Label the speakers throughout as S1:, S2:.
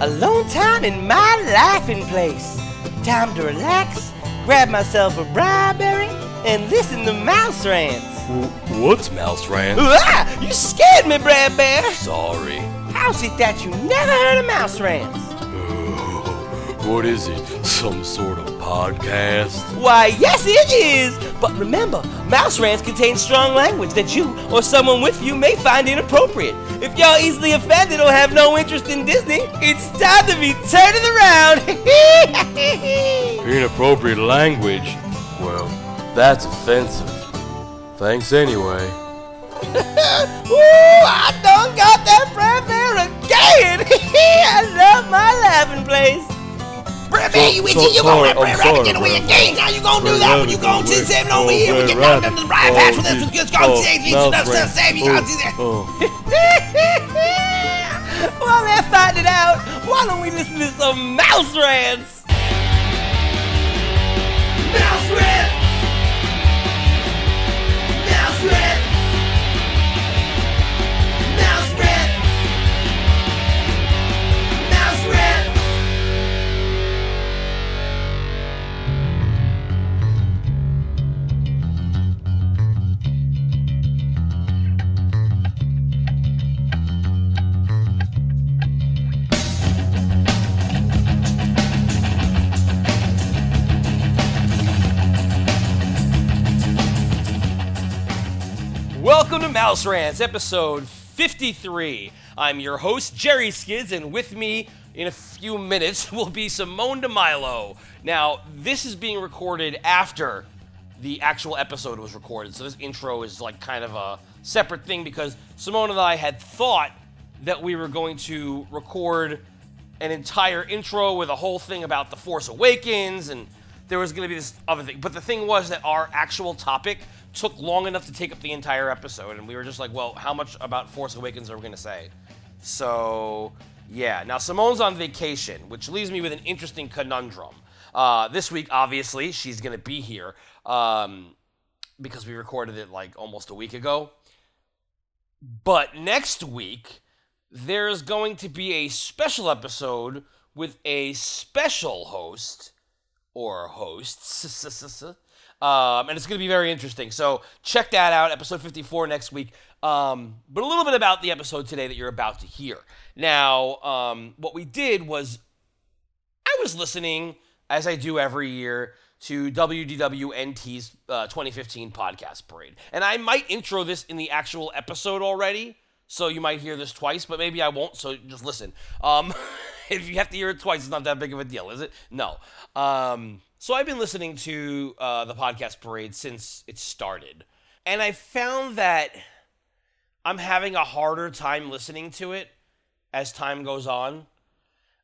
S1: Alone time in my laughing place. Time to relax, grab myself a bribery, and listen to Mouse Rants.
S2: What's Mouse Rant?
S1: Ah, you scared me, Brad Bear.
S2: Sorry.
S1: How's it that you never heard of Mouse Rants?
S2: What is it? Some sort of podcast?
S1: Why, yes, it is. But remember, Mouse Rants contain strong language that you or someone with you may find inappropriate. If y'all easily offended or have no interest in Disney, it's time to be turning around.
S2: Inappropriate language? Well, that's offensive. Thanks anyway.
S1: Ooh, I done got that Brad Bear again. I love my laughing place. Brad Bear,
S2: So-
S1: you
S2: so-
S1: itchy, you gonna
S2: sorry,
S1: let
S2: I'm
S1: Brad Rabbit
S2: sorry,
S1: get away
S2: Brad.
S1: again. How you gonna do
S2: Brad
S1: that when
S2: Rabbit,
S1: you gonna
S2: Brad-
S1: see seven over
S2: oh,
S1: here? We
S2: Brad
S1: get knocked
S2: Rabbit.
S1: under the right
S2: Oh,
S1: patch with this.
S2: geez.
S1: We just gonna
S2: Oh,
S1: save you.
S2: no,
S1: Just
S2: Brad.
S1: save you.
S2: Oh,
S1: Gonna see that.
S2: oh.
S1: While they're finding out, why don't we listen to some mouse rants? Mouse rant! Mouse rant! Mouse rant! Mouse rant! Welcome to Mouse Rants, episode 53. I'm your host, Jerry Skids, and with me in a few minutes will be Simone DeMilo. Now, this is being recorded after the actual episode was recorded, so this intro is like kind of a separate thing because Simone and I had thought that we were going to record an entire intro with a whole thing about the Force Awakens, and there was going to be this other thing. But the thing was that our actual topic took long enough to take up the entire episode, and we were just like, well, how much about Force Awakens are we going to say? So, yeah. Now, Simone's on vacation, which leaves me with an interesting conundrum. Uh, this week, obviously, she's going to be here um, because we recorded it like almost a week ago. But next week, there's going to be a special episode with a special host or hosts. Um, and it's going to be very interesting. So check that out, episode 54 next week. Um, but a little bit about the episode today that you're about to hear. Now, um, what we did was I was listening, as I do every year, to WDWNT's uh, 2015 podcast parade. And I might intro this in the actual episode already, so you might hear this twice, but maybe I won't, so just listen. Um, if you have to hear it twice, it's not that big of a deal, is it? No. Um, so I've been listening to uh, the podcast parade since it started. And I found that I'm having a harder time listening to it as time goes on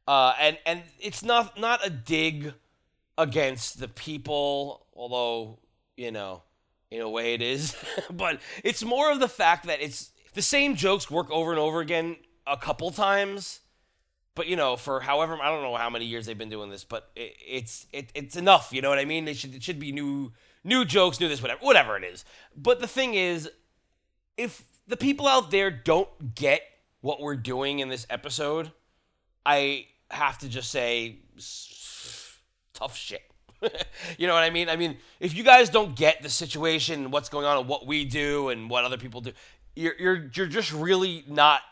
S1: uh, and and it's not not a dig against the people, although you know, in a way it is, but it's more of the fact that it's the same jokes work over and over again a couple times, but you know, for however I don't know how many years they've been doing this, but it, it's it, it's enough. You know what I mean? They should it should be new new jokes, new this, whatever, whatever it is. But the thing is, if the people out there don't get what we're doing in this episode I have to just say s- tough shit. you know what I mean? I mean, if you guys don't get the situation and what's going on and what we do and what other people do, you're you're you're just really not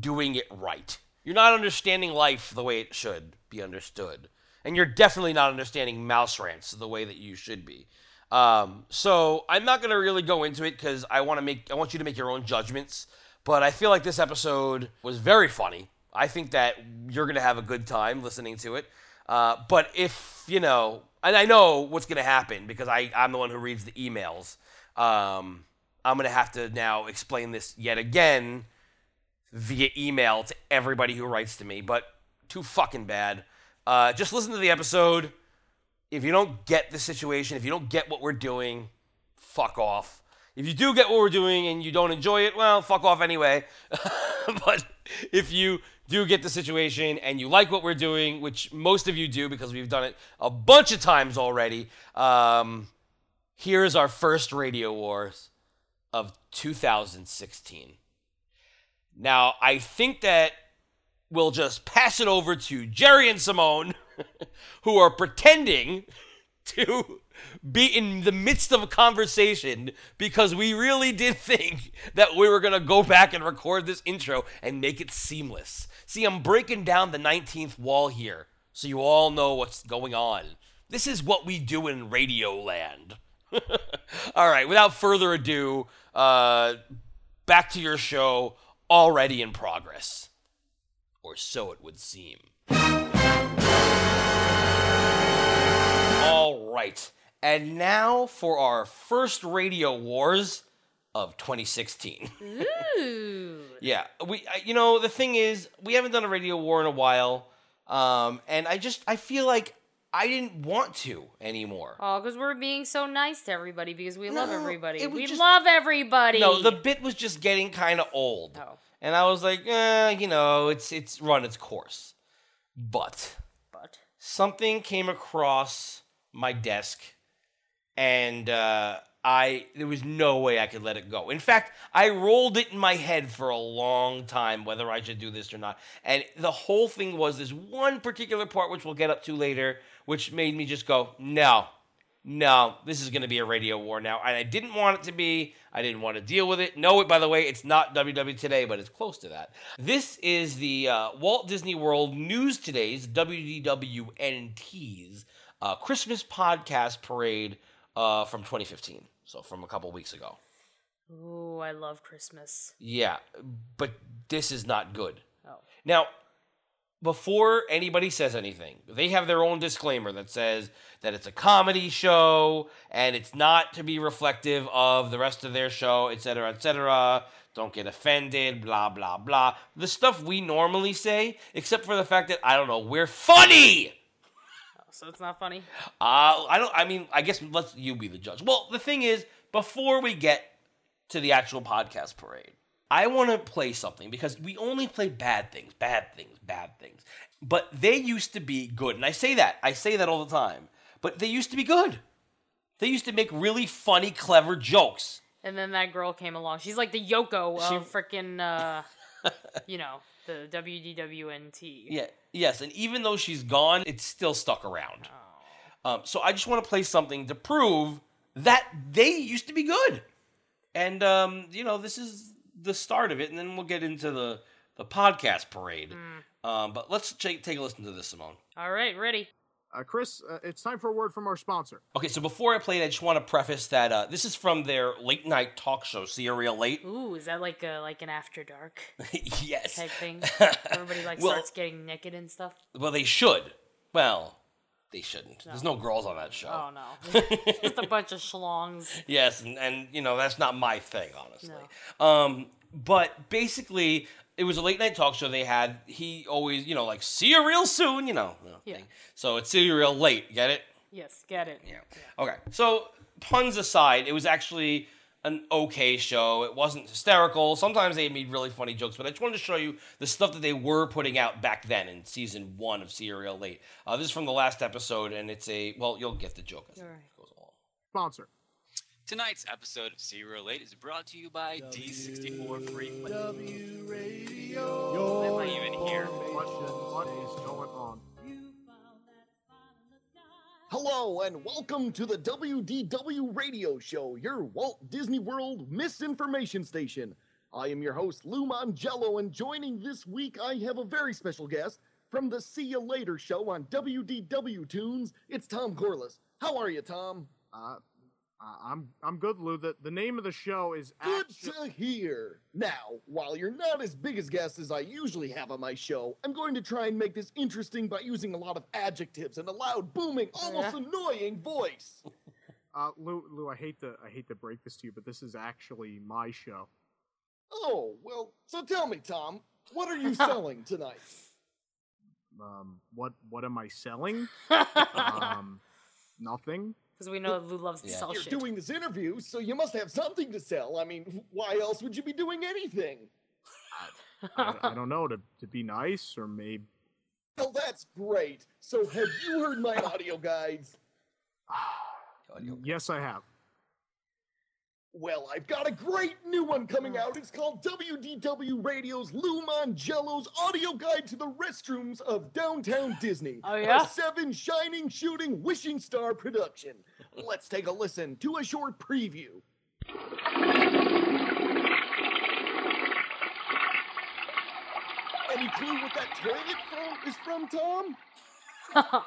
S1: doing it right. You're not understanding life the way it should be understood. And you're definitely not understanding mouse rants the way that you should be. Um, so I'm not gonna really go into it because I want to make I want you to make your own judgments. But I feel like this episode was very funny. I think that you're gonna have a good time listening to it. Uh, but if you know, and I know what's gonna happen because I I'm the one who reads the emails. Um, I'm gonna have to now explain this yet again via email to everybody who writes to me, but too fucking bad. Uh, just listen to the episode. If you don't get the situation, if you don't get what we're doing, fuck off. If you do get what we're doing and you don't enjoy it, well, fuck off anyway. but if you do get the situation and you like what we're doing, which most of you do because we've done it a bunch of times already, um, here is our first Radio Wars of 2016. Now, I think that we'll just pass it over to Jerry and Simone, who are pretending to be in the midst of a conversation because we really did think that we were going to go back and record this intro and make it seamless. See, I'm breaking down the 19th wall here so you all know what's going on. This is what we do in Radio Land. all right, without further ado, uh, back to your show already in progress. Or so it would seem. All right. And now for our first radio wars of 2016.
S3: Ooh.
S1: yeah, we I- you know the thing is we haven't done a radio war in a while. Um and I just I feel like I didn't want to anymore.
S3: Oh, because we're being so nice to everybody because we love
S1: No,
S3: everybody.
S1: it was
S3: We
S1: just-
S3: love everybody.
S1: No, the bit was just getting kind of old.
S3: Oh.
S1: And I was like, eh, you know, it's it's run its course. But
S3: But
S1: something came across my desk and uh, i there was no way i could let it go in fact i rolled it in my head for a long time whether i should do this or not and the whole thing was this one particular part which we'll get up to later which made me just go no no this is going to be a radio war now and i didn't want it to be i didn't want to deal with it no it by the way it's not ww today but it's close to that this is the uh, walt disney world news today's E wdwnts uh, christmas podcast parade uh, from 2015, so from a couple weeks ago.
S3: ooh, I love Christmas.
S1: Yeah, but this is not good.
S3: Oh.
S1: Now, before anybody says anything, they have their own disclaimer that says that it's a comedy show and it's not to be reflective of the rest of their show, et cetera, et cetera. Don't get offended, blah, blah, blah. The stuff we normally say, except for the fact that, I don't know, we're funny!
S3: So it's not funny.
S1: Uh, I don't. I mean, I guess let's you be the judge. Well, the thing is, before we get to the actual podcast parade, I want to play something because we only play bad things, bad things, bad things. But they used to be good, and I say that. I say that all the time. But they used to be good. They used to make really funny, clever jokes.
S3: And then that girl came along. She's like the Yoko
S1: She-
S3: of frickin' uh, you know, the WDWNT.
S1: Yeah. Yes, and even though she's gone, it's still stuck around. Um, so I just want to play something to prove that they used to be good, and um, you know this is the start of it, and then we'll get into the the podcast parade. Um, but let's ch- take a listen to this, Simone.
S3: All right, ready.
S4: Uh, Chris, uh, it's time for a word from our sponsor.
S1: Okay, so before I play it, I just want to preface that uh, this is from their late night talk show, See You Real Late.
S3: Ooh, is that like a like an after dark
S1: yes.
S3: type thing? Everybody like
S1: Well-
S3: starts getting naked and stuff.
S1: Well, they should. Well, they shouldn't. There's no girls on that show.
S3: Oh no, just a bunch of schlongs.
S1: Yes, and, and you know that's not my thing, honestly. Um, but basically, it was a late night talk show they had. He always, you know, like see you real soon, you know. you know,
S3: Yeah.
S1: thing. So it's see you real late. Get it?
S3: Yes, get it.
S1: Yeah. Okay. So puns aside, it was actually an okay show. It wasn't hysterical. Sometimes they made really funny jokes, but I just wanted to show you the stuff that they were putting out back then in season one of Serial Late. Uh, this is from the last episode, and it's a well, you'll get the joke as it
S3: Alright.
S1: goes along.
S4: Sponsor.
S5: Tonight's episode of Serial Late is brought to you by D64 Frequency. Am I even here?
S4: What, what is going on?
S6: Hello and welcome to the WDW Radio Show, your Walt Disney World misinformation station. I am your host, Lou Mangello, and joining this week, I have a very special guest from the See You Later show on WDW Tunes. It's Tom Corliss. How are you, Tom?
S4: Uh, I- I'm I'm good, Lou. The, the name of the show is
S6: Good
S4: actu-
S6: to hear. Now, while you're not as big as guest as I usually have on my show, I'm going to try and make this interesting by using a lot of adjectives and a loud, booming, almost
S3: Uh-huh.
S6: annoying voice.
S4: uh, Lou. Lou, I hate to I hate to break this to you, but this is actually my show.
S6: Oh, well, so tell me, Tom, what are you selling tonight?
S4: Um, what what am I selling?
S3: Because
S4: um, nothing.
S3: we know Lou loves to
S1: Yeah.
S3: sell
S6: You're
S3: shit.
S6: doing this interview, so you must have something to sell. I mean, why else would you be doing anything?
S4: I, I don't know to to be nice or maybe.
S6: Well, that's great. So, have you heard my audio guides?
S4: yes, I have.
S6: Well, I've got a great new one coming out. It's called WDW Radio's Lou Mangello's Audio Guide to the Restrooms of Downtown Disney.
S3: Oh, yeah?
S6: A seven shining shooting wishing star production. Let's take a listen to a short preview. Any clue what that toilet from is from, Tom?
S4: I,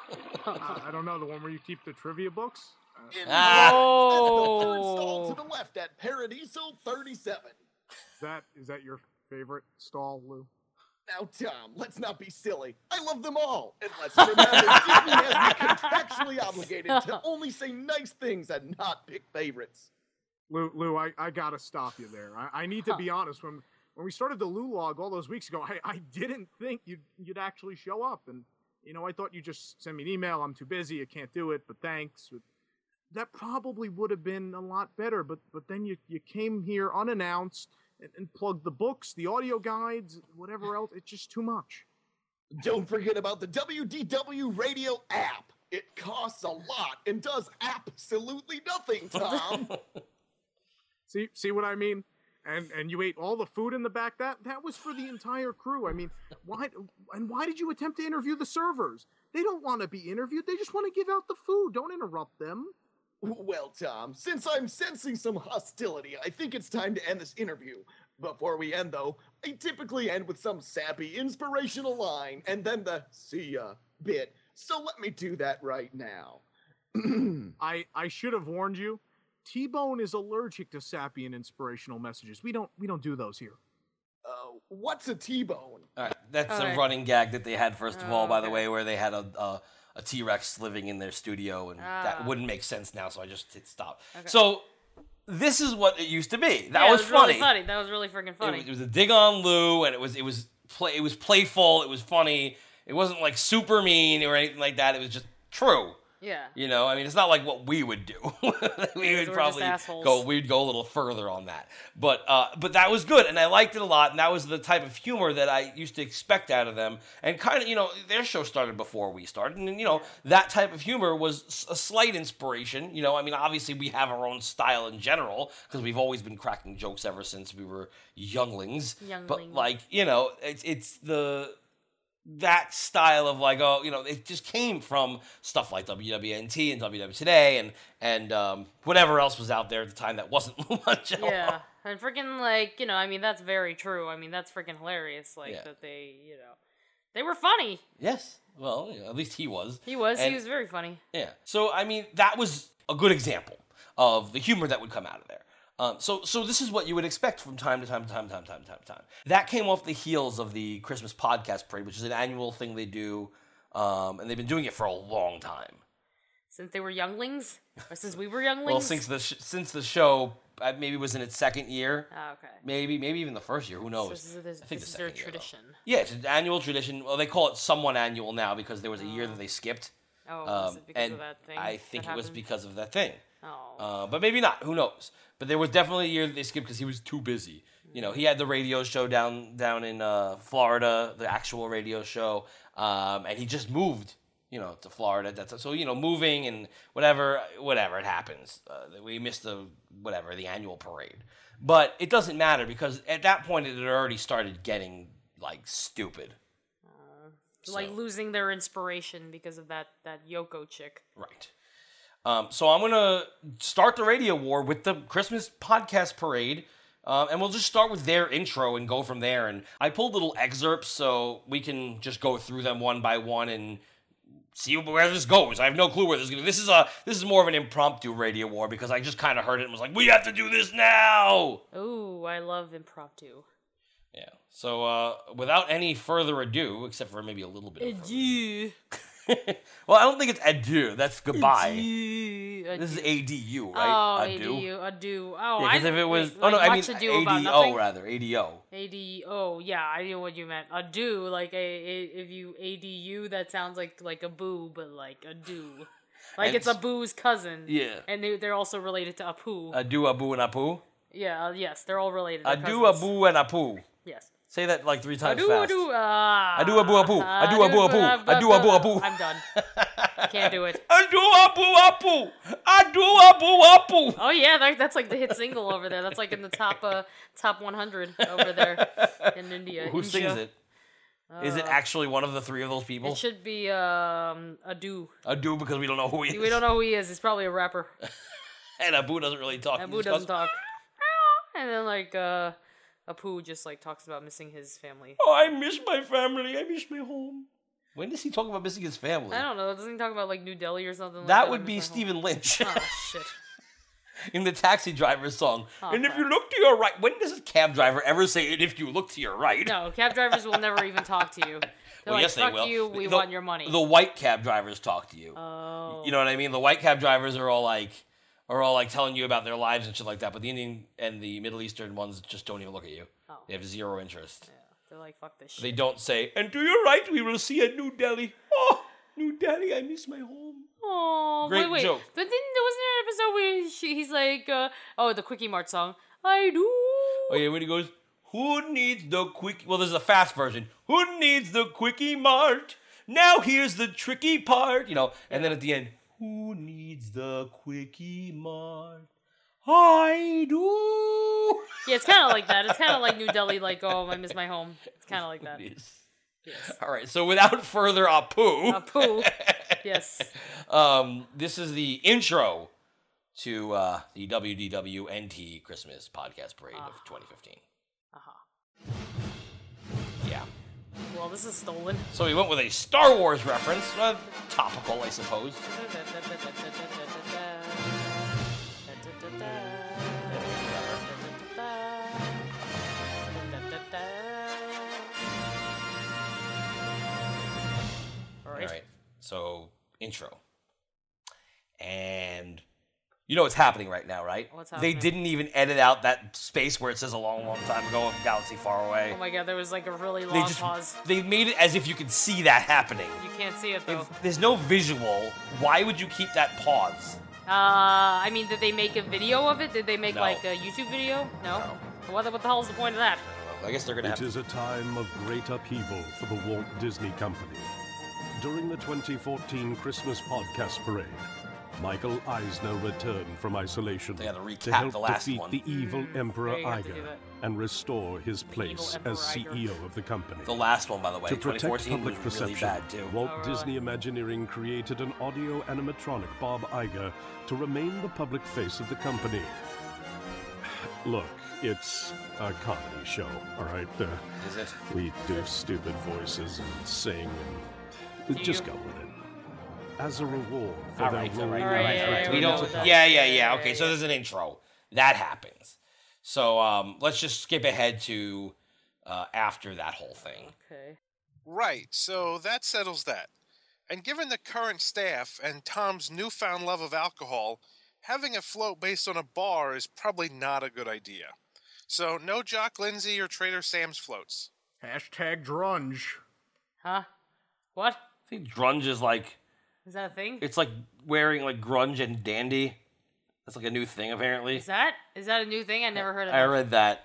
S4: I don't know the one where you keep the trivia books. Uh,
S1: Ah.
S6: The third stall
S3: Oh.
S6: to the left at Paradiso 37.
S4: is that is that your favorite stall, Lou?
S6: Now, Tom, let's not be silly. I love them all. And let's remember Disney has me contractually obligated to only say nice things and not pick favorites.
S4: Lou, Lou, I, I gotta stop you there. I, I need to be honest. When when we started the Lou log all those weeks ago, I, I didn't think you'd you'd actually show up, and you know I thought you just send me an email. I'm too busy. I can't do it. But thanks. But That probably would have been a lot better. But but then you you came here unannounced and, and plugged the books, the audio guides, whatever else. It's just too much.
S6: Don't forget about the WDW radio app. It costs a lot and does absolutely nothing, Tom.
S4: See see what I mean? And and you ate all the food in the back. That that was for the entire crew. I mean, why and why did you attempt to interview the servers? They don't want to be interviewed. They just want to give out the food. Don't interrupt them.
S6: well, Tom, since I'm sensing some hostility, I think it's time to end this interview. Before we end, though, I typically end with some sappy inspirational line and then the see ya bit. So let me do that right now.
S4: I I should have warned you. T-Bone is allergic to sappy and inspirational messages. We don't we don't do those here.
S6: Uh, what's a T-bone?
S1: All right, that's a
S3: Alright.
S1: running gag that they had first of all, by the
S3: Oh, okay.
S1: way, where they had a, a a T-Rex living in their studio, and that
S3: Ah.
S1: wouldn't make sense now, so I just hit stop. So this is what it used to be. That
S3: Yeah,
S1: was,
S3: it was
S1: funny.
S3: Really funny. That was really freaking
S1: It
S3: funny.
S1: was- It, was a dig on Lou, and it was it was play it was playful. It was funny. It wasn't like super mean or anything like that. It was just true.
S3: yeah.
S1: You know, I mean, it's not like what we would do. we would
S3: just
S1: probably
S3: assholes.
S1: go. We'd go a little further on that. But uh, but that was good, and I liked it a lot. And that was the type of humor that I used to expect out of them. And kind of, you know, their show started before we started, and you know, that type of humor was s- a slight inspiration. You know, I mean, obviously we have our own style in general because we've always been cracking jokes ever since we were younglings. But
S3: Younglings.
S1: like, you know, it's it's the that style of like oh you know it just came from stuff like WWNT and WW Today and and um, whatever else was out there at the time that wasn't Lou Mangiello.
S3: Yeah. And freaking like, you know, I mean that's very true. I mean that's freaking hilarious. Like
S1: Yeah.
S3: that they, you know, they were funny.
S1: Yes. Well, you know, at least he was.
S3: He was.
S1: And-
S3: he was very funny.
S1: Yeah. So I mean, that was a good example of the humor that would come out of there. Um, so so this is what you would expect from time to time, time, time, time, time, time. That came off the heels of the Christmas podcast parade, which is an annual thing they do, um, and they've been doing it for a long time.
S3: Since they were younglings, or since we were younglings.
S1: Well, since the sh- since the show uh, maybe was in its second year,
S3: Ah, okay.
S1: maybe maybe even the first year. Who knows?
S3: So this is, this,
S1: I think
S3: this is
S1: the
S3: their
S1: second year, though.
S3: tradition.
S1: Yeah, it's an annual tradition. Well, they call it someone annual now because there was a year that they skipped.
S3: Oh, was
S1: Um,
S3: it because
S1: and
S3: of that thing?
S1: I
S3: that
S1: think it was
S3: happened?
S1: because of that thing.
S3: Oh.
S1: Uh, but maybe not. Who knows? But there was definitely a year that they skipped because he was too busy. You know, he had the radio show down down in uh, Florida, the actual radio show, um, and he just moved. You know, to Florida. That's so. You know, moving and whatever, whatever it happens. Uh, we missed the whatever the annual parade, but it doesn't matter because at that point it had already started getting like stupid.
S3: like
S1: so-
S3: losing their inspiration because of that that Yoko chick.
S1: Right. Um, so I'm gonna start the radio war with the Christmas podcast parade, um, and we'll just start with their intro and go from there. And I pulled little excerpts so we can just go through them one by one and see where this goes. I have no clue where this is going. This is a this is more of an impromptu radio war because I just kind of heard it and was like, we have to do this now.
S3: Ooh, I love impromptu.
S1: Yeah. So uh, without any further ado, except for maybe a little bit. Of further- well, I don't think it's adieu. That's goodbye. This is ADU,
S3: Oh,
S1: right?
S3: ADU, ado. Oh,
S1: Yeah,
S3: I
S1: because if it was,
S3: wait,
S1: oh no,
S3: like,
S1: I mean
S3: much ado about
S1: ADO
S3: nothing?
S1: rather, ADO.
S3: ADO, oh, yeah, I knew what you meant. Ado, like a, a if you ADU, that sounds like like a boo, but like a do, like
S1: And
S3: it's a
S1: s-
S3: boo's cousin.
S1: Yeah. Uh,
S3: and they they're also related to Apu.
S1: Adu abu and apu.
S3: yeah, uh, yes, they're all related. They're
S1: Adu
S3: cousins.
S1: abu and apu.
S3: Yes.
S1: Say that like three times
S3: Ado
S1: fast.
S3: ado. Ah.
S1: Ado, abu, abu. Ado, abu, abu. Ado, abu, abu.
S3: I'm done. Can't do it.
S1: Adu apu apu. Adu apu apu.
S3: Oh yeah, that, that's like the hit single over there. That's like in the top uh top 100 over there in India.
S1: Who sings
S3: India.
S1: it? Is it
S3: Uh,
S1: actually one of the three of those people?
S3: It should be um Adu.
S1: Adu because we don't know who he is.
S3: We don't know who he is. He's probably a rapper.
S1: And Abu doesn't really talk. He
S3: Abu
S1: just
S3: doesn't talk.
S1: goes,
S3: And then like uh Apu just like talks about missing his family.
S1: Oh, I miss my family. I miss my home. When does he talk about missing his family?
S3: I don't know. Doesn't he talk about like New Delhi or something? Like that
S1: That would
S3: I
S1: be
S3: miss my home.
S1: Stephen Lynch
S3: Oh shit.
S1: in the Taxi Driver song.
S3: Oh,
S1: and if
S3: crap.
S1: you look to your right, when does a cab driver ever say, and if you look to your right?
S3: No, cab drivers will never even talk to you. They're
S1: Well,
S3: like,
S1: yes,
S3: fuck
S1: they will.
S3: you, we
S1: The-
S3: want your money.
S1: The white cab drivers talk to you.
S3: oh.
S1: You know what I mean? The white cab drivers are all like, are all like telling you about their lives and shit like that. But the Indian and the Middle Eastern ones just don't even look at you.
S3: Oh.
S1: They have zero interest.
S3: They're like, fuck this shit.
S1: They don't say, and to your right, we will see a New Delhi. Oh, New Delhi, I miss my home.
S3: Oh,
S1: Great
S3: wait, wait.
S1: joke.
S3: But then there wasn't there an episode where she, he's like, uh, oh, the Quickie Mart song. I do.
S1: Oh yeah, when he goes, who needs the quick? Well, there's a fast version. Who needs the quickie mart? Now here's the tricky part, you know. And then at the end, who needs the quickie mart? I do.
S3: Yeah, it's kind of like that. It's kind of like New Delhi, like, oh, I miss my home. It's kind of like that.
S1: Yes.
S3: Yes.
S1: All right. So without further ado,
S3: Apu. Yes.
S1: um, this is the intro to uh, the WDWNT Christmas Podcast Parade of
S3: Ah.
S1: 2015.
S3: Uh-huh.
S1: Yeah.
S3: Well, this is stolen.
S1: So we went with a Star Wars reference, uh, topical, I suppose.
S3: All
S1: All
S3: right.
S1: right. So intro. And you know what's happening right now, right?
S3: What's
S1: They
S3: happening?
S1: didn't even edit out that space where it says a long, long time ago, a galaxy far away.
S3: Oh my god, there was like a really
S1: they
S3: long
S1: just
S3: pause.
S1: they made it as if you could see that happening.
S3: You can't see it though.
S1: If there's no visual, why would you keep that pause?
S3: Uh, I mean, did they make a video of it? Did they make
S1: No.
S3: like a YouTube video? No.
S1: No.
S3: What, the, what the hell is the point of that?
S1: I guess they're gonna
S7: It
S1: have
S7: is a time of great upheaval for the Walt Disney Company. During the 2014 Christmas podcast parade, Michael Eisner returned from isolation
S1: They gotta recap
S7: to help
S1: the last
S7: defeat
S1: one.
S7: the evil Emperor
S3: yeah, you have to do
S7: Iger
S3: that.
S7: and restore his place
S3: Emperor
S7: as
S3: Iger.
S7: CEO of the company.
S1: the last one, by the way.
S7: to protect
S1: 2014
S7: public
S1: was really
S7: perception,
S1: bad too.
S7: Walt
S3: Oh, really?
S7: Disney Imagineering created an audio animatronic Bob Iger to remain the public face of the company. Look, it's a comedy show, all right? Uh,
S1: Is it?
S7: we do stupid voices and sing and
S3: Do
S7: just
S3: you?
S7: go with it. As a reward for
S1: All
S7: their
S1: right, all
S7: role
S1: right, all
S3: Alright,
S1: right,
S3: yeah,
S1: all
S3: yeah,
S1: right.
S3: we
S1: We
S3: know
S1: don't.
S3: that.
S1: Yeah, yeah,
S3: Yeah,
S1: yeah. Okay,
S3: yeah,
S1: so
S3: yeah.
S1: there's an intro that happens. So um, let's just skip ahead to uh, after that whole thing.
S3: Okay.
S8: Right, so that settles that. And given the current staff and Tom's newfound love of alcohol, having a float based on a bar is probably not a good idea. So no Jock Lindsay or Trader Sam's floats.
S4: Hashtag drunge.
S3: Huh? What?
S1: I think grunge is like
S3: Is that a thing?
S1: it's like wearing like grunge and dandy. That's like a new thing apparently.
S3: Is that is that a new thing? I never heard of
S1: I
S3: that.
S1: read that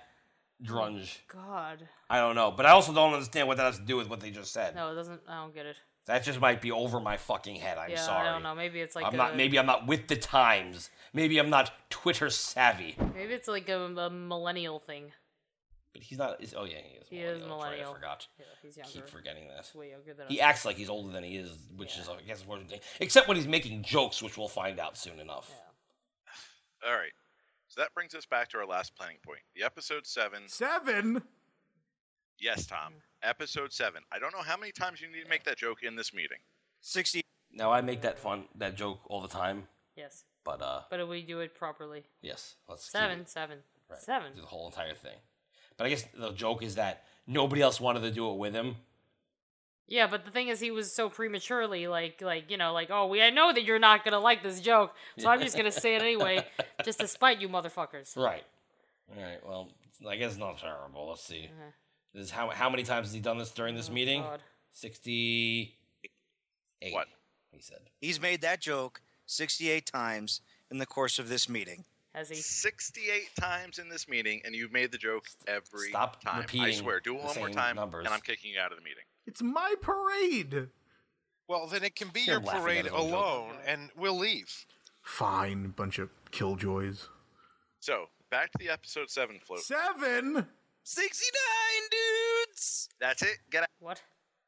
S1: grunge.
S3: God.
S1: I don't know, but I also don't understand what that has to do with what they just said.
S3: No, it doesn't. I don't get it.
S1: That just might be over my fucking head. I'm
S3: yeah,
S1: sorry.
S3: I don't know. Maybe it's like
S1: I'm
S3: a,
S1: not. Maybe I'm not with the times. Maybe I'm not Twitter savvy.
S3: maybe it's like a, a millennial thing.
S1: But he's not. Is, oh yeah, he is.
S3: He is
S1: That's right,
S3: millennial.
S1: I forgot.
S3: Yeah, he's younger.
S1: Keep forgetting that.
S3: He's way younger than
S1: He
S3: us.
S1: acts like he's older than he is, which is, I guess, one thing. Except when he's making jokes, which we'll find out soon enough.
S9: All right. So that brings us back to our last planning point. The episode seven.
S4: Seven.
S9: Yes, Tom. Episode seven. I don't know how many times you need to make that joke in this meeting.
S5: 60.
S1: Now I make that fun, that joke all the time,
S3: Yes,
S1: but uh,
S3: but we do it properly.
S1: yes, let's keep
S3: Seven,
S1: it-
S3: seven,
S1: right,
S3: seven.
S1: Do the whole entire thing. But I guess the joke is that nobody else wanted to do it with him.
S3: Yeah, but the thing is, he was so prematurely like, like you know, like, oh, we I know that you're not gonna like this joke, so I'm just gonna say it anyway, just to spite you, motherfuckers.
S1: Right. All right. Well, I guess not terrible. Let's see. This is how how many times has he done this during this meeting?
S3: Uh-huh. Oh, God.
S1: Sixty-eight.
S9: What?
S1: he said.
S5: He's made that joke 68 times in the course of this meeting.
S3: Has he?
S9: 68 times in this meeting, and you've made the joke every
S1: stop
S9: time. I
S1: repeating
S9: swear. Do it
S1: the
S9: one more
S1: same
S9: time,
S1: numbers.
S9: and I'm kicking you out of the meeting.
S4: It's my parade.
S8: Well, then it can be
S1: You're
S8: your
S1: laughing at
S8: parade
S1: his own joke.
S8: alone, and we'll leave.
S4: Fine, bunch of killjoys.
S9: So back to the episode seven float.
S4: Seven.
S5: 69 dudes!
S9: That's it. Get out.
S3: What?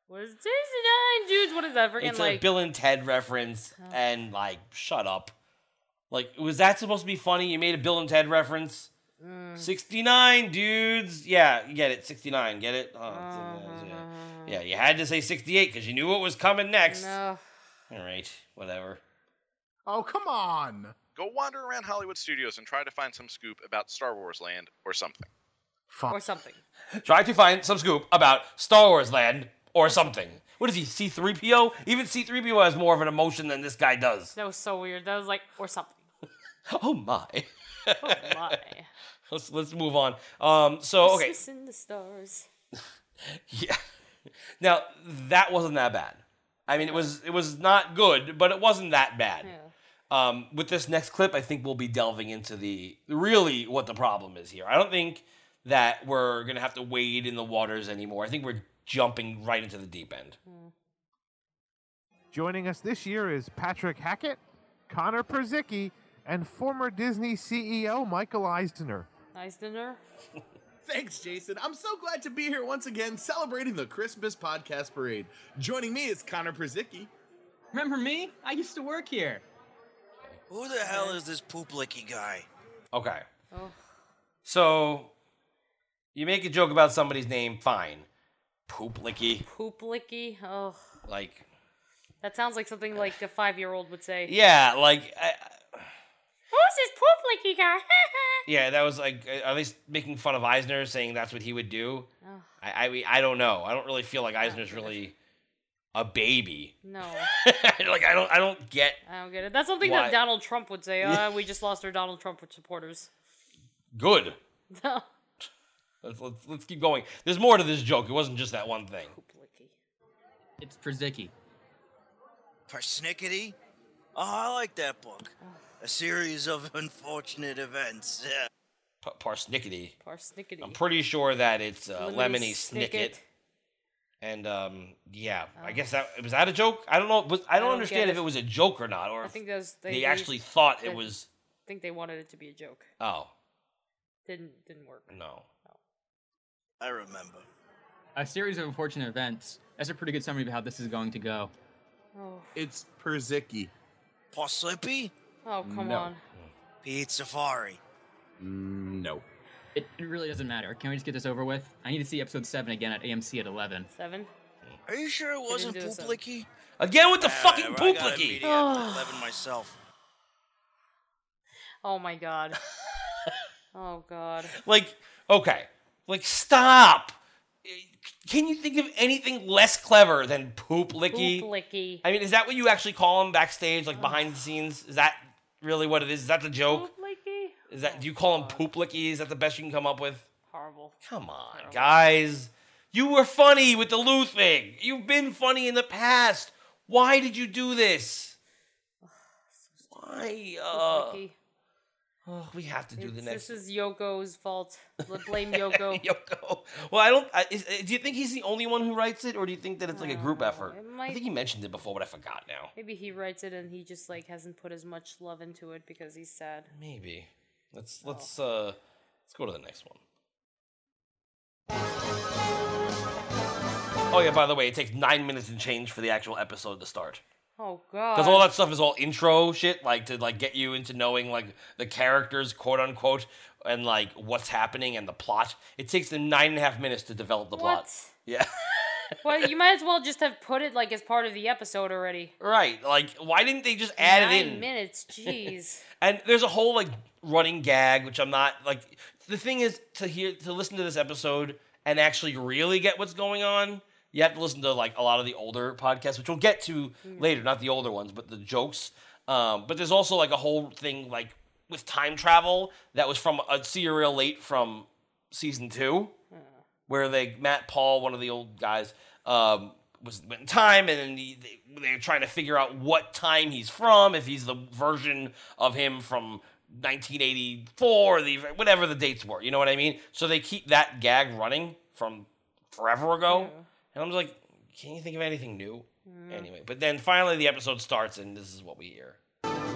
S3: What is 69 dudes? What is that? Freaking
S1: It's a
S3: like. Uh-huh.
S1: Bill and Ted reference, and like, shut up. Like, was that supposed to be funny? You made a Bill and Ted reference.
S3: Mm.
S1: Sixty-nine dudes. Yeah, you get it. Sixty-nine. Get it. Oh, it's in
S3: Uh-huh.
S1: there, yeah. yeah, you had to say sixty-eight because you knew what was coming next.
S3: no.
S1: All right, whatever.
S4: Oh, come on.
S9: Go wander around Hollywood studios and try to find some scoop about Star Wars Land or something.
S4: Fuck.
S3: Or something.
S1: Try to find some scoop about Star Wars Land or something. What is he? C three PO? Even C three PO has more of an emotion than this guy does.
S3: That was so weird. That was like, or something.
S1: Oh my.
S3: Oh my.
S1: let's let's move on. Um. So okay.
S3: Christmas in the stars.
S1: Yeah. Now that wasn't that bad. I mean, it was it was not good, but it wasn't that bad.
S3: Yeah.
S1: Um, with this next clip, I think we'll be delving into the really what the problem is here. I don't think that we're gonna have to wade in the waters anymore. I think we're jumping right into the deep end.
S10: Joining us this year is Patrick Hackett, Connor Perzicki, and former Disney CEO Michael Eisner.
S3: Nice dinner.
S11: Thanks, Jason. I'm so glad to be here once again celebrating the Christmas podcast parade. Joining me is Connor Przicki.
S12: Remember me? I used to work here.
S5: Who the hell is this poop licky guy?
S1: Okay.
S3: Oh.
S1: So you make a joke about somebody's name, fine. Poop licky,
S3: Poop licky. Oh.
S1: like
S3: That sounds like something like a five year old would say.
S1: yeah, like I,
S3: Who's this poop licky guy?
S1: Yeah, that was like uh, at least making fun of Eisner, saying that's what he would do.
S3: Ugh.
S1: I, I mean, I don't know. I don't really feel like Eisner's really a baby.
S3: no,
S1: like I don't I don't get
S3: I don't get it. That's something
S1: Why?
S3: that Donald Trump would say. Uh, we just lost our Donald Trump supporters.
S1: good.
S3: poop
S1: Let's, let's let's keep going. There's more to this joke. It wasn't just that one thing.
S3: licky.
S12: It's Przicki.
S5: Persnickety? Oh, I like that book. A series of unfortunate events. Yeah.
S1: P- parsnickety.
S3: Parsnickety.
S1: I'm pretty sure that it's uh, lemony
S3: Lemony
S1: snicket.
S3: snicket.
S1: And um, yeah, I guess that was that a joke. I don't know. Was, I don't,
S3: Oh. don't
S1: understand
S3: get
S1: if
S3: it.
S1: it was a joke or not, or
S3: I
S1: if
S3: think that's they,
S1: they actually thought it
S3: that-
S1: was.
S3: think they wanted it to be a joke.
S1: Oh
S3: Didn't didn't work.
S1: no.
S5: I remember.
S12: A series of unfortunate events. That's a pretty good summary of how this is going to go.
S3: Oh,
S11: It's Perzicki.
S5: Perslippy?
S3: oh come
S1: No.
S3: on.
S5: Pete Safari.
S1: No.
S12: It, it really doesn't matter. Can we just get this over with? I need to see episode 7 again at AMC at 11.
S3: Seven.
S5: Are you sure it wasn't
S3: do a
S5: poop
S3: sub.
S5: licky?
S1: Again with the fucking
S5: Whatever, I
S1: poop
S5: got a
S1: licky.
S5: meeting at 11 myself.
S3: Oh my god. oh god.
S1: Like, okay. Like, stop. Can you think of anything less clever than poop licky?
S3: Poop licky.
S1: I mean, is that what you actually call him backstage, like behind the scenes? Is that really what it is? Is that the joke?
S3: Poop licky. Oh,
S1: Is that do you call him poop licky? Is that the best you can come up with?
S3: Horrible.
S1: Come on, guys. You were funny with the Lou thing. You've been funny in the past. Why did you do this? Why? Uh,
S3: Licky.
S1: oh, we have to do the
S3: It's-
S1: next.
S3: This is Yoko's fault. Let- Blame Yoko.
S1: Yoko. Well, I don't. I, is, uh, do you think he's the only one who writes it, or do you think that it's like a group
S3: Uh,
S1: effort?
S3: it
S1: I
S3: might-
S1: think he mentioned it before, but I forgot now.
S3: Maybe he writes it and he just like hasn't put as much love into it because he's sad.
S1: Maybe. Let's
S3: Oh.
S1: let's uh let's go to the next one. Oh yeah. By the way, it takes nine minutes and change for the actual episode to start
S3: Oh god.
S1: because all that stuff is all intro shit, like to like get you into knowing like the characters, quote unquote, and like what's happening and the plot. It takes them nine and a half minutes to develop the plot.
S3: What?
S1: Yeah.
S3: Well, you might as well just have put it like as part of the episode already.
S1: Right. Like, why didn't they just add
S3: Nine
S1: it in?
S3: minutes. Jeez.
S1: And there's a whole like running gag, which I'm not like. The thing is to hear to listen to this episode and actually really get what's going on. You have to listen to like a lot of the older podcasts, which we'll get to
S3: Hmm.
S1: later. Not the older ones, but the jokes. Um, but there's also like a whole thing like with time travel that was from a serial late from season two, where they Matt Paul, one of the old guys, um, was went in time, and then the, they, they're trying to figure out what time he's from, if he's the version of him from 1984, the whatever the dates were. You know what I mean? So they keep that gag running from forever ago, and I'm just like, can you think of anything new? Anyway, but then finally the episode starts, and this is what we hear.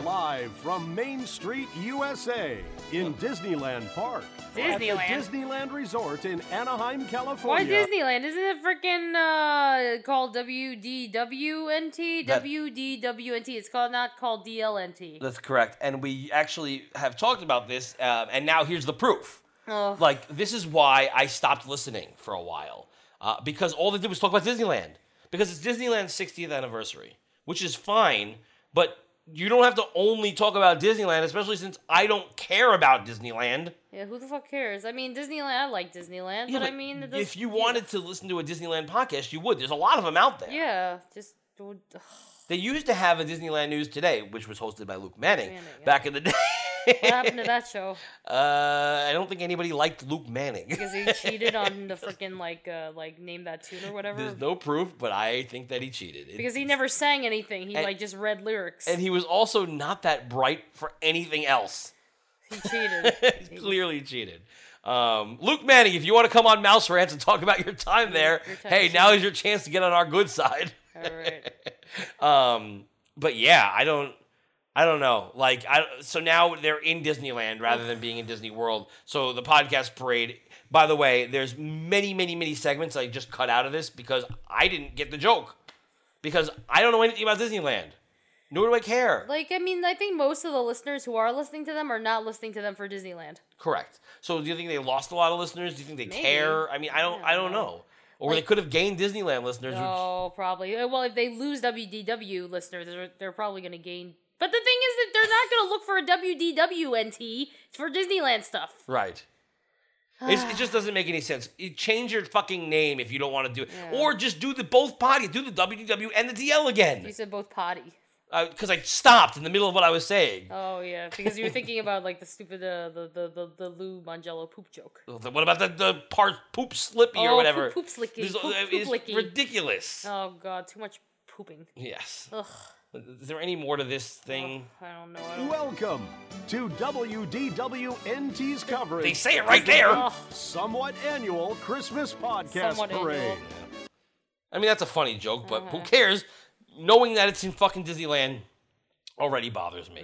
S7: Live from Main Street, USA, in Disneyland Park.
S3: Disneyland?
S7: At the Disneyland Resort in Anaheim,
S3: Why
S7: California.
S3: Disneyland? Isn't it freaking uh, called WDWNT?
S1: That-
S3: WDWNT. It's called not called DLNT.
S1: That's correct. And we actually have talked about this, um, and now here's the proof.
S3: Ugh.
S1: Like, this is why I stopped listening for a while, uh, because all they did was talk about Disneyland, because it's Disneyland's 60th anniversary, which is fine, but you don't have to only talk about Disneyland, especially since I don't care about Disneyland.
S3: yeah, who the fuck cares? I mean, Disneyland. I like Disneyland,
S1: Yeah,
S3: but I
S1: but
S3: mean, it does-
S1: If you wanted to listen to a Disneyland podcast, you would. There's a lot of them out there.
S3: yeah, just don't- ugh.
S1: They used to have a Disneyland News Today, which was hosted by Luke Manning
S3: Manning, yeah.
S1: back in the day.
S3: what happened to that show?
S1: Uh, I don't think anybody liked Luke Manning.
S3: Because he cheated on the freaking like uh, like name that tune or whatever.
S1: There's no proof, but I think that he cheated. It-
S3: Because he never sang anything. He
S1: And-
S3: like just read lyrics.
S1: and he was also not that bright for anything else.
S3: he cheated.
S1: He clearly cheated. Um, Luke Manning, if you want to come on Mouse Rants and talk about your time there,
S3: your time
S1: hey,
S3: is
S1: now is your chance to get on our good side.
S3: All right.
S1: Um, but yeah, I don't, I don't know. Like, I so now they're in Disneyland rather than being in Disney World. So the podcast parade. By the way, there's many, many, many segments I just cut out of this because I didn't get the joke because I don't know anything about Disneyland, nor do I care.
S3: Like I mean, I think most of the listeners who are listening to them are not listening to them for Disneyland.
S1: Correct. So do you think they lost a lot of listeners? Do you think they
S3: Maybe.
S1: care? I mean, I don't, I don't know. Or they
S3: Like-
S1: could have gained Disneyland listeners. who-
S3: Oh, probably. Uh, Well, if they lose WDW listeners, they're, they're probably going to gain. But the thing is that they're not going to look for a WDWNT for Disneyland stuff.
S1: Right. It's, it just doesn't make any sense. You change your fucking name if you don't want to do it,
S3: Yeah.
S1: or just do the both potty, do the WDW and the DL
S3: You
S1: again.
S3: said both potty.
S1: Because I stopped in the middle of what I was saying.
S3: Oh yeah, because you were thinking about like the stupid uh, the, the the the Lou Mangello poop joke.
S1: What about the the part poop slippy
S3: oh,
S1: or whatever?
S3: Poop, poop slicky.
S1: This-
S3: poop, poop
S1: it's
S3: licky.
S1: ridiculous.
S3: Oh god, too much pooping.
S1: Yes.
S3: Ugh.
S1: Is there any more to this thing?
S3: I don't know. I don't
S7: Welcome to WDWNT's coverage.
S1: They say it right there.
S7: of the Somewhat annual Christmas podcast
S3: Somewhat
S7: parade.
S3: annual.
S1: I mean, that's a funny joke, but who cares? Knowing that it's in fucking Disneyland already bothers me.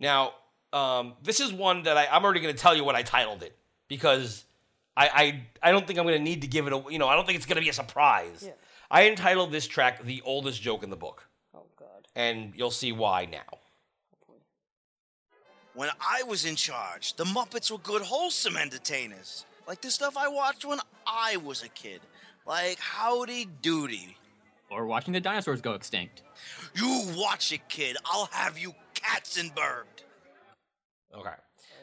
S1: Now, um, this is one that I, I'm already going to tell you what I titled it because I, I, I don't think I'm going to need to give it a, you know, I don't think it's going to be a surprise.
S3: Yeah.
S1: I entitled this track The Oldest Joke in the Book,
S3: Oh god.
S1: and you'll see why now.
S5: When I was in charge, the Muppets were good, wholesome entertainers. Like the stuff I watched when I was a kid. Like Howdy Doody.
S12: Or watching the dinosaurs go extinct.
S5: You watch it, kid. I'll have you Katzenberged.
S1: Okay.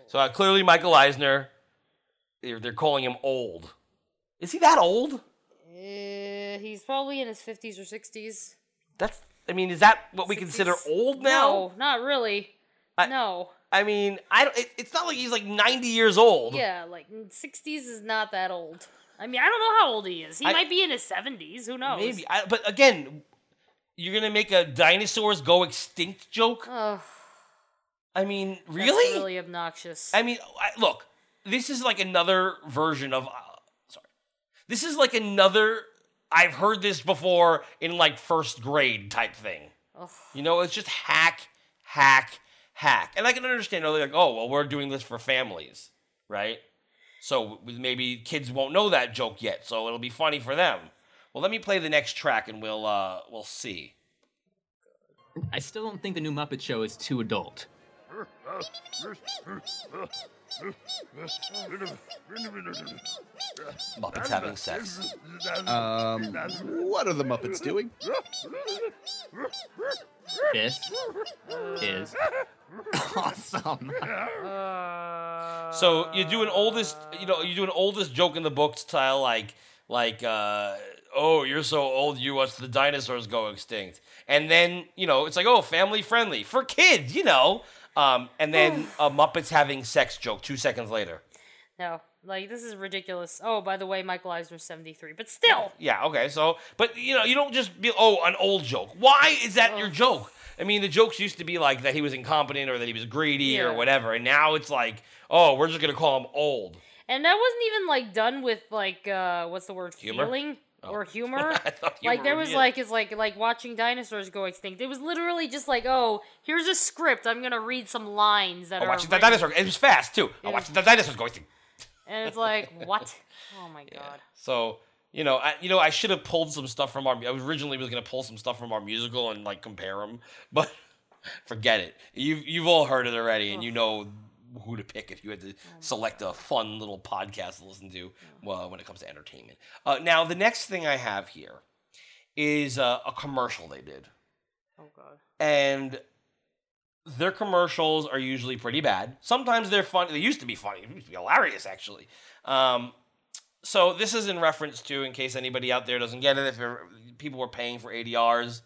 S1: So uh, clearly, Michael Eisner, they're, they're calling him old. Is he that old?
S3: Uh, he's probably in his fifties or sixties.
S1: That's, I mean, is that what we consider old now?
S3: No, not really. no.
S1: I mean, I don't, it, it's not like he's like 90 years old.
S3: Yeah, like sixties is not that old. I mean, I don't know how old he is. He
S1: I-
S3: might be in his seventies. Who knows?
S1: Maybe. I, but again, you're going to make a dinosaurs go extinct joke?
S3: Ugh.
S1: I mean,
S3: That's
S1: really?
S3: really obnoxious.
S1: I mean, I, look, this is like another version of. Uh, sorry. This is like another. I've heard this before in like first grade type thing.
S3: Ugh.
S1: You know, it's just hack, hack, hack. And I can understand, oh, they're like, oh, well, we're doing this for families, right? So w- maybe kids won't know that joke yet, so it'll be funny for them. Well, let me play the next track and we'll uh we'll see.
S12: I still don't think the new Muppet Show is too adult.
S11: Muppets
S1: having sex.
S11: Um, what are the Muppets doing?
S12: This is awesome.
S3: Uh,
S1: So you do an oldest, you know, you do an oldest joke in the book style, like like uh, oh, you're so old, you watch the dinosaurs go extinct, and then you know it's like oh, family friendly for kids, you know, um, and then a Muppets having sex joke two seconds later.
S3: no, like this is ridiculous. Oh, by the way, Michael Eisner's seventy three, but still.
S1: Yeah, okay, so but you know you don't just be oh an old joke. Why is that your joke? I mean, the jokes used to be like that he was incompetent or that he was greedy
S3: Yeah.
S1: or whatever, and now it's like oh, we're just gonna call him old.
S3: And that wasn't even like done with like uh what's the word
S1: Humor? Oh.
S3: feeling. or humor.
S1: I thought
S3: like
S1: humor
S3: there
S1: would
S3: was
S1: be it.
S3: like it's like like watching dinosaurs go extinct. It was literally just like, oh, here's a script. I'm gonna read some lines that
S1: I
S3: are
S1: watched Oh, the
S3: written."
S1: dinosaur. It was fast too. Oh, I
S3: It
S1: watched
S3: was-
S1: the dinosaurs going. through.
S3: And it's like, what? Oh my god.
S1: So you know, I you know, I should have pulled some stuff from our. I was originally was gonna pull some stuff from our musical and like compare them, but forget it. You've you've all heard it already, and you know who to pick if you had to select a fun little podcast to listen to uh, when it comes to entertainment. Uh, now, the next thing I have here is uh, a commercial they did,
S3: Oh god.
S1: and their commercials are usually pretty bad. Sometimes they're funny. They used to be funny. It used to be hilarious, actually. Um, so this is in reference to, in case anybody out there doesn't get it, if you're- people were paying for ADRs,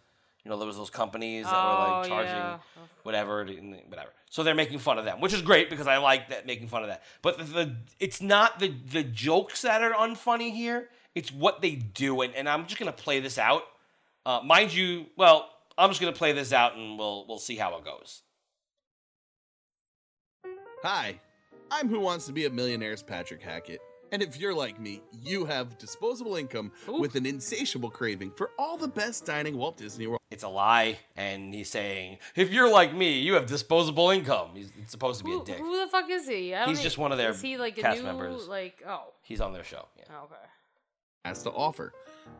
S1: you know, there was those companies that were like
S3: Oh,
S1: charging
S3: yeah.
S1: whatever, to- and whatever. So they're making fun of them, which is great because I like that making fun of that. But the, the it's not the the jokes that are unfunny here. It's what they do, and, and I'm just gonna play this out. Uh, mind you, well, I'm just gonna play this out, and we'll we'll see how it goes.
S11: Hi, I'm Who Wants to Be a Millionaire's Patrick Hackett. And if you're like me, you have disposable income with an insatiable craving for all the best dining Walt Disney World.
S1: It's a lie, and he's saying, "If you're like me, you have disposable income." He's it's supposed to be a dick.
S3: Who the fuck is he? I don't
S1: He's
S3: e-
S1: just one of their
S3: Is he like a
S1: cast
S3: new
S1: members.
S3: like oh,
S1: He's on their show.
S3: oh, okay.
S11: has to offer.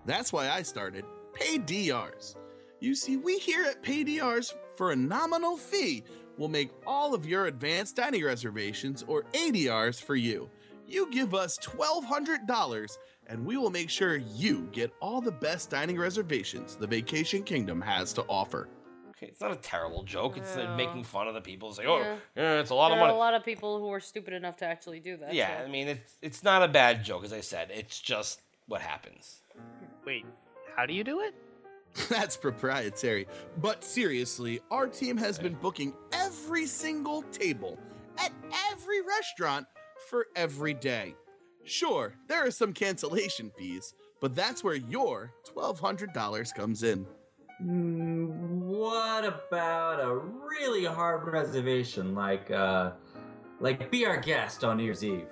S11: That's why I started PayDRs. You see, we here at PayDRs, for a nominal fee, will make all of your advanced dining reservations or ADRs for you. You give us $1,200 and we will make sure you get all the best dining reservations the Vacation Kingdom has to offer.
S1: Okay, it's not a terrible joke. It's like
S3: Yeah.
S1: making fun of the people. Say, "Oh,
S3: Yeah.
S1: yeah, it's a lot
S3: there
S1: of money."
S3: are a lot of people who are stupid enough to actually do that.
S1: yeah,
S3: so-
S1: I mean, it's it's not a bad joke, as I said. It's just what happens.
S11: Wait, how do you do it? That's proprietary. But seriously, our team has been booking every single table at every restaurant for every day. Sure, there are some cancellation fees, but that's where your $1,200 comes in.
S13: What about a really hard reservation like uh like be our guest on New Year's Eve?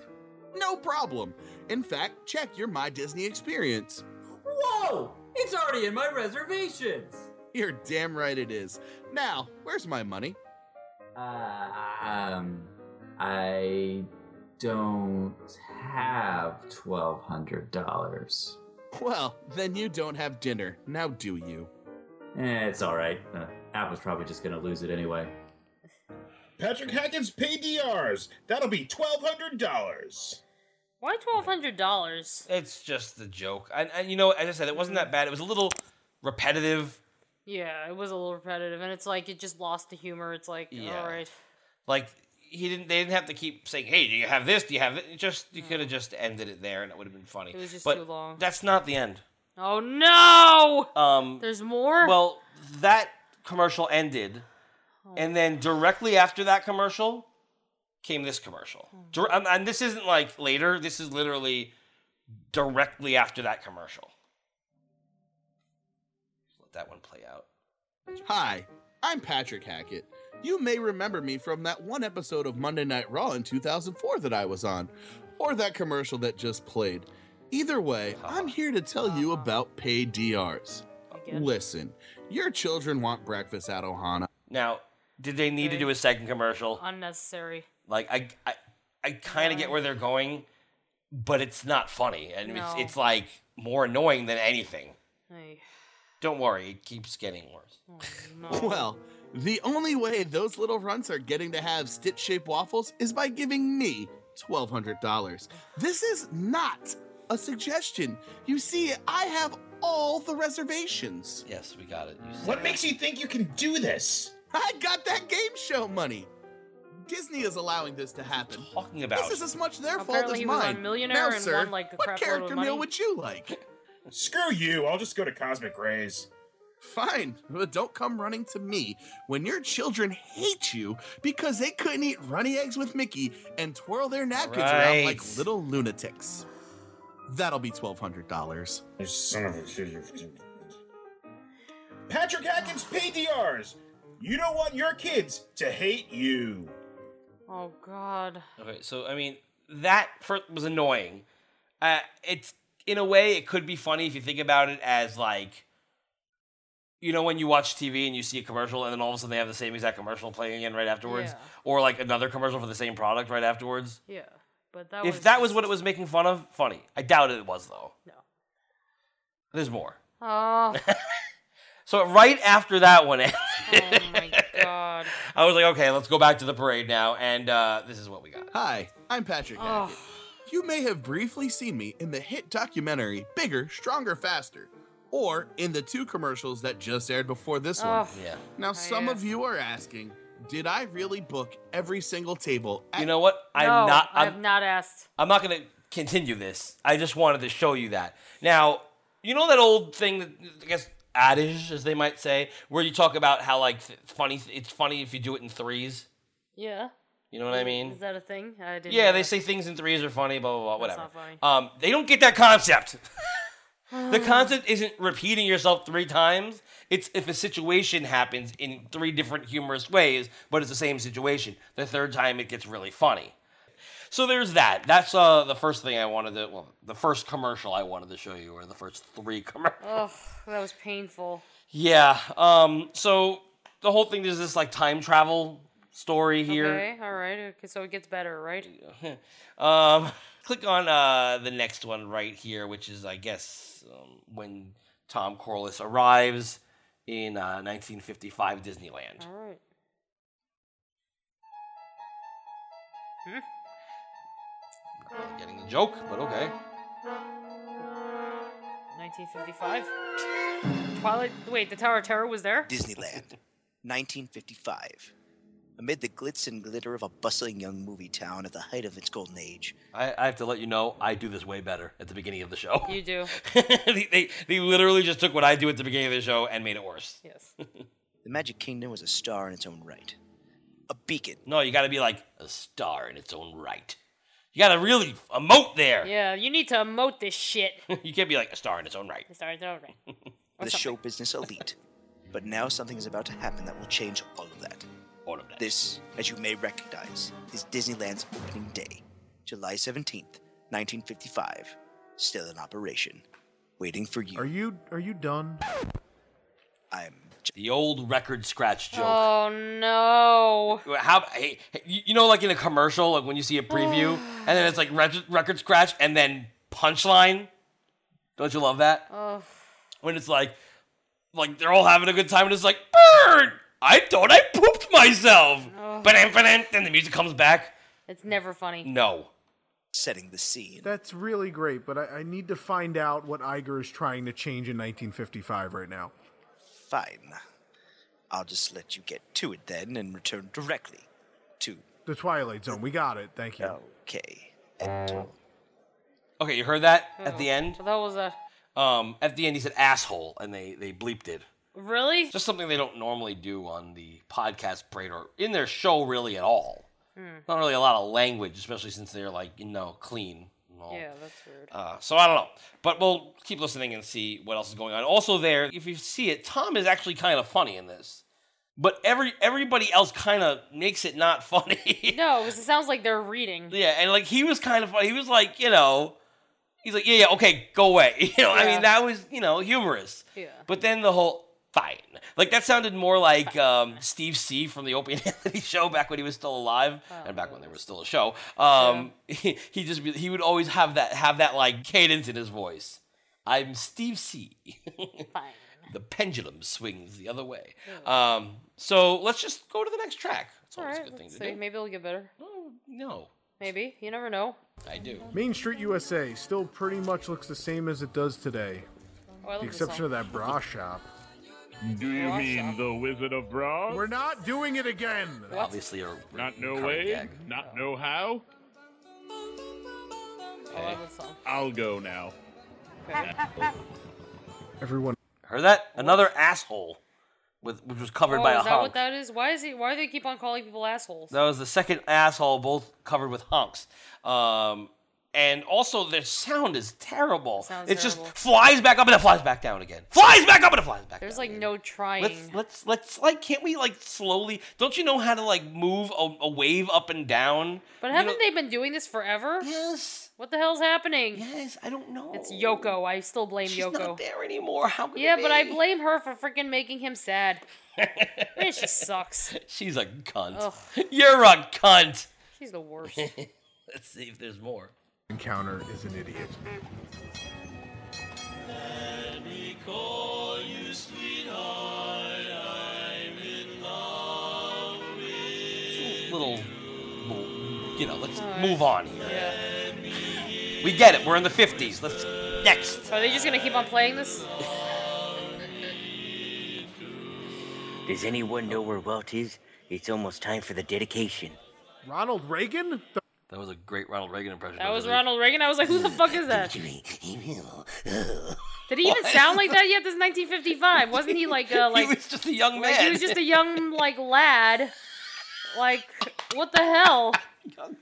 S11: No problem. In fact, check your My Disney experience.
S13: Whoa! It's already in my reservations!
S11: You're damn right it is. Now, where's my money?
S13: Um I don't have twelve hundred dollars.
S11: Well, then you don't have dinner, now do you?
S13: Eh, it's alright. Uh, Apple's probably just gonna lose it anyway.
S14: Patrick Hackett's PDRs. That'll be twelve hundred dollars.
S3: Why twelve hundred dollars?
S1: It's just the joke, and, and you know, as I said, it wasn't that bad. It was a little repetitive.
S3: Yeah, it was a little repetitive, and it's like it just lost the humor. It's like
S1: Yeah.
S3: all right,
S1: Like he didn't, they didn't have to keep saying, "Hey, do you have this? Do you have it?" It just you could have just ended it there, and it would have been funny.
S3: It was just
S1: But
S3: too long.
S1: That's not the end.
S3: oh no,
S1: Um,
S3: there's more.
S1: Well, that commercial ended,
S3: Oh.
S1: and then directly after that commercial came this commercial.
S3: Hmm.
S1: Dir- um, and, and this isn't like later. This is literally directly after that commercial. Let that one play out.
S11: Hi, I'm Patrick Hackett. You may remember me from that one episode of Monday Night Raw in 2004 that I was on, or that commercial that just played. Either way, I'm here to tell you about paid DRs. Listen, your children want breakfast at Ohana.
S1: Now, did they need to do a second commercial?
S3: unnecessary.
S1: Like I, I, I kind of get where they're going, but it's not funny, and it's
S3: No.
S1: it's like more annoying than anything.
S3: Hey,
S1: Don't worry, it keeps getting worse.
S11: Well, the only way those little runts are getting to have stitch shaped waffles is by giving me $1,200. This is not a suggestion. You see, I have all the reservations.
S1: Yes, we got it.
S14: What makes you think you can do this?
S11: I got that game show money. Disney is allowing this to happen.
S1: Talking
S14: about?
S11: this is as much their fault
S3: Apparently
S11: as
S3: he was
S11: mine.
S3: on Millionaire
S11: now,
S3: and
S11: sir,
S3: won, like, a
S11: what
S3: crap load of
S11: character
S3: money.
S11: meal would you like?
S14: Screw you. I'll just go to Cosmic Rays.
S11: Fine, but don't come running to me when your children hate you because they couldn't eat runny eggs with Mickey and twirl their napkins around like
S14: Right.
S11: little lunatics. That'll be twelve hundred dollars.
S14: You son of a. Patrick Hackett's PDRs. You don't want your kids to hate you.
S3: oh god.
S1: Okay, so I mean that first was annoying. Uh, it's in a way, it could be funny if you think about it as like, you know, when you watch TV and you see a commercial and then all of a sudden they have the same exact commercial playing again right afterwards,
S3: Yeah.
S1: or like another commercial for the same product right afterwards.
S3: Yeah, but that
S1: if
S3: was
S1: that was what it was making fun of, funny. I doubt it was though. No. There's more.
S3: Oh,
S1: So right after that one, ended,
S3: Oh my god.
S1: I was like, okay, let's go back to the parade now, and uh, this is what we got.
S11: Hi, I'm Patrick Hackett. You may have briefly seen me in the hit documentary Bigger, Stronger, Faster, or in the two commercials that just aired before this one.
S1: Oh, Yeah.
S11: Now, some of you are asking, did I really book every single table? At-
S1: You know what?
S3: no,
S1: I'm not.
S3: I
S1: I'm,
S3: have not asked.
S1: I'm not going to continue this. I just wanted to show you that. Now, you know that old thing that I guess adage, as they might say, where you talk about how like th- funny it's funny if you do it in threes.
S3: Yeah.
S1: You know what I mean?
S3: Is that a thing? I didn't.
S1: Yeah,
S3: know
S1: they
S3: that.
S1: say things in threes are funny, blah blah blah,
S3: That's not
S1: whatever.
S3: funny.
S1: Um, they don't get that concept. the concept isn't repeating yourself three times. It's if a situation happens in three different humorous ways, but it's the same situation. The third time, it gets really funny. So there's that. That's uh, the first thing I wanted to. Well, the first commercial I wanted to show you, or the first three commercials.
S3: Ugh, that was painful.
S1: Yeah. Um. So the whole thing is this like time travel story here.
S3: Okay, all right. Okay, so it gets better, right?
S1: um, click on uh, the next one right here, which is, I guess, um, when Tom Corliss arrives in uh, 1955 Disneyland.
S3: All right.
S1: Getting a joke, but okay.
S3: 1955. Twilight. Wait, the Tower of Terror was there?
S5: Disneyland, 1955. Amid the glitz and glitter of a bustling young movie town at the height of its golden age.
S1: I, I have to let you know, I do this way better at the beginning of the show.
S3: You do.
S1: they, they, they literally just took what I do at the beginning of the show and made it worse.
S3: Yes.
S5: The Magic Kingdom was a star in its own right. A beacon.
S1: No, you gotta be like a star in its own right. You gotta really emote there.
S3: Yeah, you need to emote this shit.
S1: you can't be like a star in its own right.
S3: Sorry, it's over.
S5: the show business elite. But now something is about to happen that will change all of that.
S1: All of that.
S5: This, as you may recognize, is Disneyland's opening day, July 17th, 1955. Still in operation, waiting for you.
S10: Are you are you done?
S5: I'm
S1: the old record scratch joke.
S3: Oh no.
S1: Well, How hey, hey, you you know, like in a commercial, like when you see a preview, and then it's like record, record scratch, and then punchline. Don't you love that?
S3: Oh.
S1: When it's like, like they're all having a good time, and it's like, burn! I thought I pooped myself.
S3: Oh.
S1: But then the music comes back.
S3: It's never funny.
S1: No.
S5: Setting the scene.
S4: That's really great, but I, I need to find out what Iger is trying to change in 1955 right now.
S5: Fine. I'll just let you get to it then and return directly to.
S4: The Twilight Zone. We got it. Thank you.
S5: Okay.
S1: Okay, you heard that at the end.
S3: That was a
S1: Um, at the end, he said asshole, and they they bleeped it.
S3: really.
S1: Just something they don't normally do on the podcast parade or in their show really at all.
S3: Hmm.
S1: not really a lot of language, especially since they're like you know clean. and all.
S3: Yeah, that's weird.
S1: Uh, so I don't know, but we'll keep listening and see what else is going on. Also, there, if you see it, Tom is actually kind of funny in this, but every everybody else kind of makes it not funny.
S3: No, it, was, it sounds like they're reading.
S1: yeah, and like he was kind of funny. He was like you know, he's like yeah yeah okay go away. You know, I
S3: Yeah.
S1: mean that was you know humorous,
S3: Yeah.
S1: but then the whole. Fine. Like that sounded more like um, Steve C from the Opie and Anthony show back when he was still alive,
S3: Oh.
S1: and back when there was still a show. Um, he, he just be- he would always have that have that like cadence in his voice. I'm Steve C.
S3: Fine.
S1: the pendulum swings the other way. Um, so let's just go to the next track. That's
S3: All
S1: always
S3: right.
S1: a good thing
S3: Let's
S1: to
S3: see.
S1: do. Oh,
S3: Maybe it'll get better.
S1: No,
S3: Maybe. You never know.
S1: I do.
S4: Main Street USA still pretty much looks the same as it does today,
S3: Oh, I
S4: with
S3: love
S4: the
S3: this
S4: exception
S3: song.
S4: of that bra shop.
S15: Do you mean the Wizard of Bra?
S4: We're not doing it again.
S1: Obviously, a
S15: not no
S1: recurring
S15: way,
S1: gag.
S15: not no how.
S3: I love this song.
S15: I'll go now.
S4: Everyone
S1: heard that another asshole with which was covered
S3: Oh,
S1: by a
S3: is that
S1: honk.
S3: what that is? Why is he? Why do they keep on calling people assholes?
S1: That was the second asshole, both covered with honks. Um, and also, their sound is terrible.
S3: Sounds
S1: it
S3: terrible.
S1: just flies back up and it flies back down again. Flies back up and it flies back.
S3: There's like no trying.
S1: Let's let's let's like, can't we like slowly? Don't you know how to like move a, a wave up and down?
S3: but
S1: You
S3: haven't
S1: know-
S3: they been doing this forever?
S1: Yes.
S3: What the hell's happening?
S1: Yes, I don't know.
S3: It's Yoko. I still blame
S1: She's
S3: Yoko.
S1: not there anymore. How could it
S3: Yeah, but I
S1: be?
S3: blame her for freaking making him sad. Man, she sucks.
S1: She's a cunt.
S3: Ugh.
S1: You're a cunt.
S3: She's the worst.
S1: Let's see if there's more.
S10: Encounter is an idiot.
S1: Little, you know, let's move on here. We get it. We're in the 50s. Let's next.
S3: Are they just gonna keep on playing this?
S16: Does anyone know where Walt is? It's almost time for the dedication.
S4: Ronald Reagan?
S1: That was a great Ronald Reagan impression.
S3: That was Ronald Reagan. I was like, who the fuck is that? Did he even
S1: What?
S3: sound like that yet? This is 1955. Wasn't he like uh, like
S1: he was just a young man.
S3: like, he was just a young like lad? Like what the hell?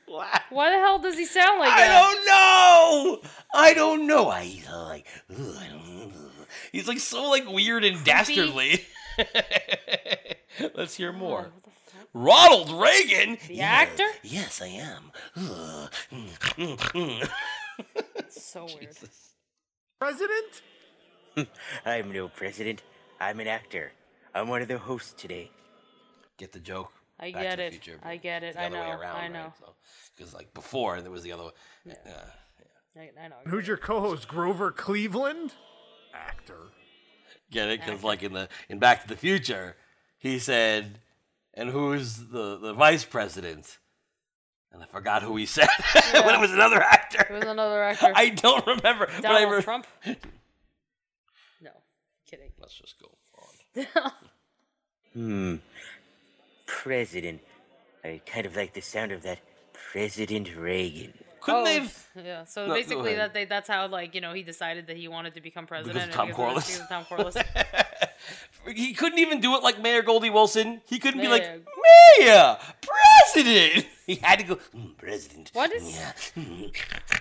S3: Why the hell does he sound like that?
S1: I don't know. I don't know. I he's all like, "Ooh, I don't know." He's like so like weird and dastardly. Let's hear more. Ronald Reagan,
S3: The
S1: Yeah.
S3: actor?
S1: Yes, I am. Ugh. Mm, mm, mm.
S3: so weird.
S4: President?
S16: I'm no president. I'm an actor. I'm one of the hosts today.
S1: Get the joke.
S3: I
S1: Back
S3: get
S1: to the
S3: it.
S1: Future, but
S3: I get it.
S1: The
S3: I
S1: other
S3: know.
S1: way around,
S3: I
S1: right?
S3: know.
S1: Because like before, there was the other. one. Uh,
S3: I, I know.
S4: Who's your co-host, Grover Cleveland? Actor.
S1: get it? Because like in the in Back to the Future, he said, "And who's the the vice president?" And I forgot who he said. but it was another actor.
S3: It was another actor.
S1: I don't remember. but I
S3: Donald
S1: re-
S3: Trump. No, kidding.
S1: Let's just go.
S16: Hmm. President. I kind of like the sound of that. President Reagan.
S1: Couldn't
S3: Oh,
S1: they've-
S3: Yeah. So
S16: No, go
S3: basically,
S16: ahead.
S3: that they, that's how like you know he decided that he wanted to become president.
S1: Because of
S3: and
S1: Tom
S3: because of- because of Tom Corliss.
S1: He couldn't even do it like Mayor Goldie Wilson. He couldn't be like Mayor President. He had to go "Mm, President.
S3: What is?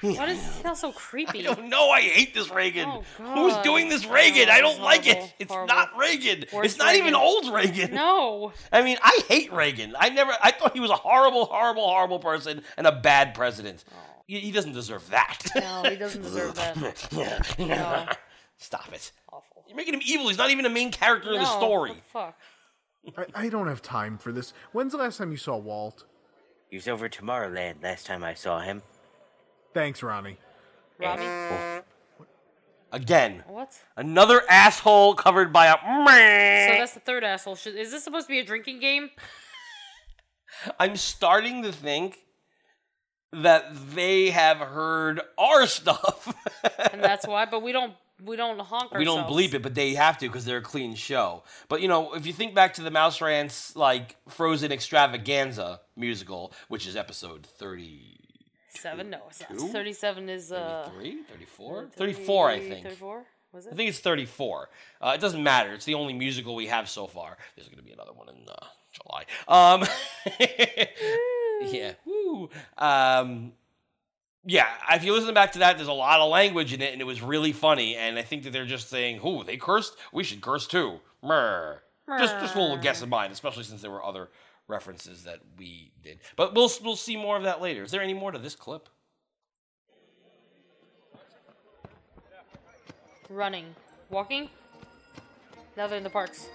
S3: Why does he sound so creepy? I don't
S1: know. Oh, I hate this Reagan.
S3: Oh,
S1: Who's
S3: God.
S1: doing this Reagan? I don't like it.
S3: horrible,
S1: It's
S3: horrible.
S1: not Reagan.
S3: Worst
S1: it's not even
S3: Reagan.
S1: old Reagan.
S3: No.
S1: I mean, I hate Reagan. I never. I thought he was a horrible, horrible, horrible person and a bad president. He, he doesn't deserve that.
S3: No, Oh. he doesn't deserve that. No.
S1: Stop it. Awful. You're making him evil. He's not even a main character in the story.
S3: fuck?
S4: I, I don't have time for this. When's the last time you saw Walt?
S16: He was over Tomorrowland last time I saw him. Oh.
S4: Thanks, Ronnie.
S3: Robbie.
S1: Again.
S3: What?
S1: Another asshole covered by a.
S3: So that's the third asshole. Should, is this supposed to be a drinking game?
S1: I'm starting to think that they have heard our stuff.
S3: And that's why. But we don't. We don't honk.
S1: we don't
S3: ourselves.
S1: bleep it, but they have to because they're a clean show. But you know, if you think back to the Mouse Rants like Frozen Extravaganza musical, which is episode 33,
S3: Seven. No, it's
S1: Two?
S3: not. Thirty-seven is uh.
S1: 34? 34, I think.
S3: Thirty-four. Was it?
S1: I think it's 34. Uh, it doesn't matter. It's the only musical we have so far. There's going to be another one in uh, July. Um, yeah. Woo. Um, yeah, if you listen back to that, there's a lot of language in it, and it was really funny. And I think that they're just saying, "Ooh, they cursed. We should curse too." Mer. Just, just a little guess of mine, especially since there were other references that we did. But we'll we'll see more of that later. Is there any more to this clip?
S3: Running. Walking? Now they're in the parks.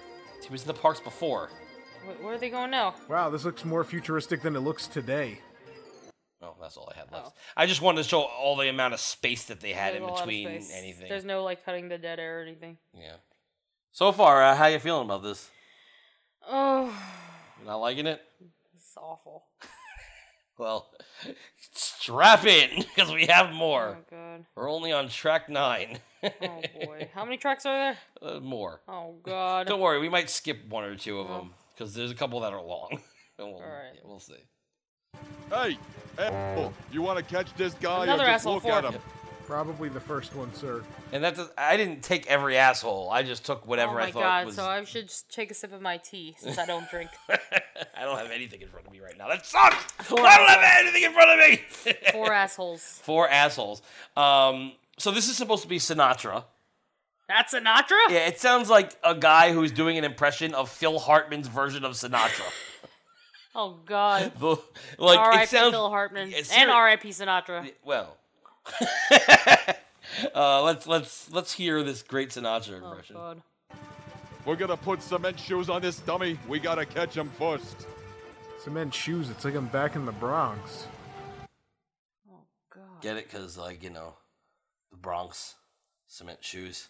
S1: He was in the parks before.
S3: Wh- Where are they going now?
S4: Wow, this looks more futuristic than it looks today.
S1: Oh, that's all I had left. I just wanted to show all the amount of space that they had
S3: There's a
S1: in
S3: lot of
S1: between
S3: space.
S1: anything.
S3: There's no like cutting the dead air or anything.
S1: Yeah. So far, uh, how you feeling about this?
S3: Oh,
S1: You Not liking it?
S3: it's awful.
S1: Well, strap in because we have more.
S3: Oh god.
S1: We're only on track nine.
S3: Oh boy. How many tracks are there?
S1: Uh, more.
S3: Oh god.
S1: Don't worry, we might skip one or two of them because there's a couple that are long. And we'll, yeah, we'll see.
S17: Hey, asshole, you want to catch this guy
S4: Another
S17: or just
S4: asshole
S17: look
S4: for
S17: at
S4: it.
S17: him?
S4: Probably the first one, sir.
S1: And that's I didn't take every asshole. I just took whatever
S3: oh my
S1: I thought
S3: god.
S1: was.
S3: So I should just take a sip of my tea since I don't drink.
S1: I don't have anything in front of me right now. That sucks. I don't have anything in front of me.
S3: Four assholes.
S1: Four assholes. Um, so this is supposed to be Sinatra.
S3: That's Sinatra?
S1: Yeah, it sounds like a guy who's doing an impression of Phil Hartman's version of Sinatra.
S3: Oh god.
S1: The- like
S3: R.I.P.
S1: it sounds
S3: Phil Hartman
S1: Yeah, seri-
S3: and R.I.P. Sinatra.
S1: well. Uh, let's let's let's hear this great Sinatra impression.
S17: We're gonna put cement shoes on this dummy. We gotta catch him first.
S4: Cement shoes. It's like I'm back in the Bronx.
S1: Get it? Cause like you know, the Bronx cement shoes.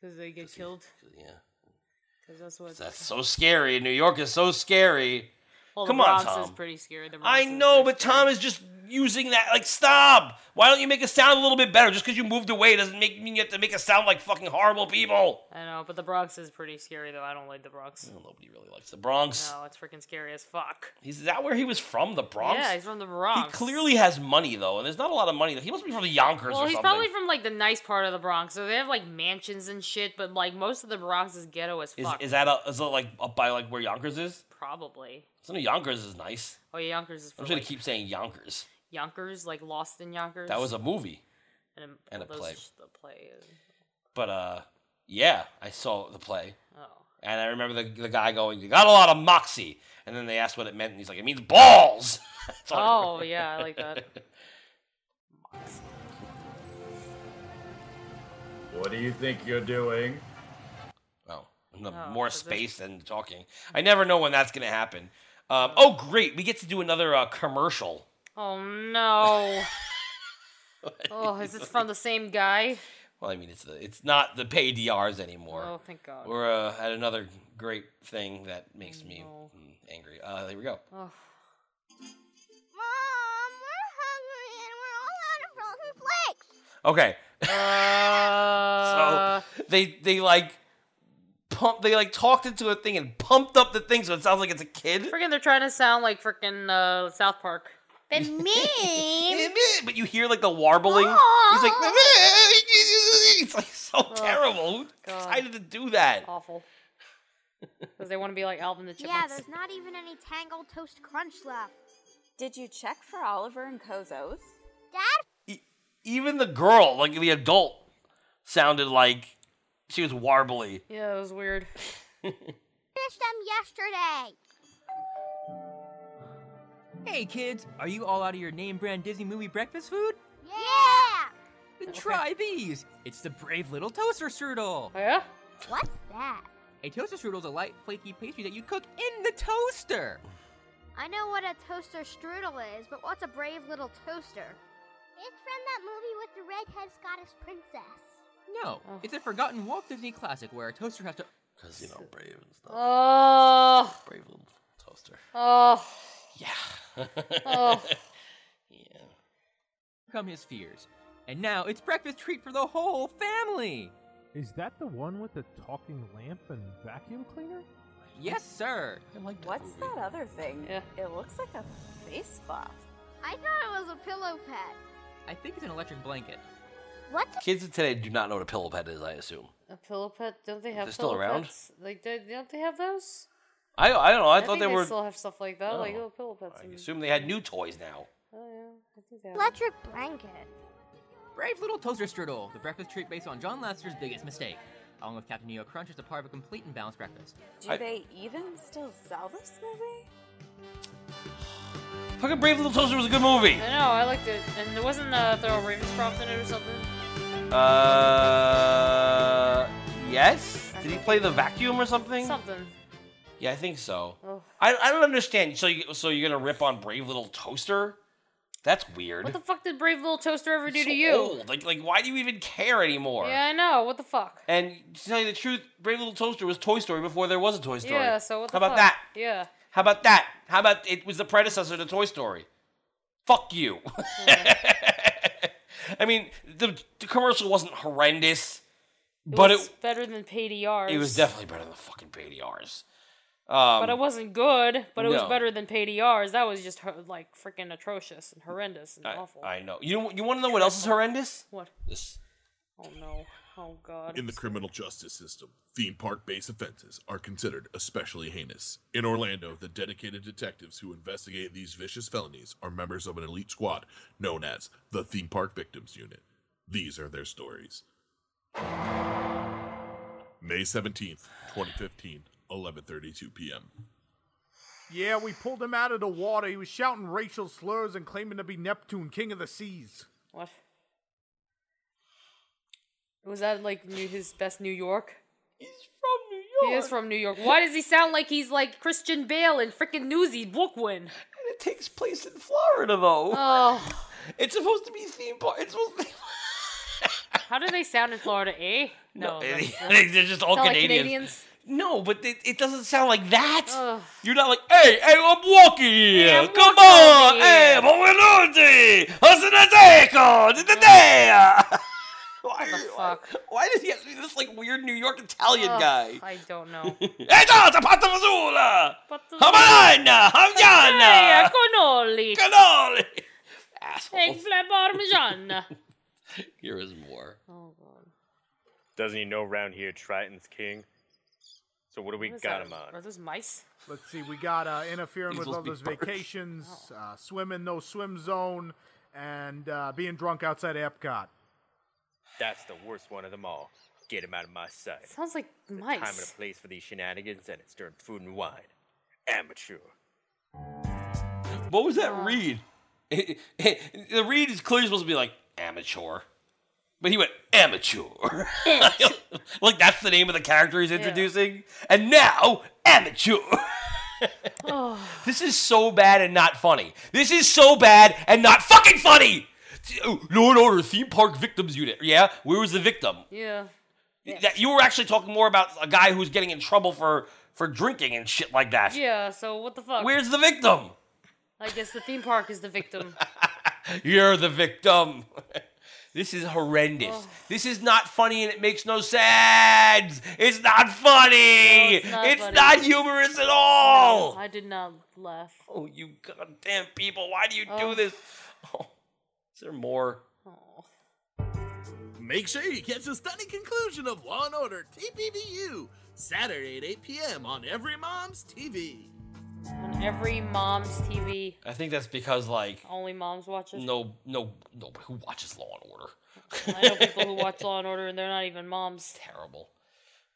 S3: Because they get killed.
S1: Yeah.
S3: Because that's what.
S1: That's so scary. New York is so scary.
S3: Well,
S1: Come
S3: the
S1: on,
S3: Bronx
S1: Tom.
S3: is pretty scary. The
S1: I know, but Tom is just using that. Like, stop! Why don't you make it sound a little bit better? Just because you moved away doesn't make mean you have to make it sound like fucking horrible people.
S3: I know, but the Bronx is pretty scary though. I don't like the Bronx.
S1: nobody really likes the Bronx.
S3: No, it's freaking scary as fuck.
S1: He's, is that where he was from? The Bronx.
S3: Yeah, he's from the Bronx.
S1: He clearly has money though, and there's not a lot of money. He must be from the Yonkers
S3: well,
S1: or
S3: he's
S1: something.
S3: probably from like the nice part of the Bronx, so they have like mansions and shit. But like most of the Bronx is ghetto as
S1: is,
S3: fuck.
S1: is that a, is it like up by like where Yonkers is?
S3: probably?
S1: Some of Yonkers is nice.
S3: Oh yeah, Yonkers is. For,
S1: I'm just gonna
S3: like,
S1: keep saying Yonkers.
S3: Yonkers, like Lost in Yonkers.
S1: That was a movie.
S3: and a,
S1: and a
S3: those-
S1: play.
S3: The play. is-
S1: But uh, yeah, I saw the play,
S3: Oh.
S1: and I remember the, the guy going, "You got a lot of moxie," and then they asked what it meant, and he's like, "It means balls." That's all I
S3: Oh
S1: remember.
S3: yeah, I like that.
S7: What do you think you're doing?
S1: Oh, no,
S7: Oh,
S1: more
S7: is it-
S1: space than talking. I never know when that's gonna happen. Um, oh, great! We get to do another uh, commercial.
S3: Oh no. oh, is this from the same guy?
S1: Well, I mean, it's the, it's not the pay DRs anymore.
S3: Oh, thank God.
S1: We're uh, at another great thing that makes me mm, angry. Uh, there we go.
S3: Oh.
S1: Okay.
S3: Uh,
S1: so they they like pump they like talked into a thing and pumped up the thing so it sounds like it's a kid.
S3: Freaking, they're trying to sound like freaking uh, South Park. The meme.
S1: But you hear like the warbling. He's like it's like so terrible. Who decided to do that?
S3: Oh, Awful. Because they want to be like Alvin the Chipmunks.
S18: Yeah, there's not even any Tangle Toast Crunch left. Did you check for Oliver and Kozos?
S1: Even the girl, like the adult, sounded like she was warbly.
S3: yeah, it was weird.
S18: Finished them yesterday.
S19: Hey kids, are you all out of your name brand Disney movie breakfast food?
S18: Yeah.
S19: Then try these. It's the brave little toaster strudel.
S3: Yeah?
S18: What's that?
S19: A toaster strudel is a light, flaky pastry that you cook in the toaster.
S18: I know what a toaster strudel is, but what's a brave little toaster? It's from that movie with the redhead Scottish princess.
S19: No,
S3: Oh.
S19: it's a forgotten Walt Disney classic where a toaster has to.
S1: Cause you know brave and stuff.
S3: Oh.
S1: Brave little toaster.
S3: Oh.
S1: Yeah.
S19: Oh.
S1: yeah.
S19: Come his fears, and now it's breakfast treat for the whole family.
S8: Is that the one with the talking lamp and vacuum cleaner?
S19: Yes, sir.
S18: What's that other thing? It looks like a face buff. I thought it was a pillow pet.
S19: I think it's an electric blanket.
S18: What's
S1: Kids of today do not know what a pillow pet is. I assume.
S3: A pillow pet? Don't they have
S1: They're still
S3: pillow
S1: around?
S3: pets? Like, they, don't they have those?
S1: I I don't know. I, thought
S3: think
S1: they were.
S3: still have stuff like that, like
S1: Oh.
S3: little pillow pets.
S1: I
S3: and-
S1: assume they had new toys now.
S3: Oh yeah, I think they have.
S18: Electric blanket.
S19: Brave little toaster strudel, the breakfast treat based on John Lasseter's biggest mistake, along with Captain EO Crunch, is a part of a complete and balanced breakfast.
S18: Do they even still sell this movie?
S1: Fucking Brave Little Toaster was a good movie.
S3: I know, I liked it, and there wasn't uh, Thurl Ravenscroft in it or something.
S1: Uh, yes. Did he play the vacuum or something?
S3: Something.
S1: Yeah, I think so.
S3: Oh.
S1: I, I don't understand. So you, so you're gonna rip on Brave Little Toaster? That's weird.
S3: What the fuck did Brave Little Toaster ever do
S1: So
S3: to you?
S1: old. Like like why do you even care anymore?
S3: Yeah, I know. What the fuck?
S1: And to tell you the truth, Brave Little Toaster was Toy Story before there was a Toy Story.
S3: Yeah. So what the
S1: How about
S3: fuck?
S1: that?
S3: Yeah.
S1: How about that? How about it was the predecessor to Toy Story? Fuck you. I mean, the, the commercial wasn't horrendous, but
S3: was
S1: it
S3: better than PDRs.
S1: it was definitely better than the fucking PDRs. Um,
S3: but it wasn't good. But it was
S1: no.
S3: better than PDRs. That was just hor- like freaking atrocious and horrendous and
S1: I,
S3: awful.
S1: I know. You know, you want to know what else is horrendous?
S3: What?
S1: This.
S3: Oh no. Oh god.
S11: In the criminal justice system, theme park based offenses are considered especially heinous. In Orlando, the dedicated detectives who investigate these vicious felonies are members of an elite squad known as the Theme Park Victims Unit. These are their stories. May 17th, 2015, 11:32 p.m.
S4: Yeah, we pulled him out of the water. He was shouting racial slurs and claiming to be Neptune, king of the seas.
S3: What? Was that like new, his best New York?
S1: From New
S3: He is from New York. Why does he sound like he's like Christian Bale in freaking Newsy Brooklyn? And
S1: it takes place in Florida though.
S3: Oh.
S1: It's supposed to be theme park. It's supposed to be
S3: How do they sound in Florida, eh? No. that's-
S1: they're just all
S3: Sound like
S1: Canadians.
S3: Canadians?
S1: No, but it, it doesn't sound like that.
S3: Ugh.
S1: You're not like, hey, hey, I'm walking here.
S3: Yeah, I'm
S1: Come
S3: walking
S1: on,
S3: over
S1: hey,
S3: here."
S1: buonanotte. Hosanateco, di- di- dea. Why, why, why does he have to be this like weird New York Italian
S3: Ugh,
S1: guy?
S3: I don't know.
S1: Hey, no, it's a pasta fazola. Hamalana,
S3: Hey,
S1: hamjana.
S3: cannoli.
S1: Cannoli.
S3: Eggplant parmesan.
S1: Here is more.
S3: Oh god.
S19: Doesn't he know around here Triton's king? So what do we
S3: What is
S19: got
S3: that?
S19: him on?
S3: Are those mice?
S4: Let's see, we got uh, interfering
S19: These
S4: with
S19: must be
S4: others'
S19: birds.
S4: vacations, uh, swimming no swim zone, and uh, being drunk outside Epcot.
S19: That's the worst one of them all. Get him out of my sight.
S3: Sounds like
S19: Time and
S3: mice.
S19: a place for these shenanigans, and it's during food and wine. Amateur.
S1: What was that read? the read is clearly supposed to be like amateur, but he went amateur. like that's the name of the character he's introducing, and now amateur. this is so bad and not funny. This is so bad and not fucking funny. Oh, Law and Order theme park victims unit. Yeah, where was the victim?
S3: Yeah.
S1: That you were actually talking more about a guy who's getting in trouble for for drinking and shit like that.
S3: Yeah, so what the fuck?
S1: Where's the victim?
S3: I guess the theme park is the victim.
S1: You're the victim. This is horrendous.
S3: Oh.
S1: This is not funny and it makes no sense. It's not funny.
S3: No, it's not funny.
S1: humorous at all.
S3: No, I did not laugh.
S1: Oh, you goddamn people. Why do you do this? Oh, is there more?
S11: Make sure you catch the stunning conclusion of Law and Order TPBU Saturday at 8 p.m. on Every Mom's TV.
S3: On every mom's TV,
S1: I think that's because like
S3: only moms watch it.
S1: no no no who watches Law and Order?
S3: I know people who watch Law and Order and they're not even moms.
S1: Terrible.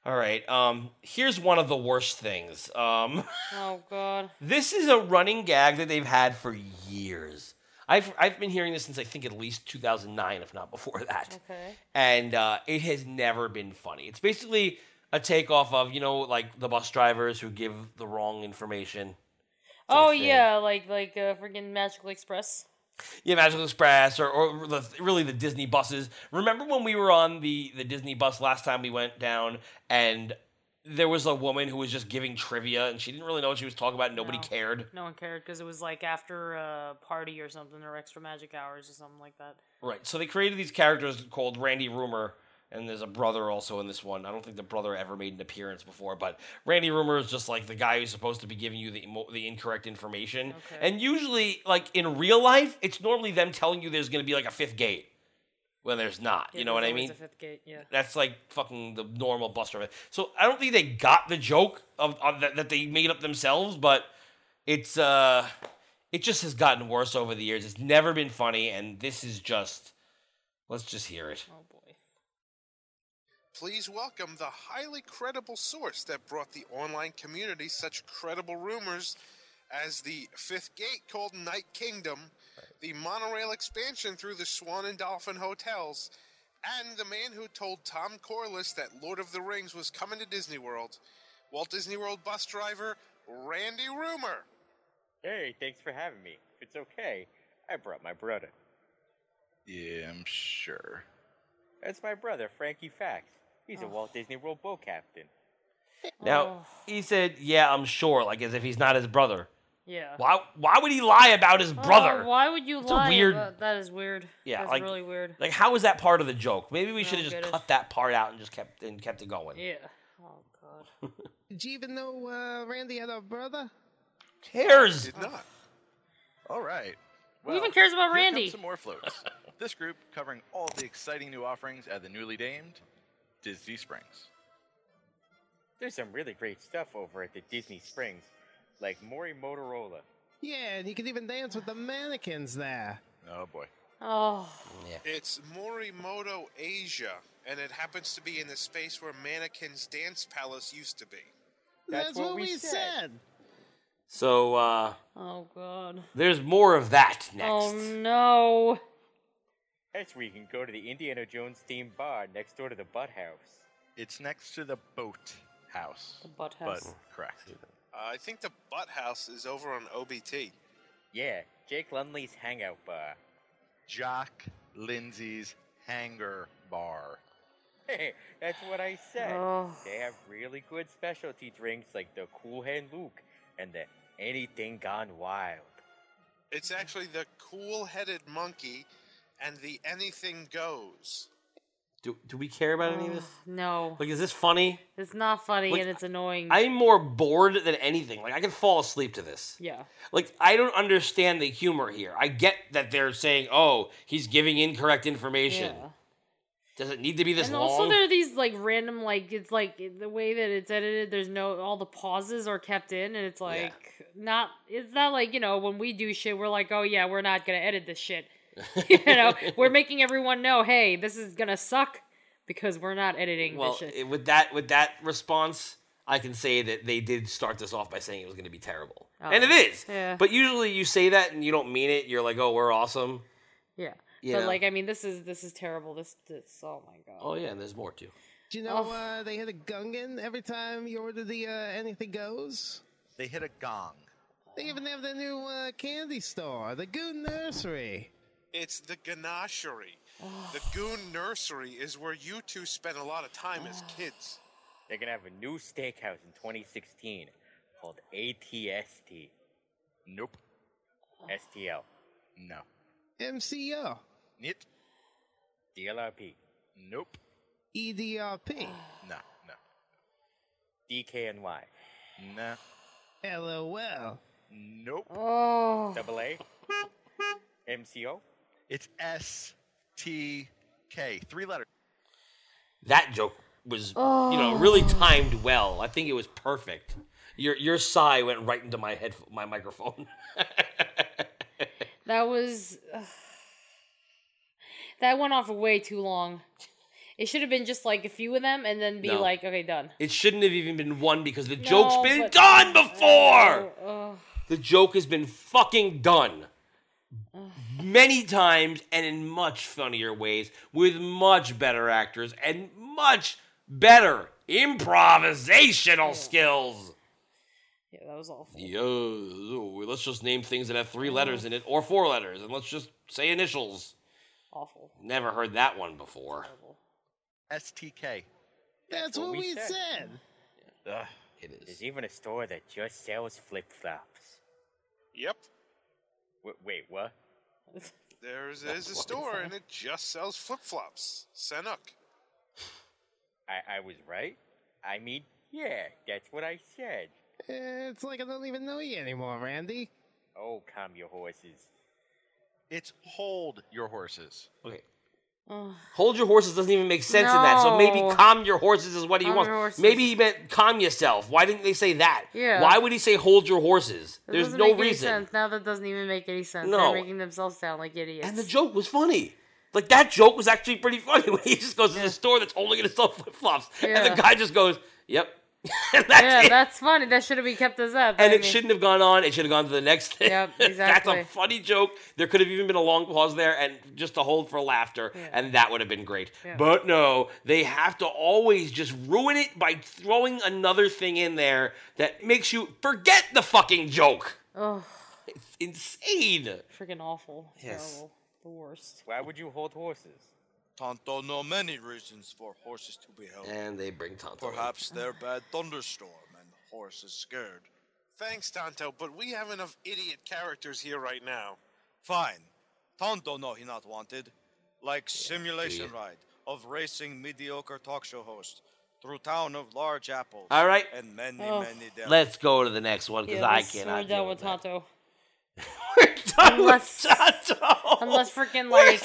S1: All right. Um here's one of the worst things. Um
S3: Oh god.
S1: This is a running gag that they've had for years. I've, I've been hearing this since I think at least 2009, if not before that.
S3: Okay.
S1: And uh, it has never been funny. It's basically a takeoff of, you know, like the bus drivers who give the wrong information.
S3: Oh
S1: thing.
S3: yeah, like like uh, freaking Magical Express.
S1: Yeah, Magical Express or, or the, really the Disney buses. Remember when we were on the, the Disney bus last time we went down and there was a woman who was just giving trivia and she didn't really know what she was talking about and nobody
S3: No.
S1: cared?
S3: No one cared because it was like after a party or something or extra magic hours or something like that.
S1: Right. So they created these characters called Randy Rumor, and there's a brother also in this one. I don't think the brother ever made an appearance before, but Randy Rumor is just like the guy who's supposed to be giving you the emo- the incorrect information. And usually, like in real life, it's normally them telling you there's going to be like a fifth gate when there's not.
S3: Yeah,
S1: you know what
S3: there's
S1: I
S3: always
S1: mean?
S3: a fifth gate, yeah.
S1: That's like fucking the normal bus driver. So I don't think they got the joke of, of that, that they made up themselves, but it's uh, it just has gotten worse over the years. It's never been funny, and this is just let's just hear it.
S3: Oh.
S8: Please welcome the highly credible source that brought the online community such credible rumors as the Fifth Gate called Night Kingdom, the monorail expansion through the Swan and Dolphin hotels, and the man who told Tom Corliss that Lord of the Rings was coming to Disney World, Walt Disney World bus driver Randy Rumor.
S19: Hey, thanks for having me. If it's okay, I brought my brother.
S9: Yeah, I'm sure.
S19: That's my brother, Frankie Fax.
S3: Oh.
S19: He's a Walt Disney World boat captain.
S1: Now he said, "Yeah, I'm sure," like as if he's not his brother.
S3: Yeah.
S1: Why? Why would he lie about his
S3: Oh,
S1: brother?
S3: why would you
S1: It's a
S3: lie?
S1: weird-
S3: about- that is weird.
S1: Yeah,
S3: That's
S1: like
S3: really weird. Oh,
S1: Like, how is that part of the joke? Maybe we should have
S3: get
S1: just
S3: it.
S1: cut that part out and just kept and kept it going.
S3: Yeah. Oh god.
S20: Did you even know uh, Randy had a brother? Uh,
S1: Cares.
S9: Did not. All right.
S3: Who even cares about
S9: here come
S3: Randy?
S9: Some more floats. this group covering all the exciting new offerings at the newly named Disney Springs.
S19: There's some really great stuff over at the Disney Springs, like Mori Motorola.
S20: Yeah, and you could even dance with the mannequins there.
S9: Oh boy.
S3: Oh.
S8: It's Morimoto Asia, and it happens to be in the space where Mannequin's Dance Palace used to be.
S20: That's, what, we said.
S1: So uh,
S3: Oh god.
S1: there's more of that next.
S3: Oh no.
S19: That's where you can go to the Indiana Jones themed bar next door to the Butt House.
S9: It's next to the boat house.
S3: The Butt
S9: But
S19: House.
S9: correct.
S8: Uh, I think the Butt House is over on OBT.
S19: Yeah, Jake Lumley's Hangout Bar.
S9: Jock Lindsay's Hangar Bar.
S19: Hey, that's what I said.
S9: Oh.
S19: They have really good specialty drinks like the Cool Hand Luke and the Anything Gone Wild.
S8: It's actually the Cool Headed Monkey and the Anything Goes.
S1: Do, do we care about any of this?
S3: Oh, No.
S1: Like, is this funny?
S3: It's not funny
S1: Like,
S3: and it's annoying.
S1: I'm more bored than anything. Like, I could fall asleep to this.
S3: yeah.
S1: Like, I don't understand the humor here. I get that they're saying, oh, he's giving incorrect information.
S3: Yeah.
S1: Does it need to be this
S3: and
S1: long?
S3: also there are these like random like it's like the way that it's edited there's no all the pauses are kept in and it's like not it's not like you know when we do shit we're like oh yeah we're not gonna edit this shit you know we're making everyone know hey this is gonna suck because we're not editing
S1: well,
S3: this shit
S1: it- with that with that response, I can say that they did start this off by saying it was going to be terrible, and it
S3: Oh,
S1: is.
S3: yeah.
S1: But usually, you say that and you don't mean it. You're like, "Oh, we're awesome."
S3: yeah
S1: you
S3: but
S1: know.
S3: like i mean this is this is terrible this this oh my god Oh,
S1: Oh yeah, and there's more too.
S20: Do you know uh, they hit a gungan every time you order the uh, anything goes?
S9: They hit a gong.
S20: They even have the new uh, candy store, the Goo Nursery.
S8: It's the Ganachery. the Goon Nursery is where you two spent a lot of time as kids.
S19: They're gonna have a new steakhouse in 2016 called ATST.
S9: Nope.
S19: STL.
S9: No.
S20: MCO.
S9: Nit.
S19: DLRP.
S9: Nope.
S20: E EDRP.
S9: No. No.
S19: DKNY.
S9: No.
S20: LOL.
S9: Nope.
S3: Oh.
S19: Double A. MCO.
S9: It's S T K. Three letters.
S1: That joke was, you know, really
S9: Oh.
S1: timed well. I think it was perfect. Your your sigh went right into my head, my microphone.
S3: That was. ugh. that went on for way too long. It should have been just like a few of them and then be
S1: No.
S3: like, okay, done.
S1: it shouldn't have even been one because the
S3: No,
S1: joke's been
S3: but-
S1: done before.
S3: Oh,
S1: The joke has been fucking done many times and in much funnier ways with much better actors and much better improvisational skills.
S3: yeah, that was awful.
S1: Yo, let's just name things that have three letters in it or four letters and let's just say initials.
S3: Awful.
S1: Never heard that one before.
S9: S T K.
S20: That's what we said.
S19: Ugh.
S1: It is.
S19: There's even a store that just sells flip flops.
S8: Yep.
S19: W- wait, what?
S8: There is, is a store and it just sells flip flops. Senuk.
S19: I, I was right. I mean, yeah, that's what I said.
S20: Eh, It's like I don't even know you anymore, Randy.
S19: Oh, calm your horses.
S9: It's hold your horses.
S1: Okay.
S3: Ugh.
S1: Hold your horses doesn't even make sense in that. So maybe
S3: No.
S1: calm your horses is what he
S3: Calm
S1: wants.
S3: your horses.
S1: Maybe he meant calm yourself. Why didn't they say that?
S3: Yeah.
S1: Why would he say hold your horses?
S3: That
S1: There's
S3: doesn't
S1: no
S3: make any
S1: reason.
S3: sense. Now that doesn't even make any sense.
S1: No.
S3: They're making themselves sound like idiots.
S1: And the joke was funny. Like that joke was actually pretty funny when he just goes to the store that's only gonna sell flip flops, and
S3: Yeah.
S1: the guy just goes, "Yep."
S3: yeah, that's funny. That should have been kept as up.
S1: And
S3: I
S1: it
S3: mean,
S1: shouldn't have gone on. It should have gone to the next thing.
S3: Yep,
S1: that's a
S3: exactly.
S1: funny joke. There could have even been a long pause there and just a hold for laughter,
S3: Yeah.
S1: and that would have been great.
S3: Yeah.
S1: But no, they have to always just ruin it by throwing another thing in there that makes you forget the fucking joke.
S3: Ugh,
S1: It's insane.
S3: freaking awful.
S1: Yes.
S3: Terrible. The worst.
S19: Why would you hold horses?
S5: Tonto know many reasons for horses to be held.
S1: And they bring Tonto. in.
S5: Perhaps their bad thunderstorm and the horse is scared.
S8: Thanks, Tonto, but we have enough idiot characters here right now.
S5: Fine. Tonto no he not wanted. Like simulation ride of racing mediocre talk show host through town of large apples.
S1: All right.
S5: And many,
S3: Oh.
S5: many deaths.
S1: Let's go to the next one because
S3: Yeah,
S1: I
S3: let's-
S1: cannot.
S3: We're
S1: deal
S3: done
S1: with
S3: with Tonto.
S1: unless,
S3: Unless freaking like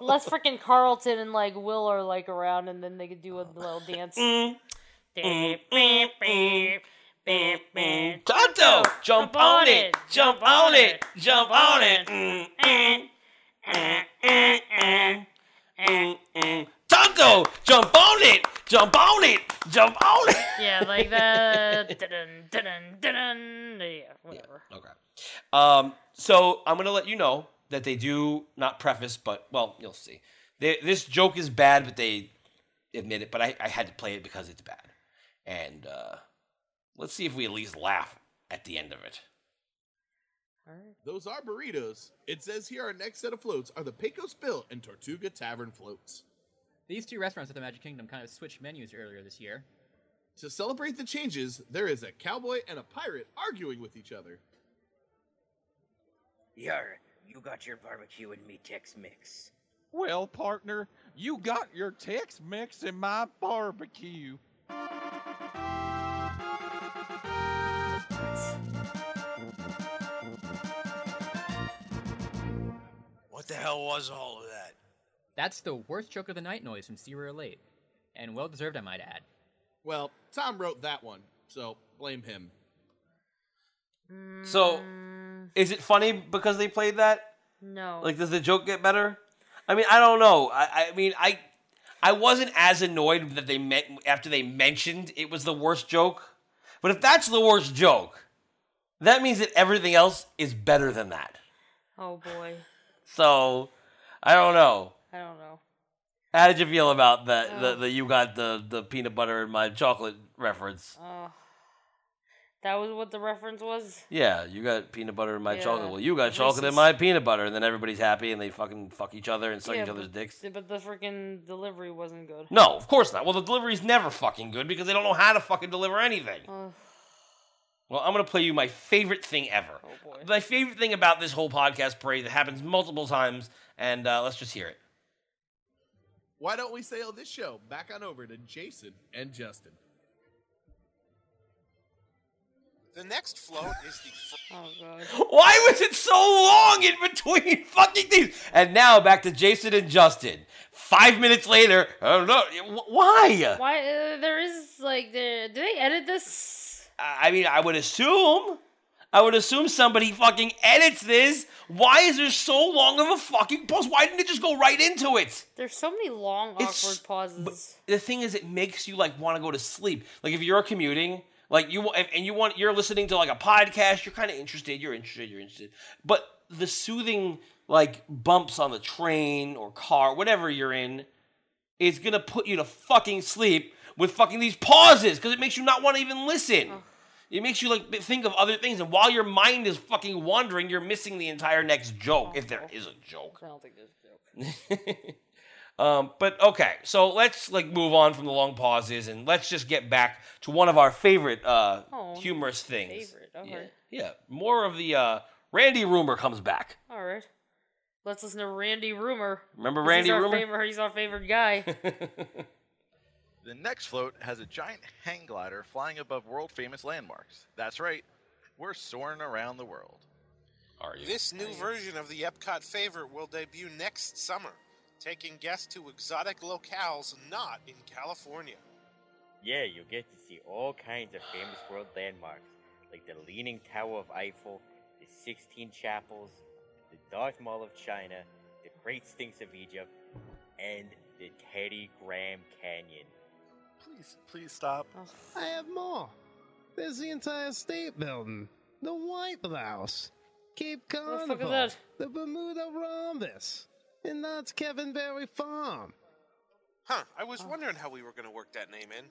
S3: unless freaking Carlton and like Will are like around and then they could do a little dance.
S1: Mm.
S3: Beep,
S1: beep,
S3: beep, beep, beep.
S1: Tonto, jump on it, jump on it, jump on it. Mm, mm, mm, mm, mm, mm, mm. Tonto, jump on it, jump on it, jump on it.
S3: Yeah, like that. dun, dun, dun, dun, yeah, whatever.
S1: Um, so I'm gonna let you know that they do not preface, but well, you'll see. They, this joke is bad, but they admit it. But I, I had to play it because it's bad. And uh, let's see if we at least laugh at the end of it.
S11: Those are burritos. It says here our next set of floats are the Pecos Bill and Tortuga Tavern floats.
S12: These two restaurants at the Magic Kingdom kind of switched menus earlier this year.
S11: To celebrate the changes, there is a cowboy and a pirate arguing with each other.
S6: Yar, you got your barbecue and me Tex mix.
S17: Well, partner, you got your Tex Mex and my barbecue.
S5: What the hell was all of that?
S12: That's the worst joke of the night noise from Serial 8. And well deserved, I might add.
S11: Well, Tom wrote that one, so blame him.
S1: So, is it funny because they played that?
S3: No.
S1: Like, does the joke get better? I mean, I don't know. I, I mean, I, I wasn't as annoyed that they met after they mentioned it was the worst joke. But if that's the worst joke, that means that everything else is better than that.
S3: Oh boy.
S1: So, I don't know.
S3: I don't know.
S1: How did you feel about that?
S3: Oh.
S1: The, the you got the the peanut butter and my chocolate reference.
S3: Uh, that was what the reference was.
S1: Yeah, you got peanut butter in my
S3: Yeah.
S1: chocolate. Well, you got chocolate in
S3: Reese's.
S1: my peanut butter, and then everybody's happy and they fucking fuck each other and suck
S3: Yeah,
S1: each other's
S3: but-
S1: dicks.
S3: But the freaking delivery wasn't good.
S1: No, of course not. Well, the delivery's never fucking good because they don't know how to fucking deliver anything.
S3: Ugh.
S1: Well, I'm gonna play you my favorite thing ever. My favorite thing about this whole podcast parade that happens multiple times, and uh, let's just hear it.
S11: Why don't we sail this show back on over to Jason and Justin?
S8: The next float is the. Fr-
S3: oh god.
S1: Why was it so long in between fucking things? And now back to Jason and Justin. Five minutes later, I don't know wh- why.
S3: Why? Uh, there is like there. Do they edit this?
S1: I I mean, I would assume. I would assume somebody fucking edits this. Why is there so long of a fucking pause? Why didn't it just go right into it?
S3: There's so many long awkward pauses.
S1: The thing is, it makes you like want to go to sleep. Like if you're commuting, like you wa- and and you want you're listening to like a podcast, you're kind of interested. You're interested. You're interested. But the soothing like bumps on the train or car, whatever you're in, is gonna put you to fucking sleep with fucking these pauses because it makes you not want to even listen. It makes you like think of other things, and while your mind is fucking wandering, you're missing the entire next joke if there is a joke.
S3: I don't think there's a joke.
S1: Um, but okay, so let's like move on from the long pauses and let's just get back to one of our favorite uh,
S3: Oh,
S1: humorous things.
S3: Favorite. Okay.
S1: Yeah, more of the uh, Randy rumor comes back.
S3: All right. Let's listen to Randy Rumor.
S1: Remember
S3: 'cause
S1: Randy
S3: he's our
S1: Rumor?
S3: Favorite, he's our favorite guy.
S9: The next float has a giant hang glider flying above world famous landmarks. That's right, we're soaring around the world.
S1: Are you?
S8: This new version of the Epcot favorite will debut next summer, taking guests to exotic locales not in California.
S19: Yeah, you'll get to see all kinds of famous world landmarks, like the Leaning Tower of Eiffel, the 16 Chapels, the Darth Mall of China, the Great Sphinx of Egypt, and the Teddy Graham Canyon.
S9: Please, please stop.
S20: I have more. There's the entire state building, the White House, Cape
S3: fuck is
S20: Carnival,
S3: that?
S20: the Bermuda Rhombus, and that's Kevin Berry Farm.
S8: Huh, I was
S3: Oh.
S8: wondering how we were going to work that name in.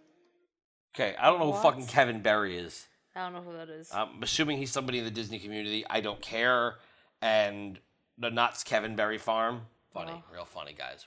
S1: Okay, I don't know
S3: What?
S1: who fucking Kevin Berry is.
S3: I don't know who that is.
S1: I'm assuming he's somebody in the Disney community. I don't care. And the Knott's Kevin Berry Farm. Funny, real funny guys.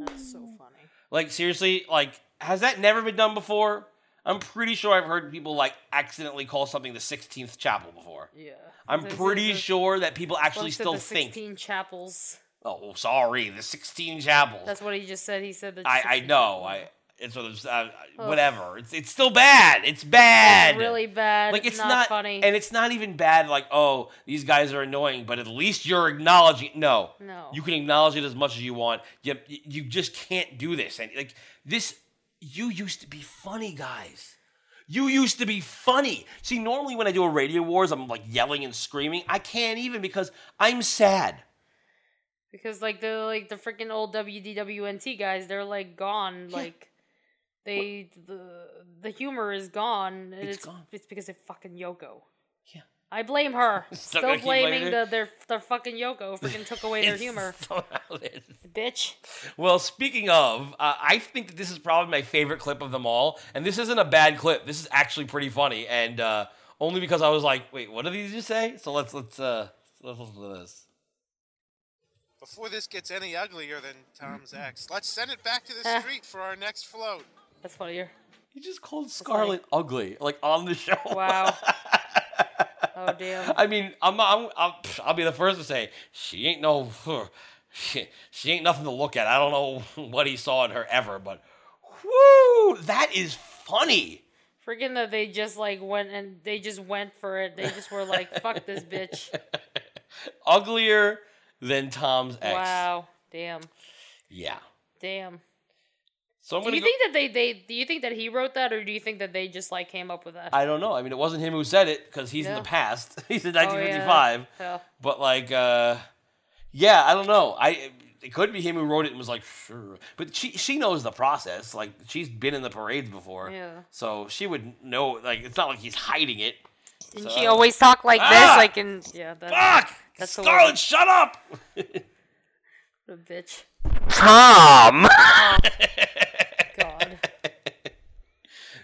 S3: That's so funny.
S1: Like seriously, like has that never been done before? I'm pretty sure I've heard people like accidentally call something the 16th Chapel before.
S3: Yeah.
S1: I'm
S3: This is
S1: pretty
S3: the-
S1: sure that people actually
S3: Once said
S1: still
S3: the
S1: think.
S3: 16 chapels.
S1: Oh, sorry, the 16 Chapels.
S3: That's what he just said. He said that.
S1: I, I know. I it's what it's, uh,
S3: Ugh.
S1: whatever. It's it's still bad. It's bad.
S3: Oh. really bad.
S1: Like it's
S3: not,
S1: not,
S3: funny.
S1: and it's not even bad. Like oh, these guys are annoying, but at least you're acknowledging. No,
S3: No.
S1: you can acknowledge it as much as you want. You you just can't do this. And like this, you used to be funny, guys. You used to be funny. See, normally when I do a radio wars, I'm like yelling and screaming. I can't even because I'm sad.
S3: because like the like the freaking old WDWNT guys, they're like gone. Like they the the humor is gone. and
S1: It's
S3: it's gone. It's because of fucking Yoko. I blame her.
S1: Still
S3: Still
S1: gonna keep
S3: blaming
S1: blaming her?
S3: the their their fucking Yoko freaking took away their humor. Bitch.
S1: Well, speaking of, uh, I think that this is probably my favorite clip of them all, and this isn't a bad clip. This is actually pretty funny, and uh, only because I was like, "Wait, what did these just say?" So let's let's uh, let's listen to this.
S8: Before this gets any uglier than Tom's ex, let's send it back to the street for our next float.
S3: That's funnier.
S1: He just called Scarlet ugly, like on the show.
S3: Wow. oh damn.
S1: I mean, I'm, I'm, I'm pff, I'll be the first to say she ain't no, she, she ain't nothing to look at. I don't know what he saw in her ever, but whoo, that is funny.
S3: Freaking that they just like went and they just went for it. They just were like, fuck this bitch.
S1: Uglier than Tom's ex.
S3: Wow. Damn.
S1: Yeah.
S3: Damn.
S1: So I'm
S3: do
S1: gonna
S3: you
S1: go-
S3: think that they, they do you think that he wrote that or do you think that they just like came up with that?
S1: I don't know. I mean, it wasn't him who said it because he's in
S3: Yeah.
S1: the past. he's in
S3: Oh, yeah.
S1: 1955.
S3: Yeah.
S1: But like, uh, yeah, I don't know. I it could be him who wrote it and was like, sure. But she she knows the process. Like she's been in the parades before.
S3: Yeah.
S1: So she would know. Like it's not like he's hiding it.
S3: Didn't
S1: So I
S3: she
S1: don't-
S3: always talk like
S1: Ah!
S3: this? Like in yeah, that,
S1: Fuck!
S3: that's the
S1: Scarlet,
S3: word.
S1: shut up!
S3: What a bitch. Oh,
S1: Tom.
S3: God.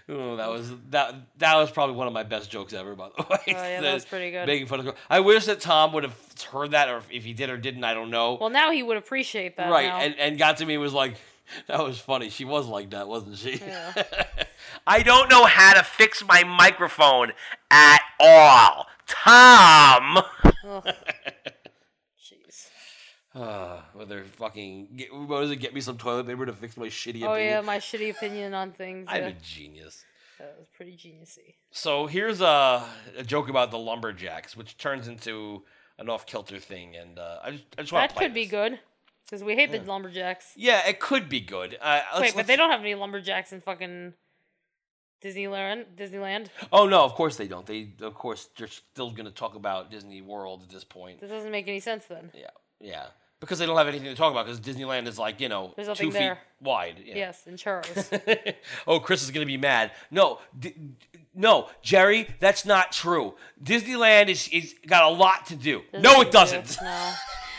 S1: Oh, that was that. That was probably one of my best jokes ever. By the way, oh,
S3: yeah, that was pretty good.
S1: Making fun of. I wish that Tom would have heard that, or if- if he did or didn't, I don't know.
S3: Well, now he would appreciate that.
S1: right
S3: now.
S1: and, and got to me and was like that was funny she was like that wasn't she
S3: Yeah.
S1: i don't know how to fix my microphone at all tom
S3: Ugh. Jeez.
S1: uh, whether fucking get, what does it get me some toilet paper to fix my shitty
S3: Oh
S1: opinion?
S3: yeah, my shitty opinion on things.
S1: i'm
S3: yeah.
S1: a genius
S3: That was pretty geniusy.
S1: so here's a, a joke about the lumberjacks which turns into an off-kilter thing and uh, i just, I just want
S3: That
S1: to play
S3: could be good because we hate the lumberjacks.
S1: yeah it could be good uh, let's-
S3: Wait, but
S1: let's-
S3: they don't have any lumberjacks in fucking Disneyland. Disneyland.
S1: oh no of course they don't they of course they're still going to talk about disney world at this point
S3: This doesn't make any sense then.
S1: Yeah. Yeah. Because they don't have anything to talk about because Disneyland is like, you know,
S3: There's
S1: two
S3: nothing
S1: feet
S3: there.
S1: wide. Yeah.
S3: Yes, and churros.
S1: Oh, Chris is going to be mad. No, D- d- no, Jerry, that's not true. Disneyland is, is got a lot to do.
S3: There's
S1: no,
S3: nothing
S1: it doesn't.
S3: to do. No.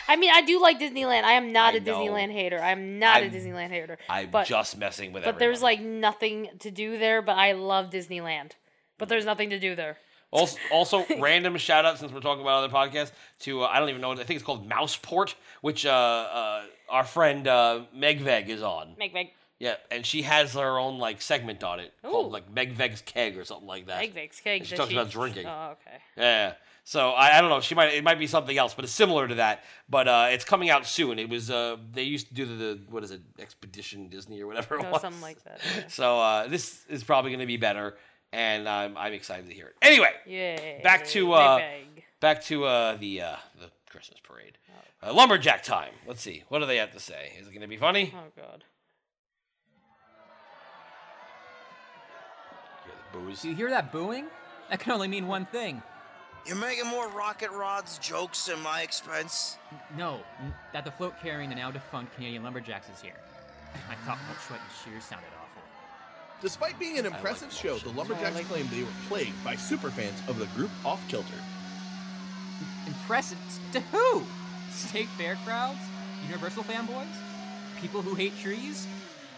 S3: I mean, I do like Disneyland. I am not a
S1: know.
S3: Disneyland hater. I'm not a
S1: I'm-
S3: Disneyland hater.
S1: I'm
S3: but,
S1: just messing with
S3: But
S1: everyone.
S3: there's like nothing to do there. But I love Disneyland. But
S1: Mm.
S3: there's nothing to do there.
S1: Also, also random shout out since we're talking about other podcasts to uh, I don't even know what I think it's called Mouseport, which uh, uh, our friend uh, Megveg is on.
S3: Meg, Meg,
S1: Yeah, and she has her own like segment on it
S3: Ooh.
S1: called like Megveg's Keg or something like that.
S3: Meg, Meg's cake.
S1: And she
S3: that
S1: talks about drinking.
S3: Oh, okay.
S1: Yeah. So I, I don't know. She might it might be something else, but it's similar to that. But uh, it's coming out soon. It was uh, they used to do the, the what is it Expedition Disney or whatever it
S3: No,
S1: was.
S3: Oh, something like that.
S1: So uh, this is probably going to be better, and I'm I'm excited to hear it. Anyway,
S3: Yay.
S1: back to
S3: Meg,
S1: uh,
S3: Meg.
S1: back to uh, the uh, the Christmas parade, uh, lumberjack time. Let's see what do they have to say. Is it going to be funny?
S3: Oh God.
S1: Booze.
S21: Do you hear that booing? That can only mean one thing.
S5: You're making more rocket rods jokes at my expense.
S21: No, n- that the float carrying the now defunct Canadian Lumberjacks is here. I thought Mulchwet and Shears sounded awful.
S11: Despite being an impressive show, the Lumberjacks claimed they were plagued by superfans of the group Off Kilter.
S21: Impressive to who? State fair crowds? Universal fanboys? People who hate trees?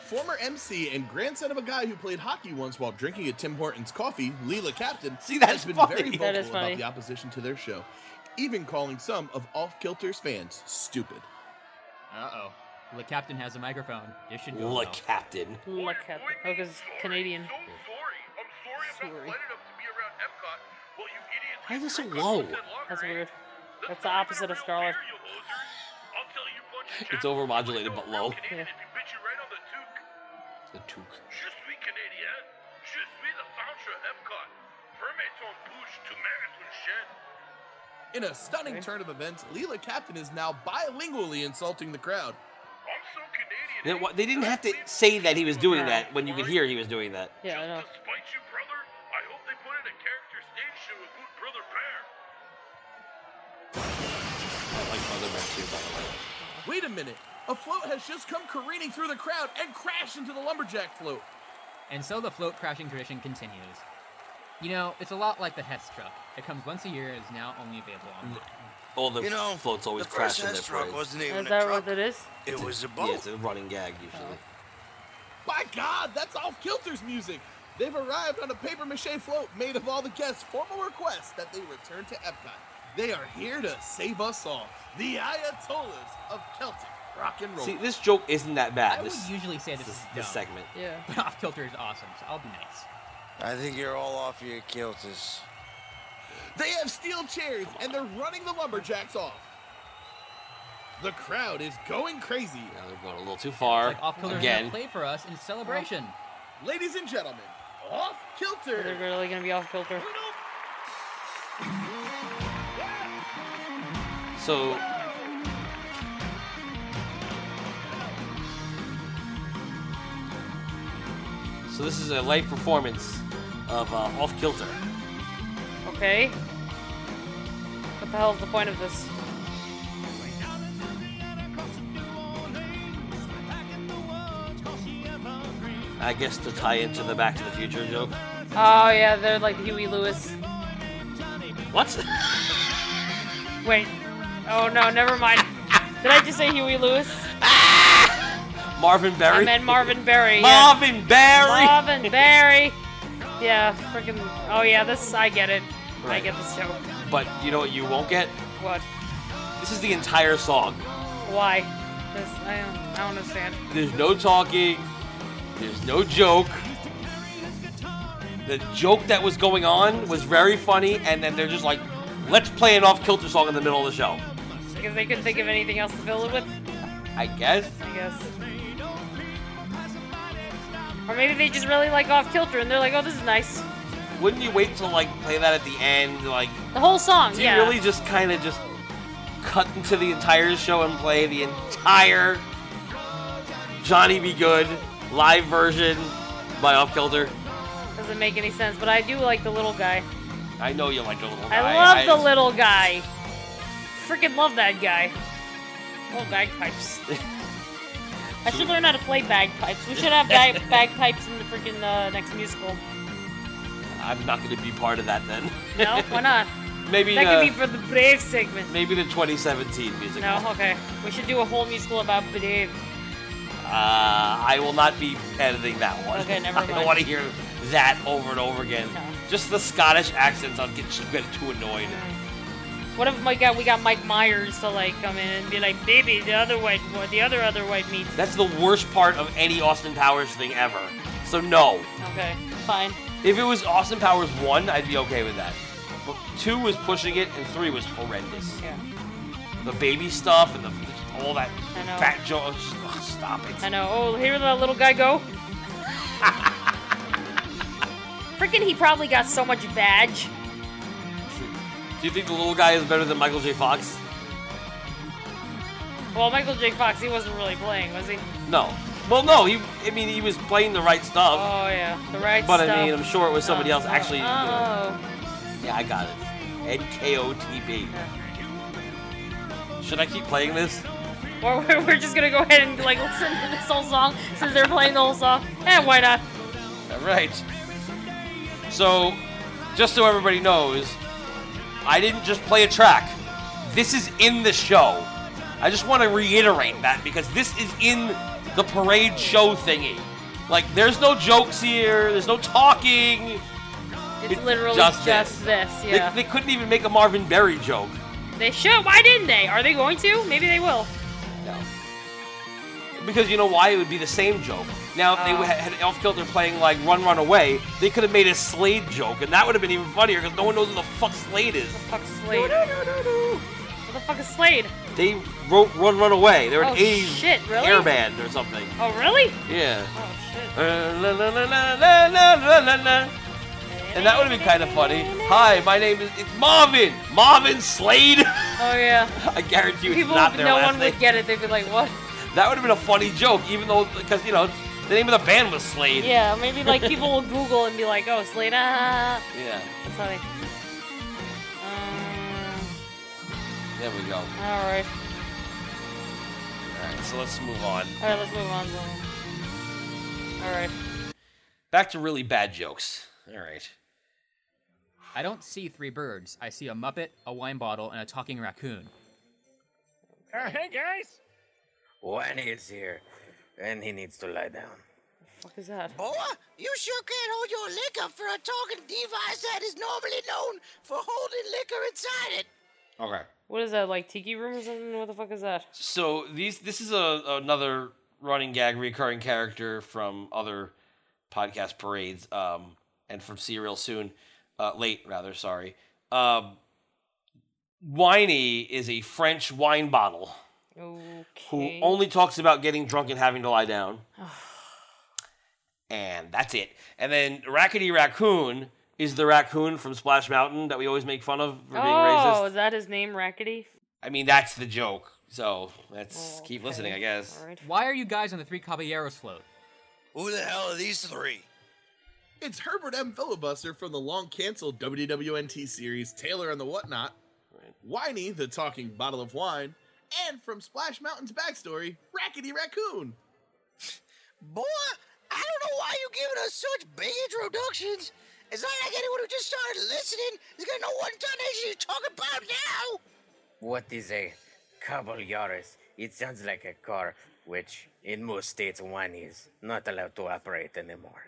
S11: Former MC and grandson of a guy who played hockey once while drinking at Tim Hortons coffee, Leela Captain,
S1: See,
S11: has
S1: that's
S11: been
S1: funny.
S11: very
S1: That
S11: vocal
S1: is funny.
S11: about the opposition to their show, even calling some of Off Kilter's fans stupid.
S21: Uh oh. The captain has a microphone. This should go.
S11: Le
S21: well.
S1: Captain.
S3: Look at oh, 'cause it's Canadian. Sorry.
S1: Why is it so low?
S3: That's weird. That's the opposite of Scarlet.
S1: It's overmodulated but low.
S3: Yeah.
S1: The toque.
S11: In a stunning turn of events, Leela Captain is now bilingually insulting the crowd.
S1: They they didn't have to say that he was doing that when you could hear he was doing that.
S3: Yeah, I know.
S1: I like Mother Bear too, by the way.
S11: Wait a minute! A float has just come careening through the crowd and crashed into the lumberjack float.
S21: And so the float crashing tradition continues. You know, it's a lot like the Hess truck. It comes once a year and is now only available
S1: Mm.
S21: on.
S1: All the
S21: You know,
S1: floats always
S21: the
S1: crash
S21: first
S1: in their
S21: Hess truck
S1: parades.
S21: wasn't even
S3: Is that what it is?
S1: It's
S5: was a
S1: Yeah,
S5: boat.
S1: it's a running gag usually.
S11: My God, that's all Kilter's music. They've arrived on a paper mache float made of all the guests' formal requests that they return to Epcot. They are here to save us all, the Ayatollahs of Celtic rock and roll.
S1: See, this joke isn't that bad.
S21: I would
S1: this,
S21: usually say this,
S1: this,
S21: is dumb.
S1: this segment.
S3: Yeah.
S21: But off kilter is awesome, so I'll be nice.
S5: I think you're all off your kilters.
S11: They have steel chairs and they're running the lumberjacks off. The crowd is going crazy.
S1: Yeah, they're going a little too far.
S21: Like off kilter
S1: Again.
S21: play for us in celebration.
S11: Ladies and gentlemen, off kilter.
S3: They're really gonna be off kilter.
S1: So. So this is a live performance of uh, Off Kilter.
S3: Okay. What the hell's the point of this?
S1: I guess to tie into the Back to the Future joke.
S3: Oh yeah, they're like Huey Lewis.
S1: What?
S3: Wait. Oh no, never mind. Did I just say Huey Lewis?
S1: Marvin Berry.
S3: I meant Marvin Berry.
S1: Marvin Berry.
S3: Marvin Berry. Yeah, freaking. Oh yeah, this I get it. I get this joke.
S1: But you know what you won't get?
S3: What?
S1: This is the entire song.
S3: Why? This I don't, I don't understand.
S1: There's no talking. There's no joke. The joke that was going on was very funny, and then they're just like, let's play an off kilter song in the middle of the show.
S3: Because they couldn't think of anything else to fill it with.
S1: I guess.
S3: I guess. Or maybe they just really like off kilter and they're like, oh, this is nice.
S1: Wouldn't you wait till like play that at the end? Like,
S3: The whole song,
S1: do you
S3: Oh, yeah.
S1: really just kind of just cut into the entire show and play the entire Johnny Be Good live version by Off Kilter?
S3: Doesn't make any sense, but I do like the little guy.
S1: I know you like the little
S3: I
S1: guy.
S3: love the
S1: I-
S3: little guy. Freaking love that guy. Oh, bagpipes. I should learn how to play bagpipes. We should have bag- bagpipes in the freaking uh, next musical.
S1: I'm not going to be part of that then.
S3: No, why not?
S1: Maybe
S3: that
S1: uh,
S3: could be for the Brave segment.
S1: Maybe the 2017 music.
S3: No, okay. We should do a whole musical about Brave.
S1: Uh, I will not be editing that one.
S3: Okay, never
S1: I don't
S3: mind.
S1: want to hear that over and over again. Just the Scottish accents, I'll get, get too annoyed.
S3: What if my God, we got Mike Myers to like come in and be like, "Baby, the other white, boy- the other other white meat."
S1: That's the worst part of any Austin Powers thing ever. So no.
S3: Okay, fine.
S1: If it was Austin Powers 1, I'd be okay with that. But 2 was pushing it, and 3 was horrendous.
S3: Yeah.
S1: The baby stuff and the, all that
S3: I know.
S1: fat jokes. Ugh, stop it.
S3: I know. Oh, hear that little guy go. Freaking, he probably got so much badge.
S1: Do you think the little guy is better than Michael J. Fox?
S3: Well, Michael J. Fox, he wasn't really playing, was he?
S1: No. Well, no. He, I mean, he was playing the right stuff.
S3: Oh yeah, the right
S1: Um, But
S3: stuff.
S1: I mean, I'm sure it was somebody else actually. you know.
S3: Oh.
S1: yeah, I got it. NKOTB. Should I keep playing this?
S3: Or we're, we're just gonna go ahead and like listen to this whole song since they're playing the whole song. Eh, why not?
S1: All right. So, just so everybody knows, I didn't just play a track. This is in the show. I just want to reiterate that because this is in the parade show thingy. Like, there's no jokes here. There's no talking.
S3: It's, literally just, this.
S1: They-
S3: Yeah.
S1: They, couldn't even make a Marvin Berry joke.
S3: They should. Why didn't they? Are they going to? Maybe they will.
S1: No. Because you know why? It would be the same joke. Now, if
S3: Oh.
S1: they had had Elf Kilter playing like Run Run Away, they could have made a Slade joke, and that would have been even funnier because no one knows who the fuck Slade is.
S3: Fuck Slade. What the fuck is Slade?
S1: They wrote Run Run Away. They're an
S3: Oh,
S1: 80s
S3: shit, really?
S1: air band or something.
S3: Oh really?
S1: Yeah.
S3: Oh shit.
S1: Uh, la, la, la, la, la, la, la, la, la. And that would have been kind of funny. Hi, my name is it's Marvin. Marvin Slade.
S3: Oh yeah.
S1: I guarantee you, it's
S3: People,
S1: not their
S3: no
S1: last
S3: one
S1: name.
S3: would get it. They'd be like, what?
S1: That would have been a funny joke, even though because you know the name of the band was Slade.
S3: Yeah, maybe like people will Google and be like, oh Slade. Ah.
S1: Yeah.
S3: That's funny.
S1: There we go.
S3: Um, all right.
S1: All right, so let's move on.
S3: All right. Let's move on. All right.
S1: Back to really bad jokes. All right.
S19: I don't see three birds. I see a Muppet, a wine bottle, and a talking raccoon.
S10: Uh, hey guys.
S22: Wanny is here, and he needs to lie down.
S3: fuck is that?
S5: Boa, you sure can't hold your liquor for a talking device that is normally known for holding liquor inside it.
S1: Okay.
S3: What is that? Like tiki room or something? What the fuck is that?
S1: So these this is a another running gag, recurring character from other podcast parades, um, and from Serial soon, uh, late rather. Sorry. Um, Winey is a French wine bottle
S3: Okay.
S1: who only talks about getting drunk and having to lie down, and that's it. And then Rackety Raccoon is the raccoon from Splash Mountain that we always make fun of for being racist.
S3: oh, is that his name, Rackety?
S1: I mean, that's the joke. So let's keep listening, I guess.
S19: Why are you guys on the Three Caballeros float?
S5: Who the hell are these three?
S11: It's Herbert M. Filibuster from the long canceled WWNT series Taylor and the Whatnot, Whiny, the talking bottle of wine, and from Splash Mountain's backstory, Rackety Raccoon.
S5: Boy, I don't know why you giving us such big introductions. It's not like anyone who just started listening is gonna know what intonation you're talking about now.
S8: What is a caballeros? It sounds like a car, which in most states one is not allowed to operate anymore.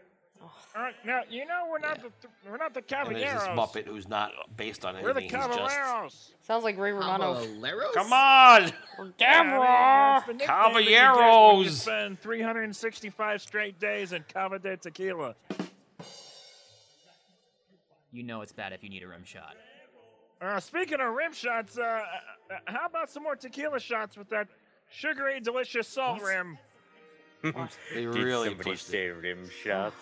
S10: Uh, now you know we're not the th- we're not the
S1: And there's this
S10: Caballeros.
S1: Muppet who's not based on
S10: We're the
S1: anything. He's just
S10: Caballeros.
S3: Sounds like Ray Romano.
S11: Caballeros?
S1: come on,
S10: Yeah, I mean, that's the nickname that you get when you
S1: Caballeros.
S10: Spend 365 straight days in Cava de Tequila.
S19: You know it's bad if you need a rim shot.
S10: Uh, speaking of rim shots, uh, uh, how about some more tequila shots with that sugary, delicious salt rim?
S1: They
S8: Did
S1: really
S8: somebody
S1: pushed
S8: say rim shots?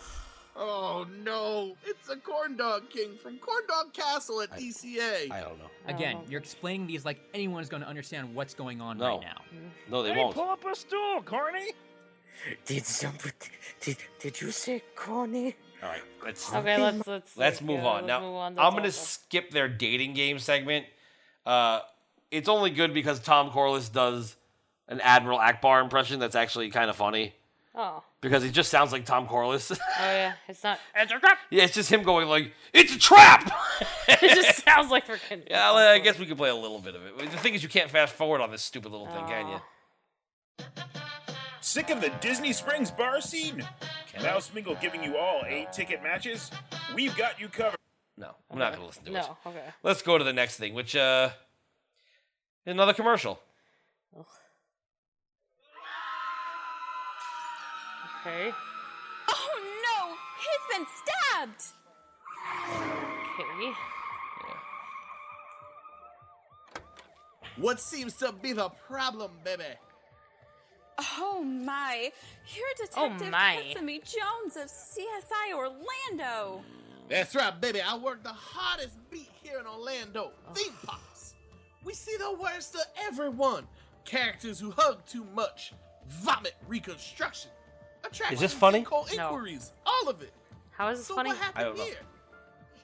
S11: Oh no, it's a corn dog king from Corn Dog Castle at DCA.
S1: I don't know.
S19: Again, you're explaining these like anyone's going to understand what's going on
S1: No.
S19: right now.
S1: No, they
S10: Hey,
S1: won't.
S10: pull up a stool, Corny.
S8: Did somebody? Did, did you say corny?
S1: All right, let's
S3: Okay, let's- let's,
S1: let's
S3: like,
S1: move
S3: uh,
S1: on.
S3: let's
S1: now
S3: move on. That's
S1: I'm gonna
S3: awful.
S1: skip their dating game segment. Uh, it's only good because Tom Corliss does an Admiral Akbar impression that's actually kind of funny
S3: Oh.
S1: because he just sounds like Tom Corliss.
S3: Oh yeah, it's not.
S1: yeah, it's just him going like, "It's a trap."
S3: it just sounds like freaking.
S1: Yeah, well, I guess we could play a little bit of it. The thing is, you can't fast forward on this stupid little thing, can you?
S23: Sick of the Disney Springs bar scene? Mouse Mingle giving you all eight ticket matches? We've got you covered.
S1: No, I'm not going to listen to it.
S3: No, okay.
S1: Let's go to the next thing, which uh, is another commercial.
S3: Okay.
S18: Oh no! He's been stabbed!
S3: Okay.
S11: What seems to be the problem, baby?
S18: Oh my! You're
S11: Oh,
S18: Detective
S11: my.
S18: Kesame Jones of CSI Orlando!
S11: That's right, baby. I work the hottest beat here in Orlando. Theme pops. We see the worst of everyone. Characters who hug too much. Vomit reconstruction. Attraction
S1: this funny?
S11: Cold
S1: No.
S11: inquiries. All of it.
S3: How is this
S11: so
S3: funny?
S11: What happened
S1: I don't know.
S11: here?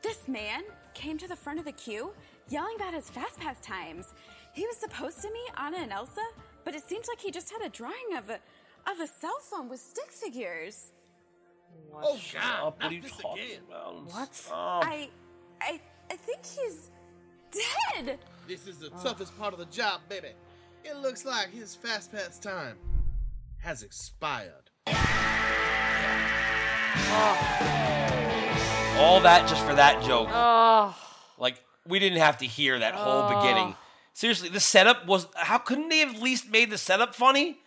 S18: This man came to the front of the queue yelling about his fast pass times. He was supposed to meet Anna and Elsa, but it seems like he just had a drawing of a of a cell phone with stick figures.
S11: Oh God!
S1: Up, what
S11: not
S1: are you
S11: this
S1: talking
S11: again.
S1: about?
S18: I I I think he's dead.
S11: This is the toughest part of the job, baby. It looks like his fast pass time has expired.
S1: Oh. All that just for that joke.
S3: Oh.
S1: Like we didn't have to hear that whole beginning. Seriously, the setup was. How couldn't they have at least made the setup funny?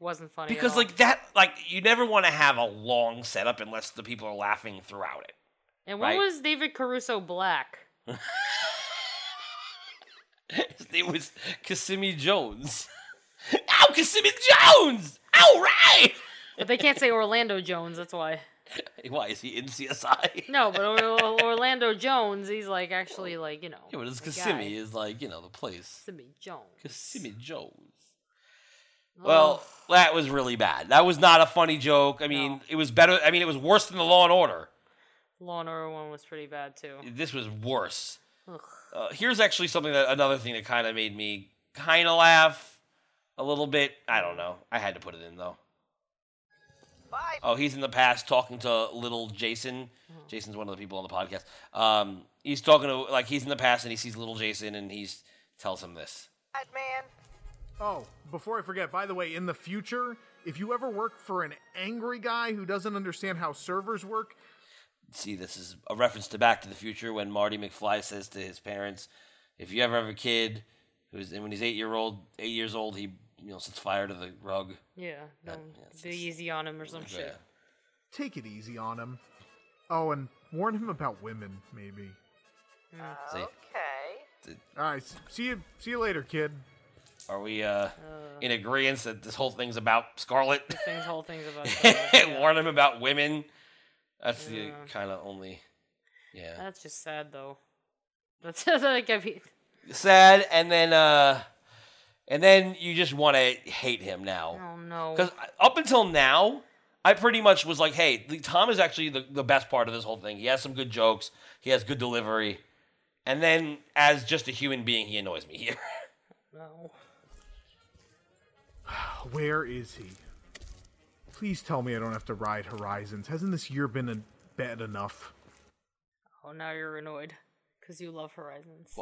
S3: Wasn't funny. at
S1: Because
S3: all.
S1: like that, like you never want to have a long setup unless the people are laughing throughout it.
S3: And when
S1: right?
S3: was David Caruso black?
S1: His name was Kissimmee Jones. Ow, Kissimmee Jones! All right.
S3: But they can't say Orlando Jones. That's why.
S1: Why is he in CSI?
S3: No, but or- or- Orlando Jones, he's like actually like you know.
S1: Yeah, but it's
S3: the
S1: Kissimmee
S3: guy.
S1: is like you know the place.
S3: Kissimmee Jones.
S1: Kissimmee Jones. Well, that was really bad. That was not a funny joke. I mean, it was better. I mean, it was worse than the Law and Order.
S3: Law and Order one was pretty bad too.
S1: This was worse.
S3: Ugh.
S1: Uh, here's actually something that another thing that kind of made me kind of laugh a little bit. I don't know. I had to put it in though.
S13: Bye.
S1: Oh, he's in the past talking to little Jason. Jason's one of the people on the podcast. Um, he's talking to like he's in the past and he sees little Jason and he's tells him this.
S13: man.
S4: Oh, before I forget, by the way, in the future, if you ever work for an angry guy who doesn't understand how servers work,
S1: See, this is a reference to Back to the Future when Marty McFly says to his parents, "If you ever have a kid who's and when he's eight year old, eight years old, he you know sets fire to the rug."
S3: Yeah, don't be easy on him or some shit.
S4: take it easy on him. Oh, and warn him about women, maybe.
S1: See,
S4: All right, s- see you. See you later, kid.
S1: are we uh, in agreement that this whole thing's about Scarlet?
S3: This thing's whole thing's about.
S1: Warn him about women. That's the kind of only. Yeah.
S3: That's just sad though. That's like I mean,
S1: sad and then uh and then you just want to hate him now
S3: oh no.
S1: because up until now i pretty much was like hey the- tom is actually the, the best part of this whole thing he has some good jokes he has good delivery and then as just a human being he annoys me here
S3: No.
S4: Where is he? Please tell me I don't have to ride Horizons. Hasn't this year been a bad enough?
S3: Oh, now you're annoyed because you love Horizons.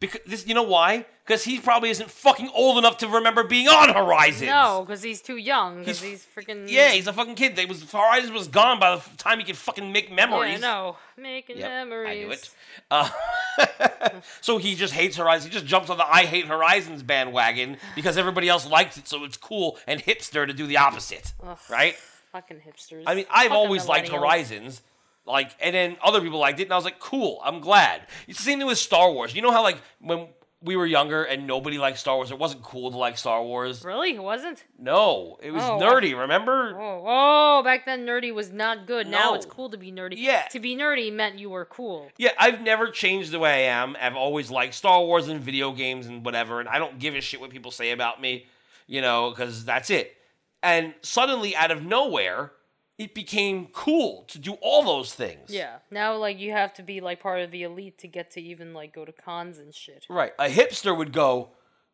S1: because this you know why because he probably isn't fucking old enough to remember being on horizon
S3: No, because he's too young. Because he's,
S1: He's-
S3: freaking.
S1: yeah he's a fucking kid they was horizon was gone by the f- time he could fucking make memories
S3: Yeah, no, making
S1: Yep,
S3: memories.
S1: I knew it. Uh, so he just hates Horizon. He just jumps on the I hate Horizons bandwagon because everybody else likes it, so it's cool and hipster to do the opposite,
S3: Ugh.
S1: right?
S3: Fucking hipsters.
S1: I mean, I've
S3: Fucking
S1: always liked
S3: millennials.
S1: Horizons, like, and then other people liked it, and I was like, cool, I'm glad. It's the same thing with Star Wars. You know how like when we were younger and nobody liked Star Wars, it wasn't cool to like Star Wars.
S3: Really, it wasn't.
S1: No, it was
S3: Oh, I-
S1: nerdy. Remember?
S3: Oh, oh, back then nerdy was not good. Now it's
S1: No.
S3: cool to be nerdy. Yeah. To be nerdy meant you were cool.
S1: Yeah, I've never changed the way I am. I've always liked Star Wars and video games and whatever, and I don't give a shit what people say about me, you know, because that's it. And suddenly, out of nowhere, it became cool to do all those things.
S3: Yeah. Now, like, you have to be like part of the elite to get to even like go to cons and shit.
S1: Right. A hipster would go,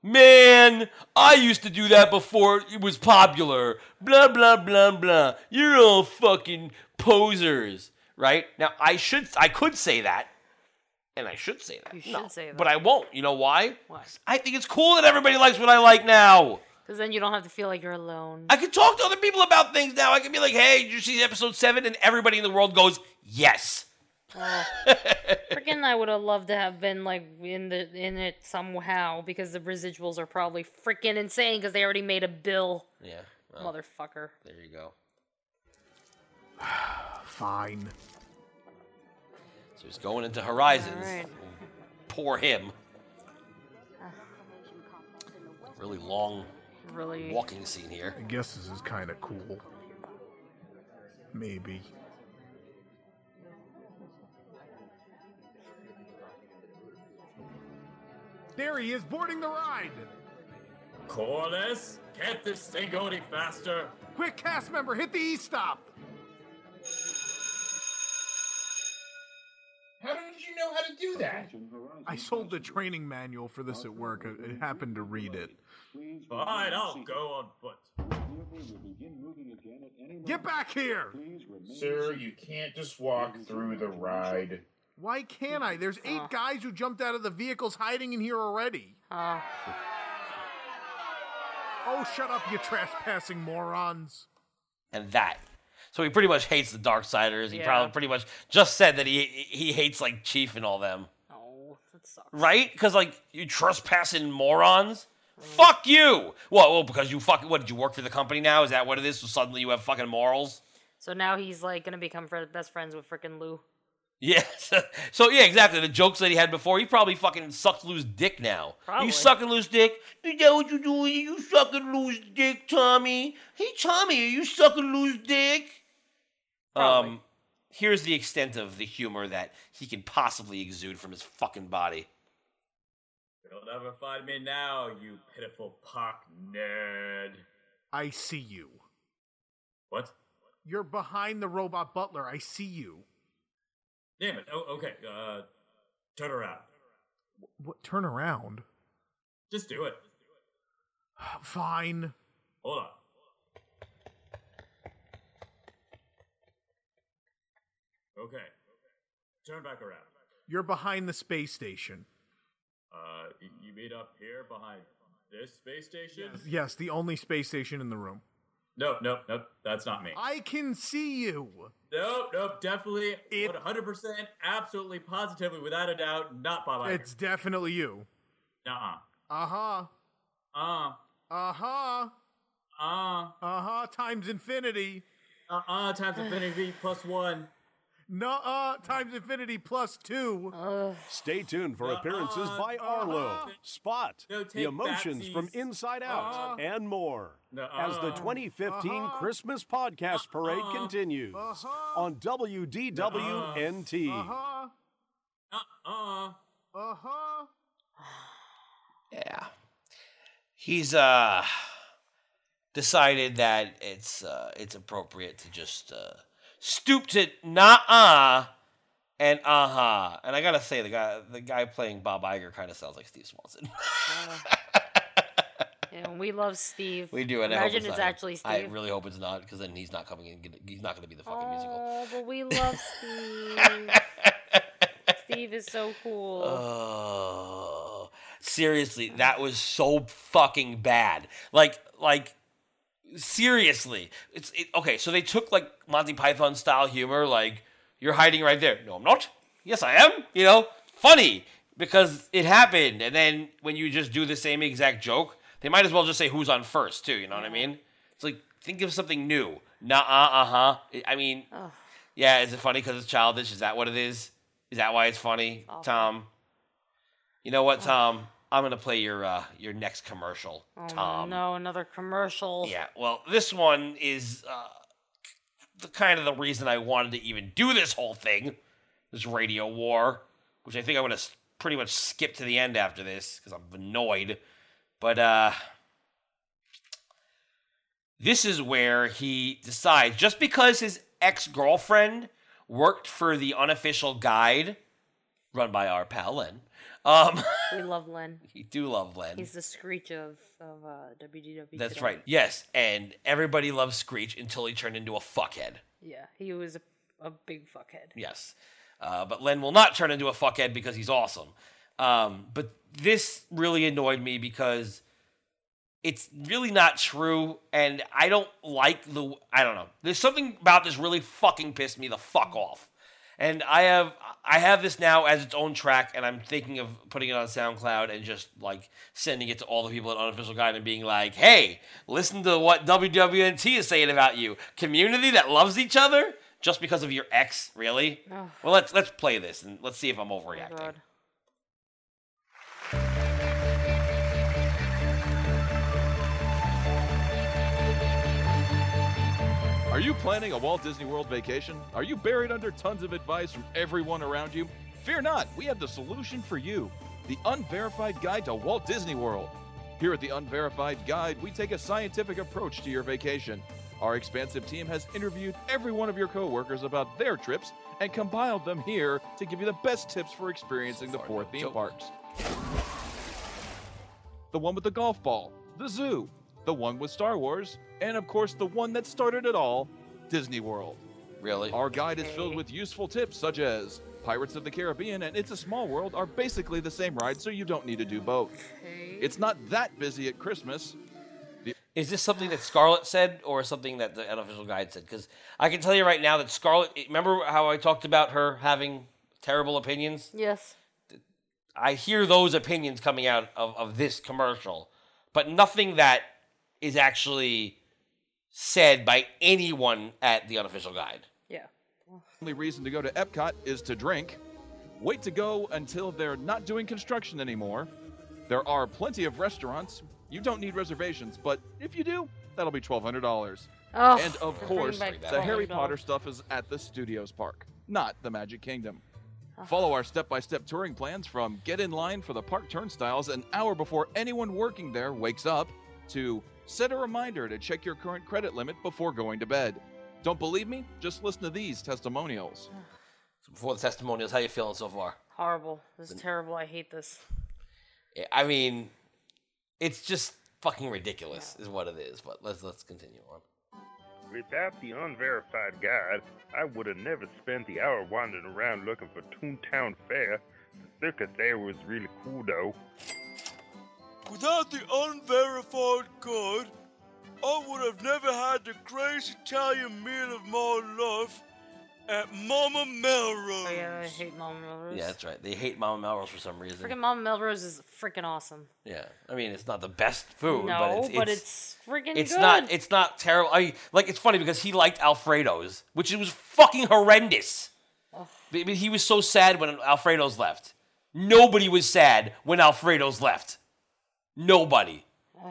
S1: Man, I used to do that before it was popular. Blah, blah, blah, blah. You're all fucking posers. Right? Now, I should, I could say that. And I should say that.
S3: You
S1: No,
S3: should say that.
S1: But I won't. You know why?
S3: Why?
S1: I think it's cool that everybody likes what I like now.
S3: Because then you don't have to feel like you're alone.
S1: I can talk to other people about things now. I can be like, hey, did you see episode seven? And everybody in the world goes, yes.
S3: Oh. Freaking, I would have loved to have been like in the in it somehow because the residuals are probably freaking insane because they already made a bill,
S1: Yeah.
S3: motherfucker.
S1: There you go.
S4: Fine.
S1: So he's going into Horizons.
S3: All right. Ah.
S1: Poor him. Really long
S3: Really.
S1: walking scene here.
S4: I guess this is kind of cool. Maybe. There he is, boarding the ride.
S24: Corliss, get this thing going any faster.
S4: Quick, cast member, hit the e stop.
S25: How did you know how to do that?
S4: I sold the training manual for this at work. I- I happened to read it.
S24: Fine, I'll go on foot.
S4: Get back here!
S25: Sir, you can't just walk through the ride.
S4: Why can't I? There's eight guys who jumped out of the vehicles hiding in here already. Oh, shut up, you trespassing morons.
S1: and that. So he pretty much hates the Darksiders. He
S4: Yeah.
S1: probably pretty much just said that he he hates like Chief and all them.
S3: Oh, that sucks.
S1: Right? Because like you trespassing morons. Fuck you! Well, well, because you fucking what did you work for the company now? Is that what it is? So suddenly you have fucking morals?
S3: So now he's like gonna become fri best friends with freaking Lou.
S1: Yeah. So, so yeah, exactly. The jokes that he had before, he probably fucking sucks loose dick now.
S24: Probably.
S1: You sucking loose dick.
S24: Is that what you doing? You sucking loose dick, Tommy? Hey, Tommy, are you sucking loose dick?
S1: Um, here's the extent of the humor that he can possibly exude from his fucking body.
S24: You'll never find me now, you pitiful pock nerd.
S4: I see you.
S24: What?
S4: You're behind the robot butler. I see you.
S24: Damn it. Oh, okay. Uh, turn around.
S4: What? Turn around.
S24: Just do it.
S4: Fine.
S24: Hold on.
S10: Okay. Turn back around.
S4: You're behind the space station.
S10: Uh, y- you meet up here behind this space station?
S4: Yes, the only space station in the room.
S10: Nope, nope, nope. That's not me.
S4: I can see you.
S10: Nope, nope. Definitely, 100%, absolutely, positively, without a doubt, not Bob Iger.
S4: It's definitely you.
S10: Nuh-uh.
S4: Uh huh.
S10: Uh.
S4: Uh huh.
S10: Uh.
S4: Uh huh. Times infinity.
S10: Uh uh. Times infinity plus one.
S4: Nuh uh. Times infinity plus two.
S13: Stay tuned for appearances by Arlo, Spot, The
S4: take
S13: Emotions
S4: backsies.
S13: from Inside Out,
S4: Uh-uh.
S13: and more as the
S4: Uh-uh.
S13: 2015 Christmas Podcast Parade continues on WDWNT.
S20: Uh-huh.
S4: Uh
S10: huh.
S4: Uh huh.
S1: Yeah. He's uh decided that it's uh it's appropriate to just uh stoop to nah and uh-huh. And I gotta say the guy the guy playing Bob Iger kinda sounds like Steve Swanson.
S3: And we love Steve.
S1: we do and I hope
S3: Imagine
S1: it's,
S3: it's
S1: not him.
S3: actually Steve.
S1: I really hope it's not, because then he's not coming in he's not gonna be the fucking musical.
S3: Oh, but we love Steve. Steve is so cool.
S1: Oh, seriously, that was so fucking bad. Like, like, seriously, it's it, okay. So they took like Monty Python style humor, like you're hiding right there. No, I'm not. Yes, I am. You know, funny because it happened. And then when you just do the same exact joke, they might as well just say who's on first too. You know what I mean? It's like think of something new. Nah, uh huh. I mean,
S3: Ugh.
S1: yeah, is it funny because it's childish? Is that what it is? Is that why it's funny,
S3: awful.
S1: Tom? You know what, Tom? I'm gonna play your uh, your next commercial,
S3: Oh,
S1: Tom.
S3: no, another commercial.
S1: Yeah. Well, this one is uh, the kind of the reason I wanted to even do this whole thing, this radio war, which I think I'm gonna s- pretty much skip to the end after this because I'm annoyed. But uh, this is where he decides just because his ex girlfriend worked for the unofficial guide run by our pal Len. Um,
S3: We love Len.
S1: you do love Len.
S3: He's the screech of, of uh, WDW.
S1: That's
S3: today.
S1: right. Yes, and everybody loves Screech until he turned into a fuckhead.
S3: Yeah, he was a, a big fuckhead.
S1: Yes. Uh, but Len will not turn into a fuckhead because he's awesome. Um, but this really annoyed me because it's really not true, and I don't like the. I don't know. There's something about this really fucking pissed me the fuck off. And I have I have this now as its own track, and I'm thinking of putting it on SoundCloud and just like sending it to all the people at Unofficial Guide and being like, "Hey, listen to what WWNT is saying about you, community that loves each other just because of your ex, really."
S3: Ugh.
S1: Well, let's let's play this and let's see if I'm overreacting.
S17: Are you planning a Walt Disney World vacation? Are you buried under tons of advice from everyone around you? Fear not, we have the solution for you the Unverified Guide to Walt Disney World. Here at the Unverified Guide, we take a scientific approach to your vacation. Our expansive team has interviewed every one of your coworkers about their trips and compiled them here to give you the best tips for experiencing the four theme parks the one with the golf ball, the zoo, the one with Star Wars, and of course the one that started it all, Disney World.
S1: Really?
S17: Our guide is filled with useful tips such as Pirates of the Caribbean and It's a Small World are basically the same ride, so you don't need to do both. It's not that busy at Christmas.
S1: Is this something that Scarlett said or something that the unofficial guide said? Because I can tell you right now that Scarlett. Remember how I talked about her having terrible opinions?
S3: Yes.
S1: I hear those opinions coming out of, of this commercial, but nothing that is actually said by anyone at the unofficial guide.
S3: Yeah.
S17: only reason to go to Epcot is to drink. Wait to go until they're not doing construction anymore. There are plenty of restaurants. You don't need reservations, but if you do, that'll be $1,200.
S3: Oh,
S17: and of
S3: bring
S17: course,
S3: back
S17: the Harry
S3: $1,200.
S17: Potter stuff is at the Studios Park, not the Magic Kingdom. Follow our step by step touring plans from get in line for the park turnstiles an hour before anyone working there wakes up to set a reminder to check your current credit limit before going to bed. Don't believe me? Just listen to these testimonials.
S1: Before the testimonials, how you feeling so far?
S3: Horrible. This is terrible. I hate this.
S1: Yeah, I mean, it's just fucking ridiculous, is what it is. But let's let's continue on.
S2: Without the unverified guide, I would have never spent the hour wandering around looking for Toontown Fair. The circus there was really cool, though.
S6: Without the unverified code, I would have never had the great Italian meal of my life at Mama Melrose.
S3: Oh, yeah, I hate Mama Melrose.
S1: Yeah, that's right. They hate Mama Melrose for some reason.
S3: Freaking Mama Melrose is freaking awesome.
S1: Yeah, I mean it's not the best food,
S3: No,
S1: but it's,
S3: but
S1: it's,
S3: it's friggin'
S1: It's
S3: good.
S1: not. It's not terrible. I like. It's funny because he liked Alfredo's, which was fucking horrendous.
S3: Ugh.
S1: I mean, he was so sad when Alfredo's left. Nobody was sad when Alfredo's left. Nobody.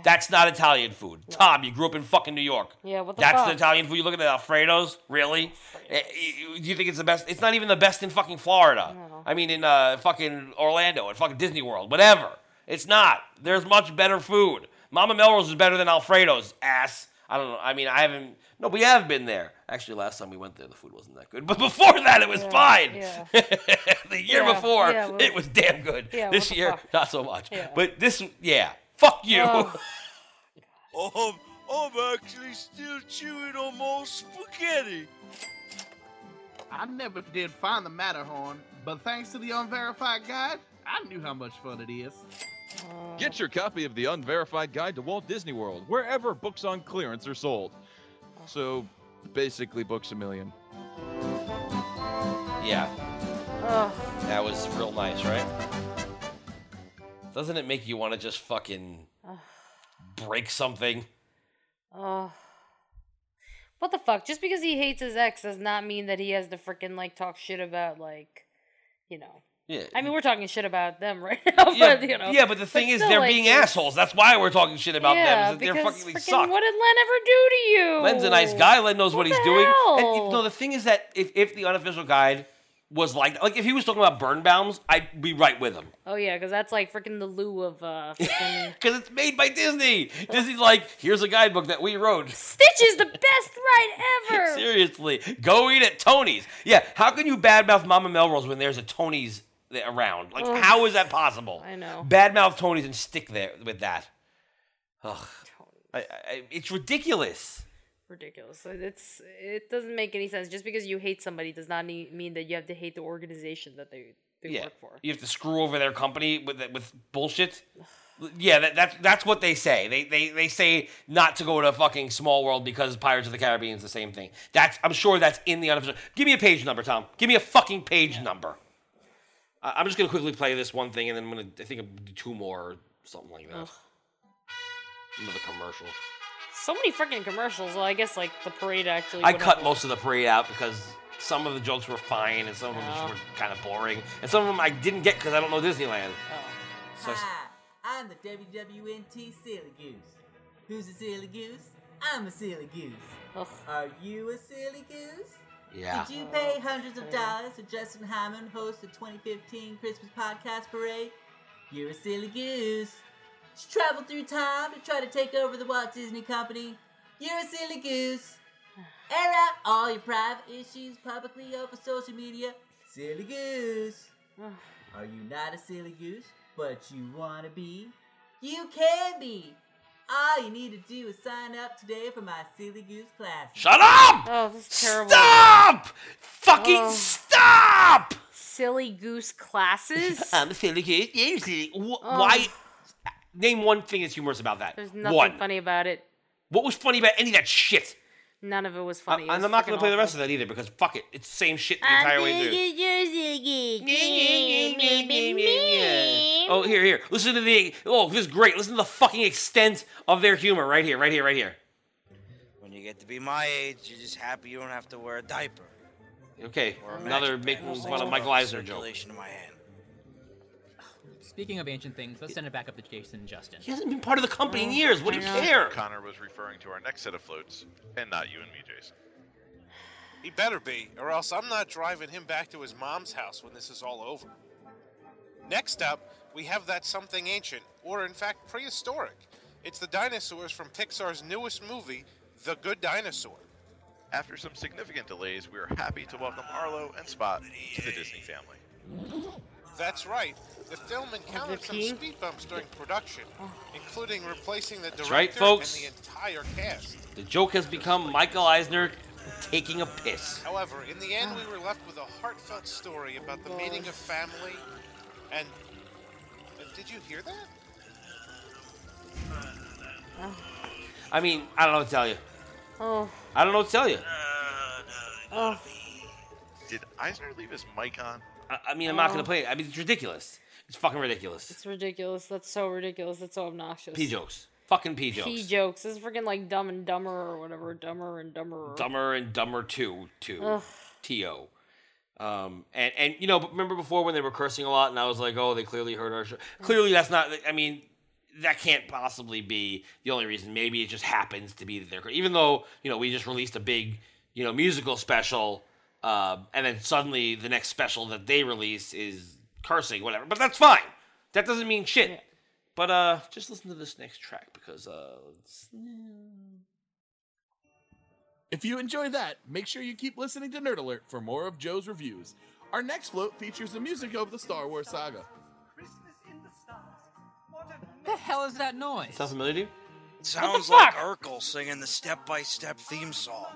S1: That's not Italian food. Tom, you grew up in fucking New York.
S3: Yeah, what the
S1: That's the
S3: fuck?
S1: Italian food. You looking at Alfredo's? Really? Eh, eh, Do you think it's the best? It's not even the best in fucking Florida. I mean, in uh, fucking Orlando, at fucking Disney World, whatever. It's not. There's much better food. Mama Melrose is better than Alfredo's. Ass. I don't know. I mean, I haven't. No, we have been there. Actually, last time we went there, the food wasn't that good. But before that, it was
S3: Yeah,
S1: fine.
S3: yeah.
S1: the year
S3: Yeah,
S1: before,
S3: yeah, well-
S1: it was damn good.
S6: Yeah,
S1: this
S6: what the
S1: year,
S6: fuck?
S1: not so much.
S6: Yeah.
S1: But this, yeah. Fuck you.
S6: Oh. Um, I'm actually still chewing on my spaghetti.
S18: I never did find the Matterhorn, but thanks to the unverified guide, I knew how much fun it is.
S17: Get your copy of The Unverified Guide to Walt Disney World wherever books on clearance are sold. So basically, Books a Million.
S1: Yeah.
S3: Ugh.
S1: That was real nice, right? Doesn't it make you want to just fucking
S3: Ugh.
S1: break something?
S3: Ugh. What the fuck? Just because he hates his ex does not mean that he has to freaking like talk shit about like, you know.
S1: Yeah.
S3: I mean, we're talking shit about them right now,
S1: yeah,
S3: but you know.
S1: yeah, but the thing is,
S3: still,
S1: they're
S3: like,
S1: being
S3: it's-
S1: assholes. That's why we're talking shit about
S3: yeah,
S1: them. Is that they're
S3: because
S1: fucking, they
S3: freaking
S1: suck.
S3: What did Len ever do to you?
S1: Len's a nice guy. Len knows what, he's doing. And
S3: hell?
S1: you know, the thing is that if, if the unofficial guide was like, like if he was talking about burn bounds, I'd be right with him.
S3: Oh yeah, because that's like freaking the loo of uh. Freaking...
S1: Because it's made by Disney. Disney's like, here's a guidebook that we wrote.
S3: Stitch is the best ride ever.
S1: Seriously, go eat at Tony's. Yeah, how can you badmouth Mama Melrose when there's a Tony's th- around? Like,
S3: Ugh.
S1: how is that possible?
S3: I know.
S1: Badmouth Tony's and stick there with that. Ugh, I, I, it's ridiculous.
S3: Ridiculous. It's it doesn't make any sense. Just because you hate somebody does not nee- mean that you have to hate the organization that they they
S1: yeah,
S3: work for.
S1: you have to screw over their company with the- with bullshit. Yeah, that, that's that's what they say. They, they they say not to go to fucking Small World because Pirates of the Caribbean is the same thing. That's I'm sure that's in the unofficial. Give me a page number, Tom. Give me a fucking page number. I, I'm just gonna quickly play this one thing, and then I'm gonna I think I'm gonna do two more or something like that.
S3: Ugh.
S1: Another commercial.
S3: So many freaking commercials. Well, I guess like the parade actually.
S1: I
S3: would
S1: cut
S3: have-
S1: most of the parade out because some of the jokes were fine, and some of them just
S3: Oh.
S1: were kind of boring, and some of them I didn't get because I don't know Disneyland.
S3: Oh.
S1: So I s-
S26: I'm the WWNT silly goose. Who's a silly goose? I'm a silly goose. Are you a silly goose?
S1: Yeah.
S26: Did you pay hundreds of dollars to Justin Hyman host the 2015 Christmas podcast parade? You're a silly goose. She traveled through time to try to take over the Walt Disney Company. You're a silly goose. Air out all your private issues publicly over social media. Silly goose. Are you not a silly goose, but you want to be? You can be. All you need to do is sign up today for my silly goose class.
S1: Shut up!
S3: Oh, this is terrible.
S1: Stop! Fucking stop!
S3: Oh. Silly goose classes.
S1: I'm a silly kid. Yeah, you silly. Wh-
S3: Oh.
S1: Why? Name one thing that's humorous about that.
S3: There's nothing
S1: one.
S3: funny about it.
S1: What was funny about any of that shit?
S3: None of it was
S1: I-
S3: funny.
S1: and I'm not gonna play the rest of that either because fuck it, it's the same shit the entire way through. Oh, here, here. Listen to the. Oh, this is great. Listen to the fucking extent of their humor right here, right here, right here.
S5: When you get to be my age, you're just happy you don't have to wear a diaper.
S1: Okay,
S5: Or a
S1: another
S5: magic
S1: making
S5: band. Those
S1: fun
S5: things
S1: of
S5: are
S1: Michael
S5: all
S1: Eisner joke.
S5: circulation in my hand.
S21: Speaking of ancient things, let's send it back up to Jason and Justin.
S1: He hasn't been part of the company
S25: Oh,
S1: in years. What do you
S21: I know.
S1: care?
S9: Connor was referring to our next set of floats, and not you and me, Jason.
S8: He better be, or else I'm not driving him back to his mom's house when this is all over. Next up, we have that something ancient, or in fact prehistoric. It's the dinosaurs from Pixar's newest movie, The Good Dinosaur.
S9: After some significant delays, we are happy to welcome Arlo and Spot to the Disney family.
S8: That's right. The film encountered some
S3: peeing?
S8: speed bumps during production,
S9: Oh.
S8: including replacing the
S1: That's
S8: director
S1: right, folks.
S8: and the entire cast.
S1: The joke has become Michael Eisner taking a piss.
S8: However, in the end, we were left with a heartfelt story about the meaning of family. And uh, did you hear that?
S1: I mean, I don't know what to tell you.
S3: Oh.
S1: I don't know what to tell you.
S3: Oh.
S9: Did Eisner leave his mic on?
S1: I, I mean, I'm not
S3: Oh.
S1: gonna play it. I mean, it's ridiculous. It's fucking ridiculous.
S3: It's ridiculous. That's so ridiculous. That's so obnoxious.
S1: P jokes. Fucking P jokes.
S3: P jokes. This is freaking like Dumb and Dumber or whatever. Dumber and Dumber.
S1: Dumber and Dumber Two, Two,
S3: Ugh.
S1: T O. Um, and and you know, remember before when they were cursing a lot, and I was like, oh, they clearly heard our show. Clearly, that's not. I mean, that can't possibly be the only reason. Maybe it just happens to be that they're. cur- Even though you know, we just released a big you know musical special, um, and then suddenly the next special that they release is cursing, whatever. But that's fine. That doesn't mean shit. But uh, just listen to this next track because uh, it's,
S11: If you enjoyed that, make sure you keep listening to Nerd Alert for more of Joe's reviews. Our next float features the music of the Star Wars saga.
S21: The hell is that noise?
S1: sound familiar to you?
S12: Sounds like Urkel singing the step by step theme song.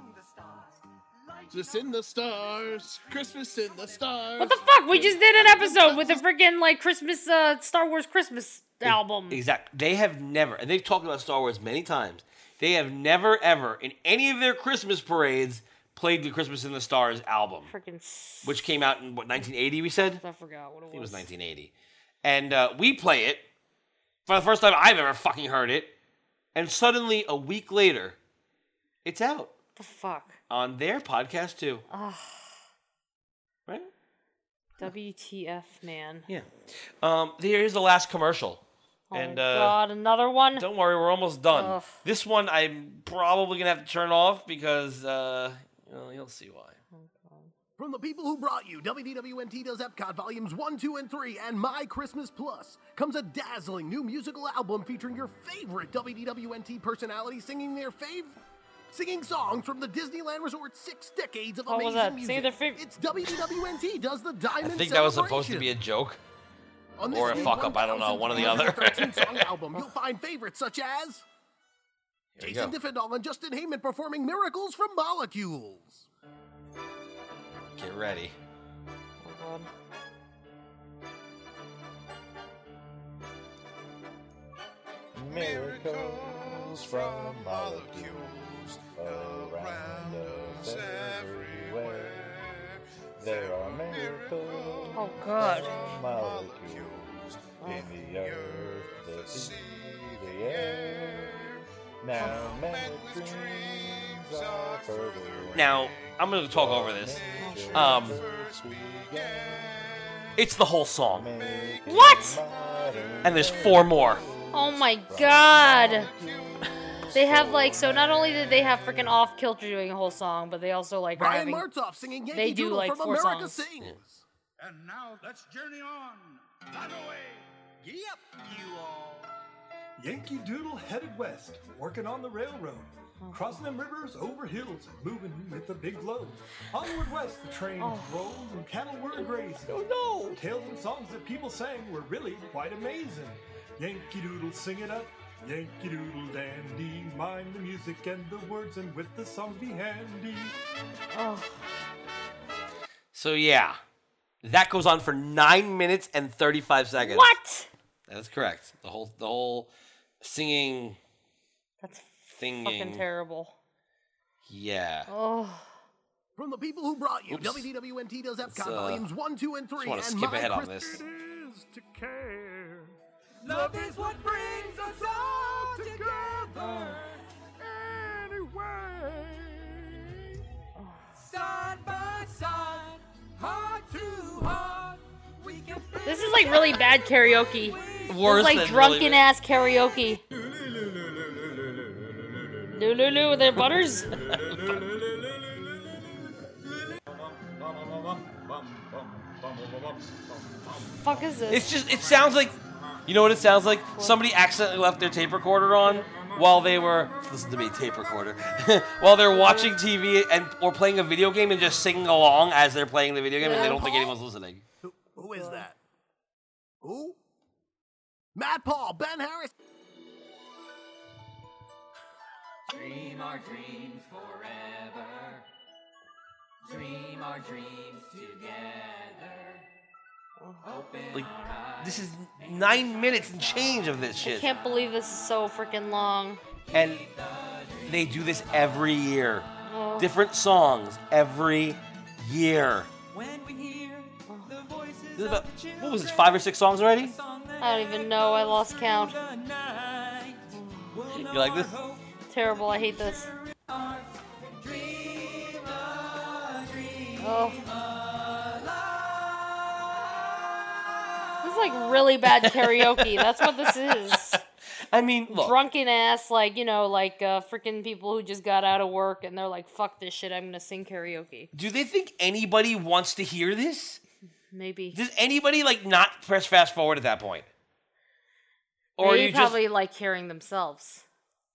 S11: Just in the stars, Christmas in the stars.
S3: What the fuck? We just did an episode with a freaking like Christmas uh Star Wars Christmas album.
S1: Exactly. They have never, and they've talked about Star Wars many times. They have never, ever, in any of their Christmas parades, played the Christmas in the Stars album,
S3: Freaking s-
S1: which came out in what 1980. We said
S3: I forgot what it
S1: I think it was
S3: was.
S1: 1980, and uh, we play it for the first time I've ever fucking heard it, and suddenly a week later, it's out
S3: the fuck.
S1: on their podcast too.
S3: Ugh.
S1: Right?
S3: WTF, man.
S1: Yeah. Um, here's the last commercial,
S3: Oh
S1: and
S3: my
S1: uh,
S3: god, another one.
S1: Don't worry, we're almost done.
S3: Ugh.
S1: This one I'm probably gonna have to turn off because uh, well, you'll see why.
S15: From the people who brought you WDWMT Does Epcot Volumes 1, 2, and 3 and My Christmas Plus comes a dazzling new musical album featuring your favorite WDWMT personality singing their fave. Singing songs from the Disneyland Resort's six decades of
S3: What
S15: amazing
S3: was that? Sing
S15: music.
S3: their fav-
S15: it's WDWMT does the
S1: I
S15: Diamond
S1: think that was supposed to
S15: Celebration.
S1: be a joke
S15: On this
S1: or a
S15: new
S1: fuck up. I don't know, one or the other.
S15: 13 song album, you'll find favorites such as
S1: Here we
S15: Jason
S1: go.
S15: Diffendahl and Justin Heyman performing Miracles from Molecules.
S1: Get ready.
S8: Miracles from molecules around us everywhere. There are miracles.
S3: Oh god.
S8: Molecules in the earth, the sea, the air. Now men with dreams are further
S1: Now I'm gonna talk over this. Um, it's the whole song,
S3: What?
S1: and there's four more.
S3: Oh my god. They have like so. Not only did they have freaking off kilter doing a whole song, but they also like are
S15: Brian
S3: having,
S15: Martov singing Yankee
S3: They do
S15: Doodle
S3: like
S15: from
S3: four
S15: America
S3: songs.
S15: Sings.
S25: And now let's journey on. That way. Yep, you all.
S16: Yankee Doodle headed west, working on the railroad. Crossing them rivers, over hills, moving with the big load. Onward west, the trains rolled and cattle were grazing. Oh no! Tales and songs that people sang were really quite amazing. Yankee Doodle, sing it up. Yankee Doodle dandy, mind the music and the words, and with the songs be handy.
S3: Oh.
S1: So yeah, that goes on for nine minutes and thirty-five seconds.
S3: What?
S1: That is correct. The whole the whole singing.
S3: That's
S1: thinging.
S15: fucking
S3: terrible.
S1: Yeah.
S15: Oh. From the people who brought you
S1: Oops.
S15: WDWNT does Epcot
S1: uh,
S15: volumes one, two, and three.
S1: wanna
S15: and
S1: skip
S15: my
S1: ahead on
S15: Christ-
S1: this.
S16: Love is what brings us all together. Anyway, side by side, heart to heart, we can.
S3: This is like really bad karaoke.
S16: Worse
S3: It's like
S16: than
S3: drunken
S16: really
S3: ass karaoke. Lululu with their butters. Fuck is this?
S1: It's just it sounds like you know what it sounds like? Somebody accidentally left their tape recorder on while they were listen to me tape recorder while they're watching TV and or playing a video game and just singing along as they're playing the video game and they don't think anyone's listening.
S15: Who is that? Uh, Who? Matt Paul, Ben Harris.
S7: Dream our dreams forever. Dream our dreams together. Open
S5: Like, this is nine minutes and change of this
S3: I
S5: shit.
S3: can't believe this is so freaking long.
S1: And they do this every year.
S3: Oh.
S1: Different songs every year.
S7: When we hear the voices
S1: This is about, what was this, five or six songs already?
S3: I don't even know. I lost count.
S1: You like this?
S3: Terrible. I hate this. Oh. This is like really bad karaoke. That's what this is.
S1: I mean, look.
S3: Drunken ass, like, you know, like uh, freaking people who just got out of work and they're like, fuck this shit, I'm gonna sing karaoke.
S1: Do they think anybody wants to hear this?
S3: Maybe.
S1: Does anybody like not press fast forward at that point? Or
S3: they
S1: you just
S3: probably like hearing themselves.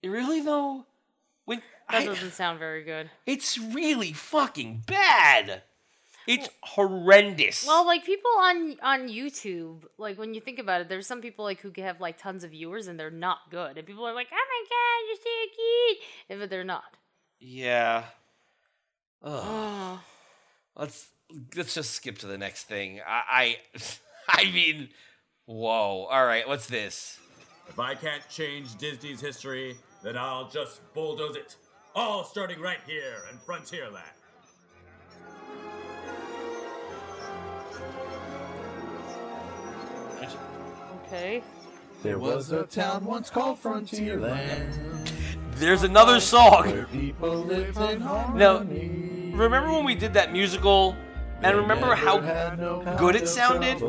S1: Really though? When
S3: that doesn't sound very good.
S1: It's really fucking bad. It's horrendous.
S3: Well, like people on on YouTube, like when you think about it, there's some people like who have like tons of viewers and they're not good, and people are like, "Oh my god, you're so cute," Eh, but they're not.
S1: yeah. Ugh.
S3: Oh,
S1: Let's let's just skip to the next thing. I I, I mean, whoa. All right, what's this?
S10: If I can't change Disney's history, then I'll just bulldoze it. All starting right here in Frontierland.
S3: okay.
S11: There was a town once called Frontierland.
S1: There's another song.
S11: People lived in
S1: Now, remember when we did that musical? And remember how good it sounded?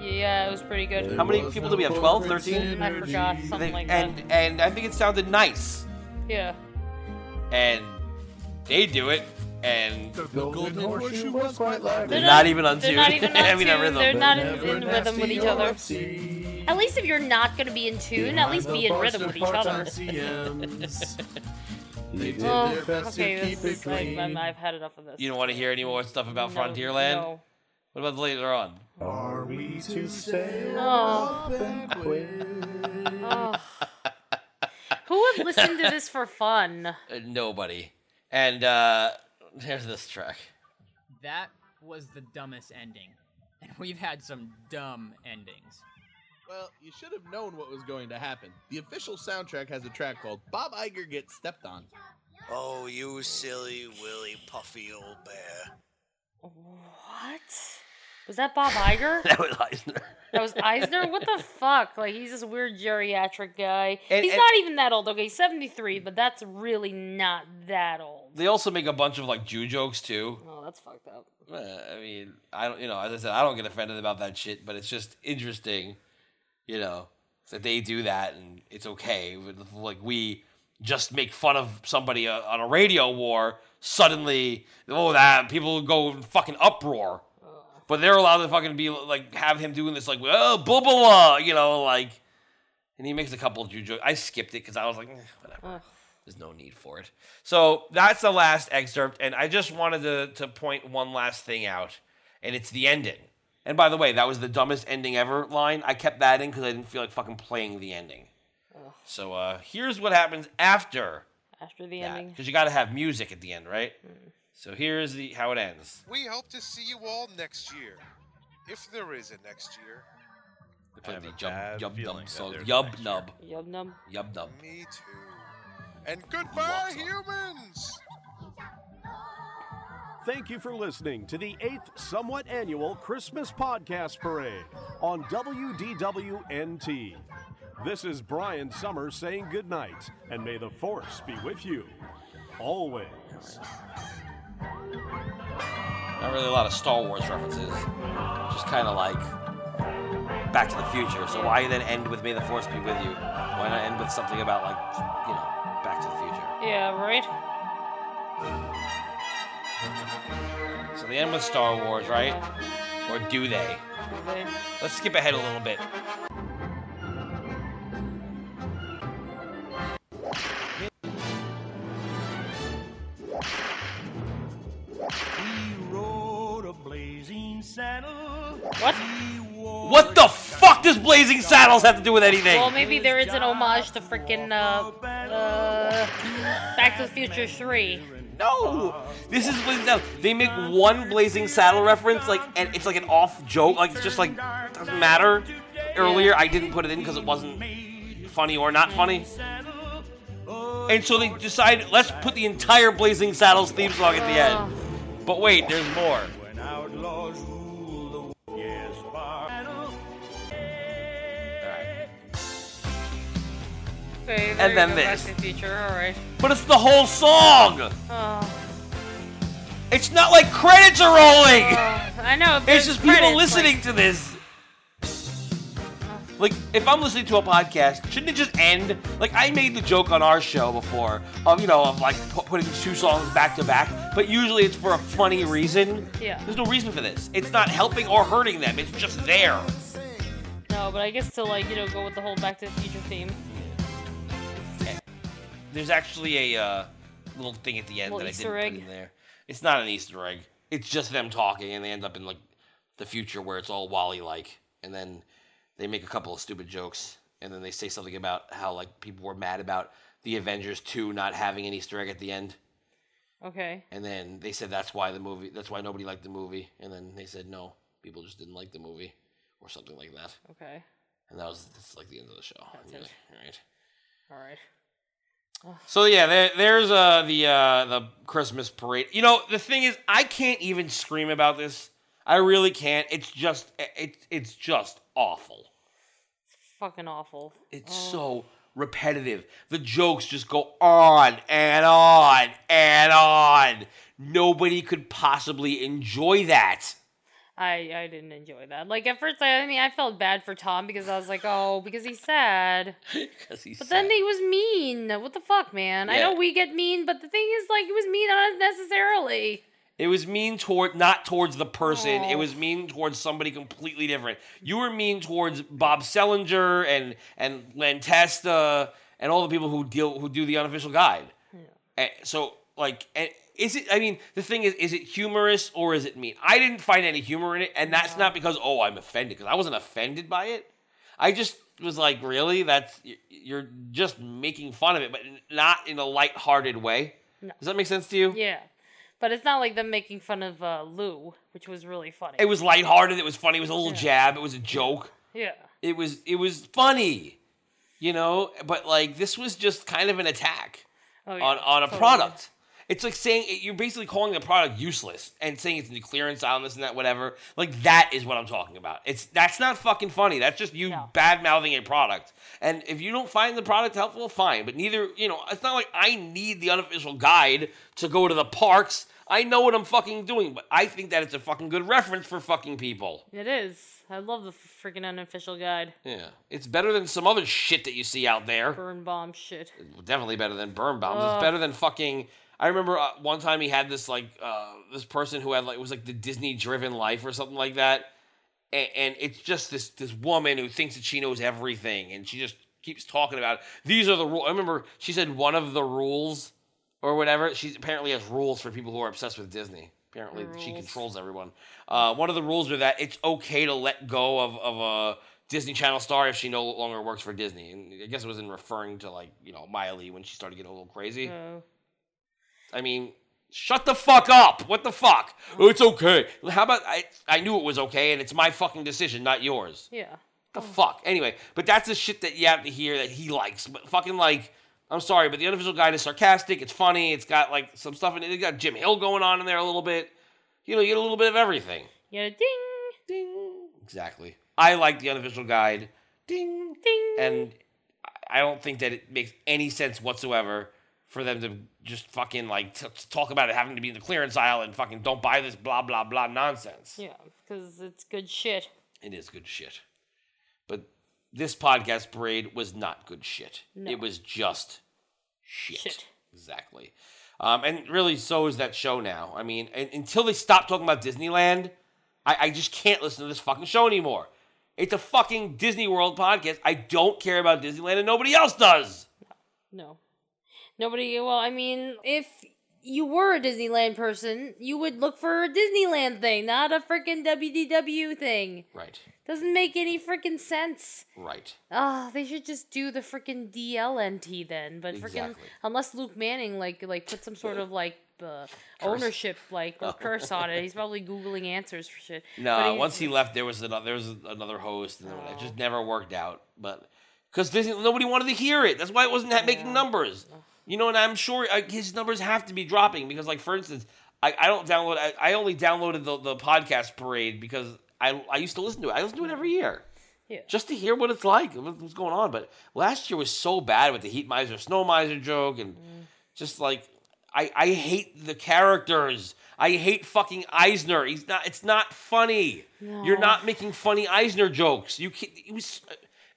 S3: Yeah, it was pretty good.
S1: How many people do we have? 12, 13?
S3: I forgot something
S1: They-
S3: like that.
S1: and and I think it sounded nice.
S3: Yeah.
S1: And they do it, and
S11: Golden Horseshoe was quite lively.
S1: They're not even on
S3: They're
S1: tune.
S3: not even on
S1: I mean, on
S3: tune,
S1: rhythm.
S3: They're not in, in rhythm with each other. At least if you're not gonna be in tune, at least be in rhythm with each other.
S11: They did
S3: Oh,
S11: their best
S3: okay,
S11: to keep
S3: this
S11: it
S3: is, I,
S11: clean.
S3: I've had enough of this.
S1: You don't want to hear any more stuff about Frontierland?
S3: no.
S1: What about later on?
S11: Are we to sail
S3: Oh.
S11: up and quit?
S3: Oh. Who would listen to this for fun?
S1: Uh, nobody. And uh there's this track.
S21: That was the dumbest ending. And we've had some dumb endings.
S11: Well, you should have known what was going to happen. The official soundtrack has a track called Bob Iger Gets Stepped On.
S5: Oh, you silly, willy, puffy old bear.
S3: What? Was that Bob Iger?
S1: that was Eisner.
S3: That was Eisner? What the fuck? Like, he's this weird geriatric guy.
S1: And-
S3: he's
S1: and-
S3: not even that old. Okay, he's 73, but that's really not that old.
S1: They also make a bunch of like Jew jokes too.
S3: Oh, that's fucked up.
S1: Uh, I mean, I don't, you know, as I said, I don't get offended about that shit, but it's just interesting, you know, that they do that and it's okay. But, Like we just make fun of somebody uh, on a radio war. Suddenly, oh, that people go in fucking uproar. But they're allowed to fucking be like have him doing this like oh blah blah blah you know like, and he makes a couple of Jew jokes. I skipped it because I was like eh, whatever. There's no need for it. So that's the last excerpt, and I just wanted to, to point one last thing out, and it's the ending. And by the way, that was the dumbest ending ever line. I kept that in because I didn't feel like fucking playing the ending. So uh, here's what happens after
S3: After the ending.
S1: because you got to have music at the end, right? So here's the how it ends.
S8: We hope to see you all next year, if there is a next year.
S1: They play the yub yub nub song.
S8: there's
S1: Yub nub.
S3: Yub nub.
S1: Yub nub.
S8: Me too. And goodbye, humans.
S13: Thank you for listening to the 8th somewhat annual Christmas Podcast Parade on WDWNT. This is Brian Summers saying goodnight, and may the force be with you always.
S1: Not really a lot of Star Wars references. Just kind of like Back to the Future. So why then end with May the Force be with you? Why not end with something about like you know Back to the Future?
S3: Yeah, right?
S1: So they end with Star Wars, right? Or do they? Let's skip ahead a little bit.
S25: He rode a blazing saddle.
S3: What?
S25: He wore
S1: What the fuck does Blazing Saddles have to do with anything?
S3: Well, maybe there is an homage to freaking uh, uh, Back to the Future 3.
S1: No! This is Blazing Saddles. They make one Blazing Saddle reference, like, and it's like an off joke. Like, it's just like, doesn't matter. Earlier, I didn't put it in because it wasn't funny or not funny. And so they decide, let's put the entire Blazing Saddles theme song at the end. But wait, there's more.
S3: Okay,
S1: And
S3: there you
S1: then
S3: go,
S1: this.
S3: Back to the Future, alright.
S1: But it's the whole song!
S3: Oh,
S1: It's not like credits are rolling!
S3: Uh, I know.
S1: It's
S3: there's
S1: just people
S3: credits,
S1: listening
S3: like-
S1: to this. Like, if I'm listening to a podcast, shouldn't it just end? Like, I made the joke on our show before of, you know, of like pu- putting two songs back to back, but usually it's for a funny reason.
S3: Yeah.
S1: There's no reason for this. It's not helping or hurting them, it's just there.
S3: No, but I guess to like you know go with the whole Back to the Future theme.
S1: There's actually a uh, little thing at the end
S3: Little
S1: that I
S3: Easter
S1: didn't
S3: egg?
S1: put in there. It's not an Easter egg. It's just them talking, and they end up in like the future where it's all Wally like, and then they make a couple of stupid jokes, and then they say something about how like people were mad about the Avengers two not having an Easter egg at the end,
S3: Okay.
S1: and then they said that's why the movie, that's why nobody liked the movie, and then they said no, people just didn't like the movie, or something like that,
S3: Okay.
S1: and that was that's like the end of the show. And you're like, all right.
S3: All right.
S1: So yeah, there, there's uh, the uh, the Christmas parade. You know, the thing is, I can't even scream about this. I really can't. It's just it, it's just awful.
S3: Fucking awful.
S1: It's
S3: Oh.
S1: so repetitive. The jokes just go on and on and on. Nobody could possibly enjoy that.
S3: I I didn't enjoy that. Like at first, I, I mean, I felt bad for Tom because I was like, oh, because he's sad.
S1: Because he's
S3: But then he was mean. What the fuck, man? I
S1: Yeah.
S3: know we get mean, but the thing is, like, he was mean unnecessarily.
S1: It was mean toward not towards the person. It
S3: Oh.
S1: was mean towards somebody completely different. You were mean towards Bob Sellinger and and Lantesta and all the people who deal who do the unofficial guide. And so like and is it I mean the thing is is it humorous or is it mean? I didn't find any humor in it and that's not because oh I'm offended cuz I wasn't offended by it. I just was like really that's y- you're just making fun of it but not in a lighthearted way.
S3: No.
S1: Does that make sense to you?
S3: Yeah. But it's not like them making fun of uh, Lou, which was really funny.
S1: It was lighthearted. It was funny. It was a little jab. It was a joke.
S3: Yeah.
S1: It was it was funny, you know. But like this was just kind of an attack
S3: Oh, yeah.
S1: on on a
S3: Totally.
S1: product. It's like saying you're basically calling the product useless and saying it's in the clearance aisle and this and that whatever. Like that is what I'm talking about. It's that's not fucking funny. That's just you bad mouthing a product. And if you don't find the product helpful, fine. But neither you know it's not like I need the unofficial guide to go to the parks. I know what I'm fucking doing, but I think that it's a fucking good reference for fucking people.
S3: It is. I love the freaking unofficial guide.
S1: Yeah, it's better than some other shit that you see out there.
S3: Burn bomb shit.
S1: definitely better than burn bombs.
S3: Ugh.
S1: It's better than fucking. I remember uh, one time he had this like uh, this person who had like it was like the Disney driven life or something like that, and, and it's just this this woman who thinks that she knows everything, and she just keeps talking about it. these are the rules. I remember she said one of the rules or whatever. She apparently has rules for people who are obsessed with Disney. Apparently, she
S14: Rules.
S1: controls everyone. Uh, one of the rules are that it's okay to let go of, of a Disney Channel star if she no longer works for Disney. And I guess it was in referring to like you know Miley when she started getting a little crazy.
S3: Oh.
S1: I mean, shut the fuck up! What the fuck? Oh, it's okay. How about I? I knew it was okay, and it's my fucking decision, not yours.
S3: Yeah. Oh.
S1: The fuck. Anyway, but that's the shit that you have to hear that he likes. But fucking like, I'm sorry, but the unofficial guide is sarcastic. It's funny. It's got like some stuff in it. It got Jim Hill going on in there a little bit. You know, you get a little bit of everything.
S3: You got a ding.
S1: Exactly. I like the unofficial guide,
S3: Ding. Ding.
S1: and I- I don't think that it makes any sense whatsoever for them to just fucking like t- t- talk about it having to be in the clearance aisle and fucking don't buy this blah blah blah nonsense.
S3: Yeah, because it's good shit.
S1: It is good shit. But this podcast parade was not good shit.
S3: No.
S1: It was just shit. Exactly. Um, and really, so is that show now. I mean, un- until they stop talking about Disneyland, I, I just can't listen to this fucking show anymore. It's a fucking Disney World podcast. I don't care about Disneyland, and nobody else does.
S3: No. Nobody, well, I mean, if you were a Disneyland person, you would look for a Disneyland thing, not a freaking WDW thing.
S1: Right.
S3: Doesn't make any freaking sense.
S1: Right.
S3: Ah, they should just do the freaking DLNT then. But freaking
S1: Exactly.
S3: unless Luke Manning like like put some sort of like uh,
S1: Curse.
S3: ownership like or
S1: Oh.
S3: curse on it, he's probably googling answers for shit. But
S1: No,
S3: he's-
S1: once he left, there was Oh. another there was another host, and it just never worked out. But because Disney, nobody wanted to hear it. That's why it wasn't ha- making numbers. You know, and I'm sure uh, his numbers have to be dropping because, like, for instance, I, I don't download. I, I only downloaded the, the podcast parade because I I used to listen to it. I listen to it every year.
S3: Yeah.
S1: Just to hear what it's like, what- what's going on. But last year was so bad with the heat miser, snow miser joke, and just like I, I hate the characters. I hate fucking Eisner. He's not. It's not funny. You're
S3: No.
S1: not making funny Eisner jokes. You can It was.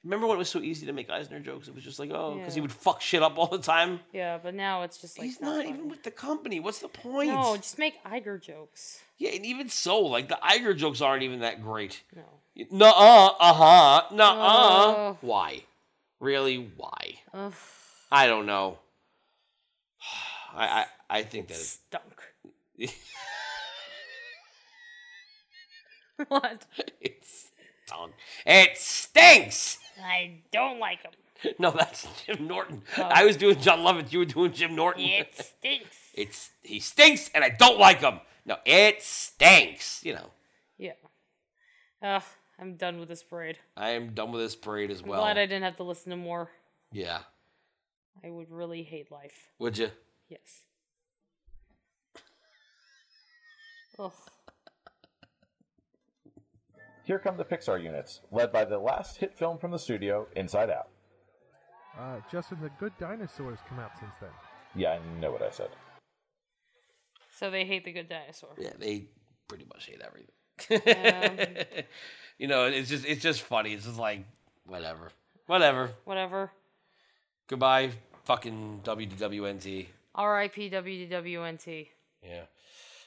S1: Remember when it was so easy to make Eisner jokes? It was just like, oh, because he
S3: Yeah.
S1: would fuck shit up all the time.
S3: yeah, but now it's just like
S1: He's not even with the company. What's the point?
S3: No, just make Iger jokes.
S1: Yeah, and even so, like the Iger jokes aren't even that great.
S3: No.
S1: Nuh uh, uh huh, nuh uh.
S3: Oh.
S1: Why? Really? Why?
S3: Ugh.
S1: I don't know. I I, I think that it's
S3: stunk.
S1: what? It's stunk. It stinks.
S3: I don't like him.
S1: No, that's Jim Norton.
S3: Oh.
S1: I was doing John Lovett. You were doing Jim Norton.
S3: It stinks.
S1: it's he stinks, and I don't like him. No, it stinks. You know,
S3: Yeah. Ugh, I'm done with this parade.
S1: I am done with this parade as
S3: I'm
S1: well.
S3: glad I didn't have to listen to more.
S1: yeah,
S3: I would really hate life.
S1: would you?
S3: Yes. Ugh.
S14: Here come the Pixar units, led by the last hit film from the studio, Inside Out.
S19: Uh, Justin, the Good Dinosaurs come out since then.
S14: Yeah, I know what I said.
S3: So they hate the good dinosaur.
S1: Yeah, they pretty much hate everything. you know, it's just it's just funny. It's just like whatever, whatever.
S3: Whatever.
S1: Goodbye, fucking WWNT.
S3: R.I.P. WDWNT.
S1: Yeah.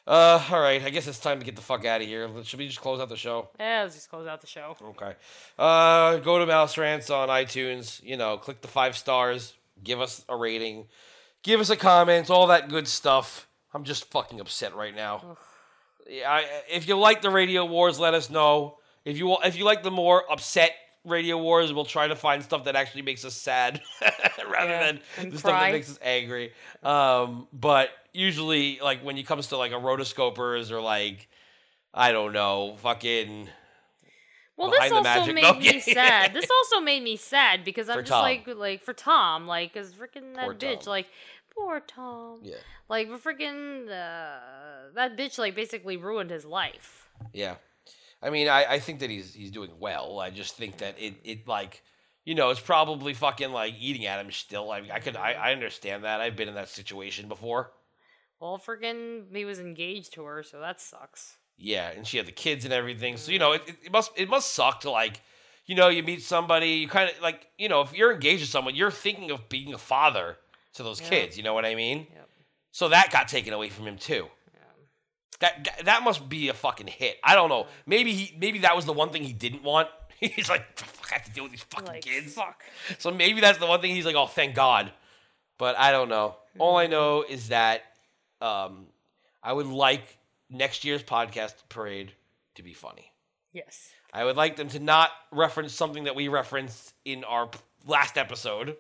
S1: Uh, all right. I guess it's time to get the fuck out of here. Should we just close out the show?
S3: Yeah, Eh, let's just close out the show.
S1: Okay. Uh, go to Mouse Rants on iTunes. You know, click the five stars. Give us a rating. Give us a comment. All that good stuff. I'm just fucking upset right now. Yeah, I, if you like the Radio Wars, let us know. If you if you like the more upset Radio Wars, we'll try to find stuff that actually makes us sad rather than
S20: and
S1: the stuff
S20: cry.
S1: that makes us angry. Um, but usually, like when it comes to like a rotoscopers or like I don't know, fucking.
S3: Well,
S1: Behind
S3: this
S1: the
S3: also
S1: magic-
S3: made
S1: No,
S3: me
S1: kidding.
S3: sad. This also made me sad because I'm
S1: For
S3: just
S1: Tom.
S3: like, like for Tom, like, cause freaking that
S1: Poor
S3: bitch,
S1: Tom.
S3: like, poor Tom,
S1: Yeah.
S3: like, freaking uh, that bitch, like, basically ruined his life.
S1: Yeah. I mean, I, I think that he's he's doing well. I just think that it, it like you know, it's probably fucking like eating at him still. I I could I, I understand that. I've been in that situation before.
S3: Well, freaking, he was engaged to her, so that sucks.
S1: Yeah, and she had the kids and everything. So, you know, it, it, it must it must suck to like you know, you meet somebody, you kind of like, you know, if you're engaged to someone, you're thinking of being a father to those
S3: Yeah.
S1: kids, you know what I mean? So that got taken away from him too. That, that that must be a fucking hit. I don't know. Maybe he maybe that was the one thing he didn't want. He's like, "The fuck, I have to deal with these fucking kids.
S3: Fuck.
S1: So maybe that's the one thing he's like, oh, thank God. But I don't know. All I know is that um, I would like next year's podcast parade to be funny.
S3: Yes.
S1: I would like them to not reference something that we referenced in our p- last episode.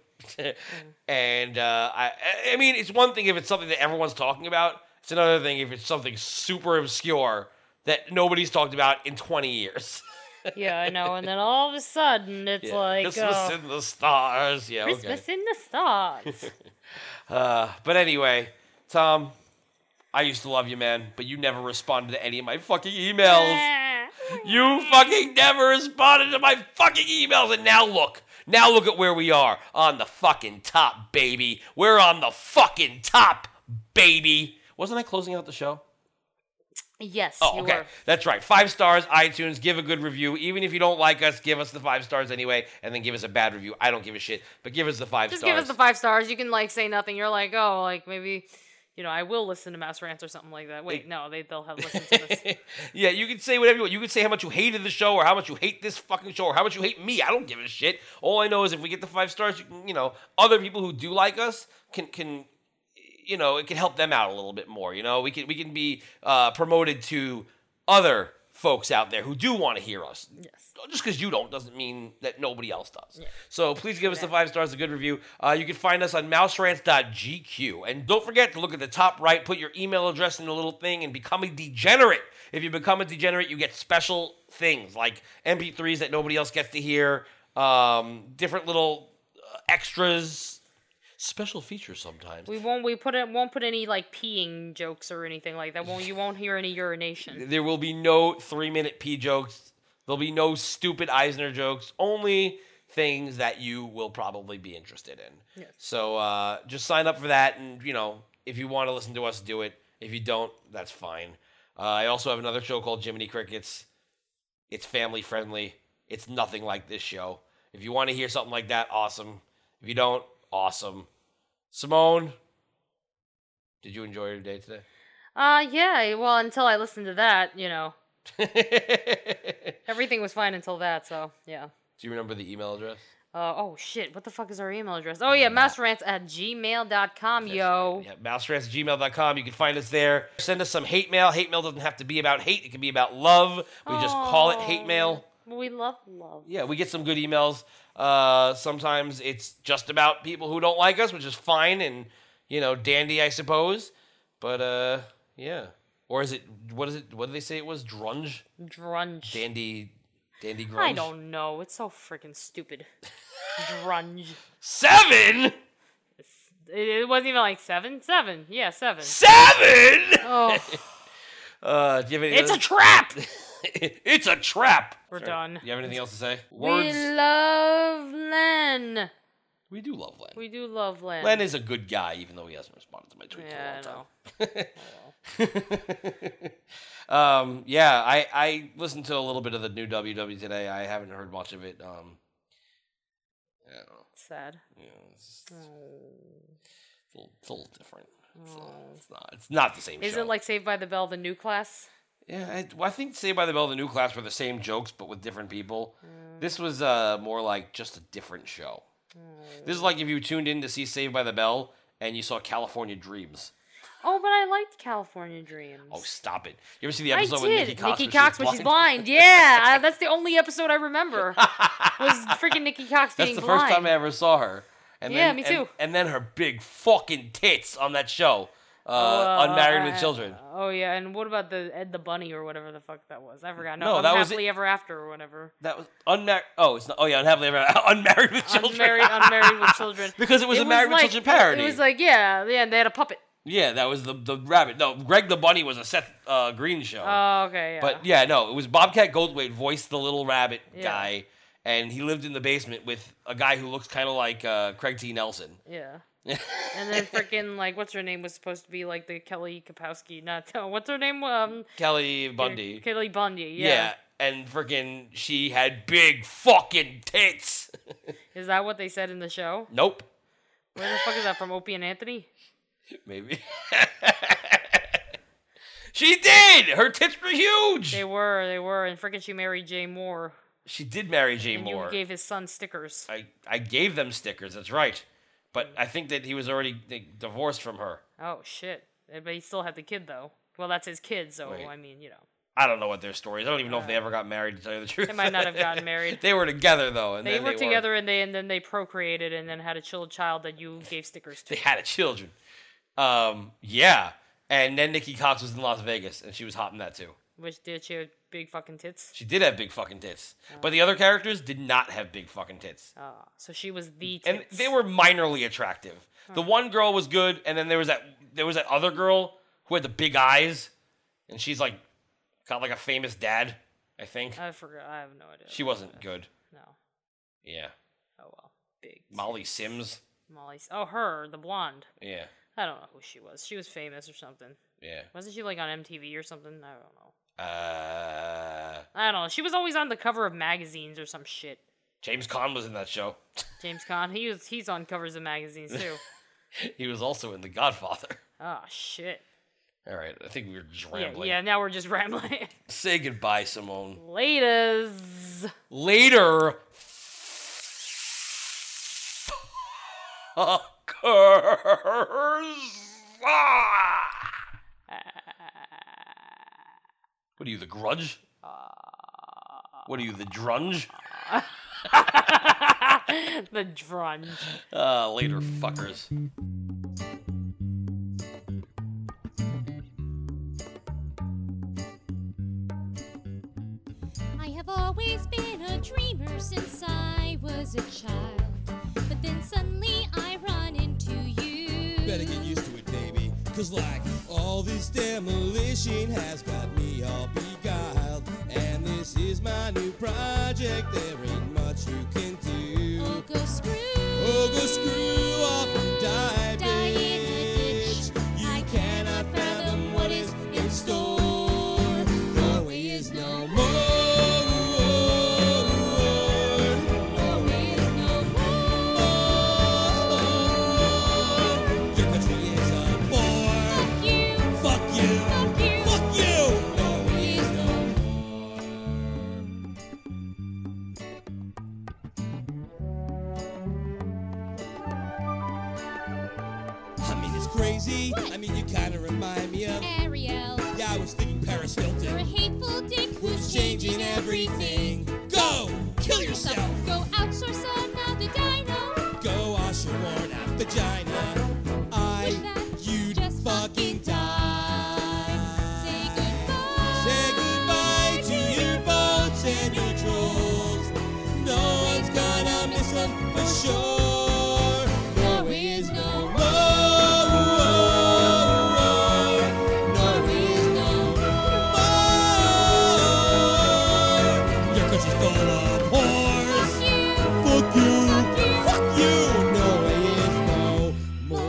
S1: and uh, I, I- I mean, it's one thing if it's something that everyone's talking about. It's another thing if it's something super obscure that nobody's talked about in 20 years.
S3: Yeah, I know. And then all of a sudden, it's
S1: Yeah,
S3: like
S1: Christmas
S3: uh,
S1: in the stars. Yeah, okay.
S3: Christmas in the stars.
S1: Uh, but anyway, Tom, I used to love you, man, but you never responded to any of my fucking emails. you fucking never responded to my fucking emails, and now look. Now look at where we are on the fucking top, baby. We're on the fucking top, baby. Wasn't I closing out the show?
S3: yes.
S1: Oh,
S3: you
S1: okay.
S3: were.
S1: That's right. Five stars, iTunes. Give a good review. Even if you don't like us, give us the five stars anyway, and then give us a bad review. I don't give a shit, but give us the five
S3: Just
S1: stars.
S3: give us the five stars. You can like say nothing. You're like, oh, like maybe, you know, I will listen to Mouse Rants or something like that. Wait, no, they they'll have listened to this.
S1: Yeah, you can say whatever you want. You can say how much you hated the show or how much you hate this fucking show or how much you hate me. I don't give a shit. All I know is if we get the five stars, you can, you know, other people who do like us can can you know, it can help them out a little bit more. You know, we can we can be uh, promoted to other folks out there who do want to hear us. Yes. Just because you don't doesn't mean that nobody else does. So please give us the five stars, a good review. Uh, you can find us on mouserants.gq. And don't forget to look at the top right, put your email address in the little thing, and become a degenerate. If you become a degenerate, you get special things like MP3s that nobody else gets to hear, um, different little uh, extras, special features sometimes.
S3: We won't. We put it. Won't put any like peeing jokes or anything like that. Won't you? Won't hear any urination.
S1: There will be no three minute pee jokes. There'll be no stupid Eisner jokes. Only things that you will probably be interested in.
S3: Yes.
S1: So uh, just sign up for that, and you know, if you want to listen to us, do it. If you don't, that's fine. Uh, I also have another show called Jiminy Crickets. It's family friendly. It's nothing like this show. If you want to hear something like that, awesome. If you don't, awesome. Simone, did you enjoy your day today?
S3: Uh, yeah. Well, until I listened to that, you know, everything was fine until that. So yeah.
S1: Do you remember the email address?
S3: Uh, oh shit! What the fuck is our email address? Oh yeah, mouserants at gmail.com, yo.
S1: Yeah, mouserants@gmail.com. You can find us there. Send us some hate mail. Hate mail doesn't have to be about hate. It can be about love. We just call it hate mail.
S3: We love love.
S1: Yeah, we get some good emails. Uh, sometimes it's just about people who don't like us, which is fine and you know dandy, I suppose. But uh, yeah. Or is it? What is it? What did they say it was? Drunge.
S3: Drunge.
S1: Dandy. Dandy grunge.
S3: I don't know. It's so freaking stupid. Grunge.
S1: Seven.
S3: It, it wasn't even like seven. Seven. Yeah, seven.
S1: Seven.
S3: Oh,
S1: Uh, do you have any
S3: it's a
S1: other-
S3: trap.
S1: it's a trap.
S3: We're done.
S1: You have anything else to say?
S3: We love Len.
S1: We do love Len.
S3: We do love Len.
S1: Len is a good guy, even though he hasn't responded to my tweet.
S3: Yeah, I know.
S1: Um, yeah, I, I listened to a little bit of the new WW today. I haven't heard much of it. Um, I don't know.
S3: Sad. Mm.
S1: Yeah, it's, it's a little, it's a little different. It's, a little- it's not. It's not the same.
S3: Is
S1: show.
S3: it like Saved by the Bell, the new class?
S1: Yeah, I, well, I think Saved by the Bell, the new class were the same jokes, but with different people.
S3: Mm.
S1: This was uh, more like just a different show.
S3: Mm.
S1: This is like if you tuned in to see Saved by the Bell and you saw California Dreams.
S3: Oh, but I liked California Dreams.
S1: Oh, stop it! You ever see the
S3: I
S1: episode
S3: did.
S1: with Nikki Cox?
S3: Nikki
S1: when
S3: Cox when she's blind. Yeah, I, that's the only episode I remember. was freaking Nikki Cox
S1: That's
S3: being
S1: the
S3: blind.
S1: first time I ever saw her. And
S3: Yeah,
S1: then,
S3: me
S1: and-
S3: too.
S1: And, then her big fucking tits on that show, uh, Unmarried with
S3: uh,
S1: Children.
S3: Oh yeah, and what about the Ed the Bunny or whatever the fuck that was? I forgot. No,
S1: No, that was
S3: Unhappily Ever After or whatever.
S1: That was unmarried. Oh, it's not. Oh yeah, unhappily ever unmarried with children.
S3: Unmarried, unmarried with children.
S1: Because it was a Married with
S3: like-
S1: Children parody.
S3: It was like yeah, yeah, and they had a puppet.
S1: yeah, that was the the rabbit. No, Greg the Bunny was a Seth uh, Green show.
S3: Oh okay, yeah.
S1: But yeah, no, it was Bobcat Goldthwait voiced the little rabbit
S3: Yeah.
S1: guy, and he lived in the basement with a guy who looks kind of like uh, Craig T. Nelson.
S3: yeah. and then freaking like what's her name was supposed to be like the Kelly Kapowski, not what's her name? Um,
S1: Kelly Bundy.
S3: Kelly Bundy.
S1: yeah. and freaking she had big fucking tits.
S3: Is that what they said in the show?
S1: Nope,
S3: Where the fuck is that from? Opie and Anthony?
S1: maybe. she did. Her tits were huge.
S3: They were, they were, and freaking she married Jay Moore.
S1: She did marry Jay
S3: and
S1: Moore.
S3: You gave his son stickers.
S1: I I gave them stickers. That's right. But I think that he was already like, divorced from her.
S3: Oh shit! Eh, But he still had the kid though. Well, that's his kid, so
S1: Wait.
S3: I mean, you know,
S1: I don't know what their story is. I don't even know if they ever got married. To tell you the truth,
S3: Uh, They might not have gotten married.
S1: they were together though, and
S3: they
S1: then
S3: were
S1: they
S3: together, and they and then they procreated, and then had a chill child that you gave stickers to.
S1: They had a children. Um, yeah. And then Nikki Cox was in Las Vegas, and she was hot in that too.
S3: Which did she have big fucking tits?
S1: She did have big fucking tits, but the other characters did not have big fucking tits,
S3: Ah, so she was the tits. Hmm.
S1: and they were minorly attractive. The one girl was good, and then there was that there was that other girl who had the big eyes, and she's like got like a famous dad, I think.
S3: I forgot. I have no idea.
S1: She wasn't good.
S3: No.
S1: Yeah.
S3: Oh well. Big.
S1: Molly Sims.
S3: Molly. Oh, her, the blonde.
S1: Yeah.
S3: I don't know who she was. She was famous or something.
S1: Yeah.
S3: Wasn't she like on MTV or something? I don't know.
S1: Uh,
S3: I don't know. She was always on the cover of magazines or some shit.
S1: James Caan was in that show.
S3: James Caan, he was he's on covers of magazines too.
S1: he was also in The Godfather.
S3: oh shit.
S1: All right, I think we were just
S3: Yeah,
S1: rambling.
S3: yeah, now we're just rambling.
S1: Say goodbye, Simone.
S3: Laters.
S1: Later. Fuckers.
S3: Ah.
S1: What are you, the grudge?
S3: Uh,
S1: What are you, the drunge?
S27: the drunge.
S1: Uh, later, fuckers.
S3: I have always been a dreamer since I was a child. But then suddenly I run into you.
S19: Better get used to it, baby. Cause like all this demolition has got me all beguiled. And this is my new project. There ain't much you can do. Oh,
S3: go screw.
S19: Oh, go screw off and die,
S3: Die in
S19: bitch. You cannot fathom what is in store. Norway is no more. Norway is no more. Your country is a bore. Fuck you. Fuck you. Fuck you. Fuck you. Norway is no I mean, it's crazy. I mean, you kind of remind me of.
S3: Ariel.
S19: Yeah, I was thinking Paris Hilton.
S3: You're a hateful dick
S19: Who's
S3: who's
S19: changing everything? Go! Kill yourself!
S3: Go outsource another dino.
S19: Go wash your worn out vagina. I, you'd fucking die. Say goodbye. Say goodbye to your boats and your trolls. No one's gonna miss them for sure. Norway is no more. Norway is no more. Your country's full of whores. Fuck you. Fuck you. Norway is no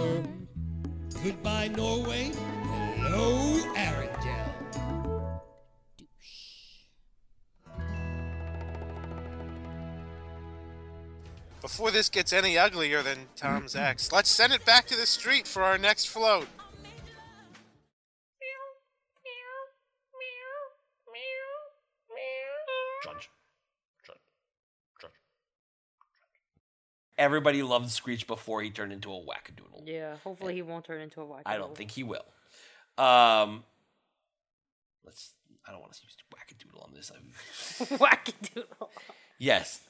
S19: more. Goodbye, Norway. Hello, Arendelle.
S8: Before this gets any uglier than Tom's ex, let's send it back to the street for our next float.
S1: Drudge. Drudge. Drudge. Everybody loved Screech before he turned into a wackadoodle.
S27: Yeah, hopefully he won't turn into a wackadoodle.
S1: I don't think he will. Um, let's. I don't want to use wackadoodle on this. I'm-
S27: wackadoodle.
S1: yes,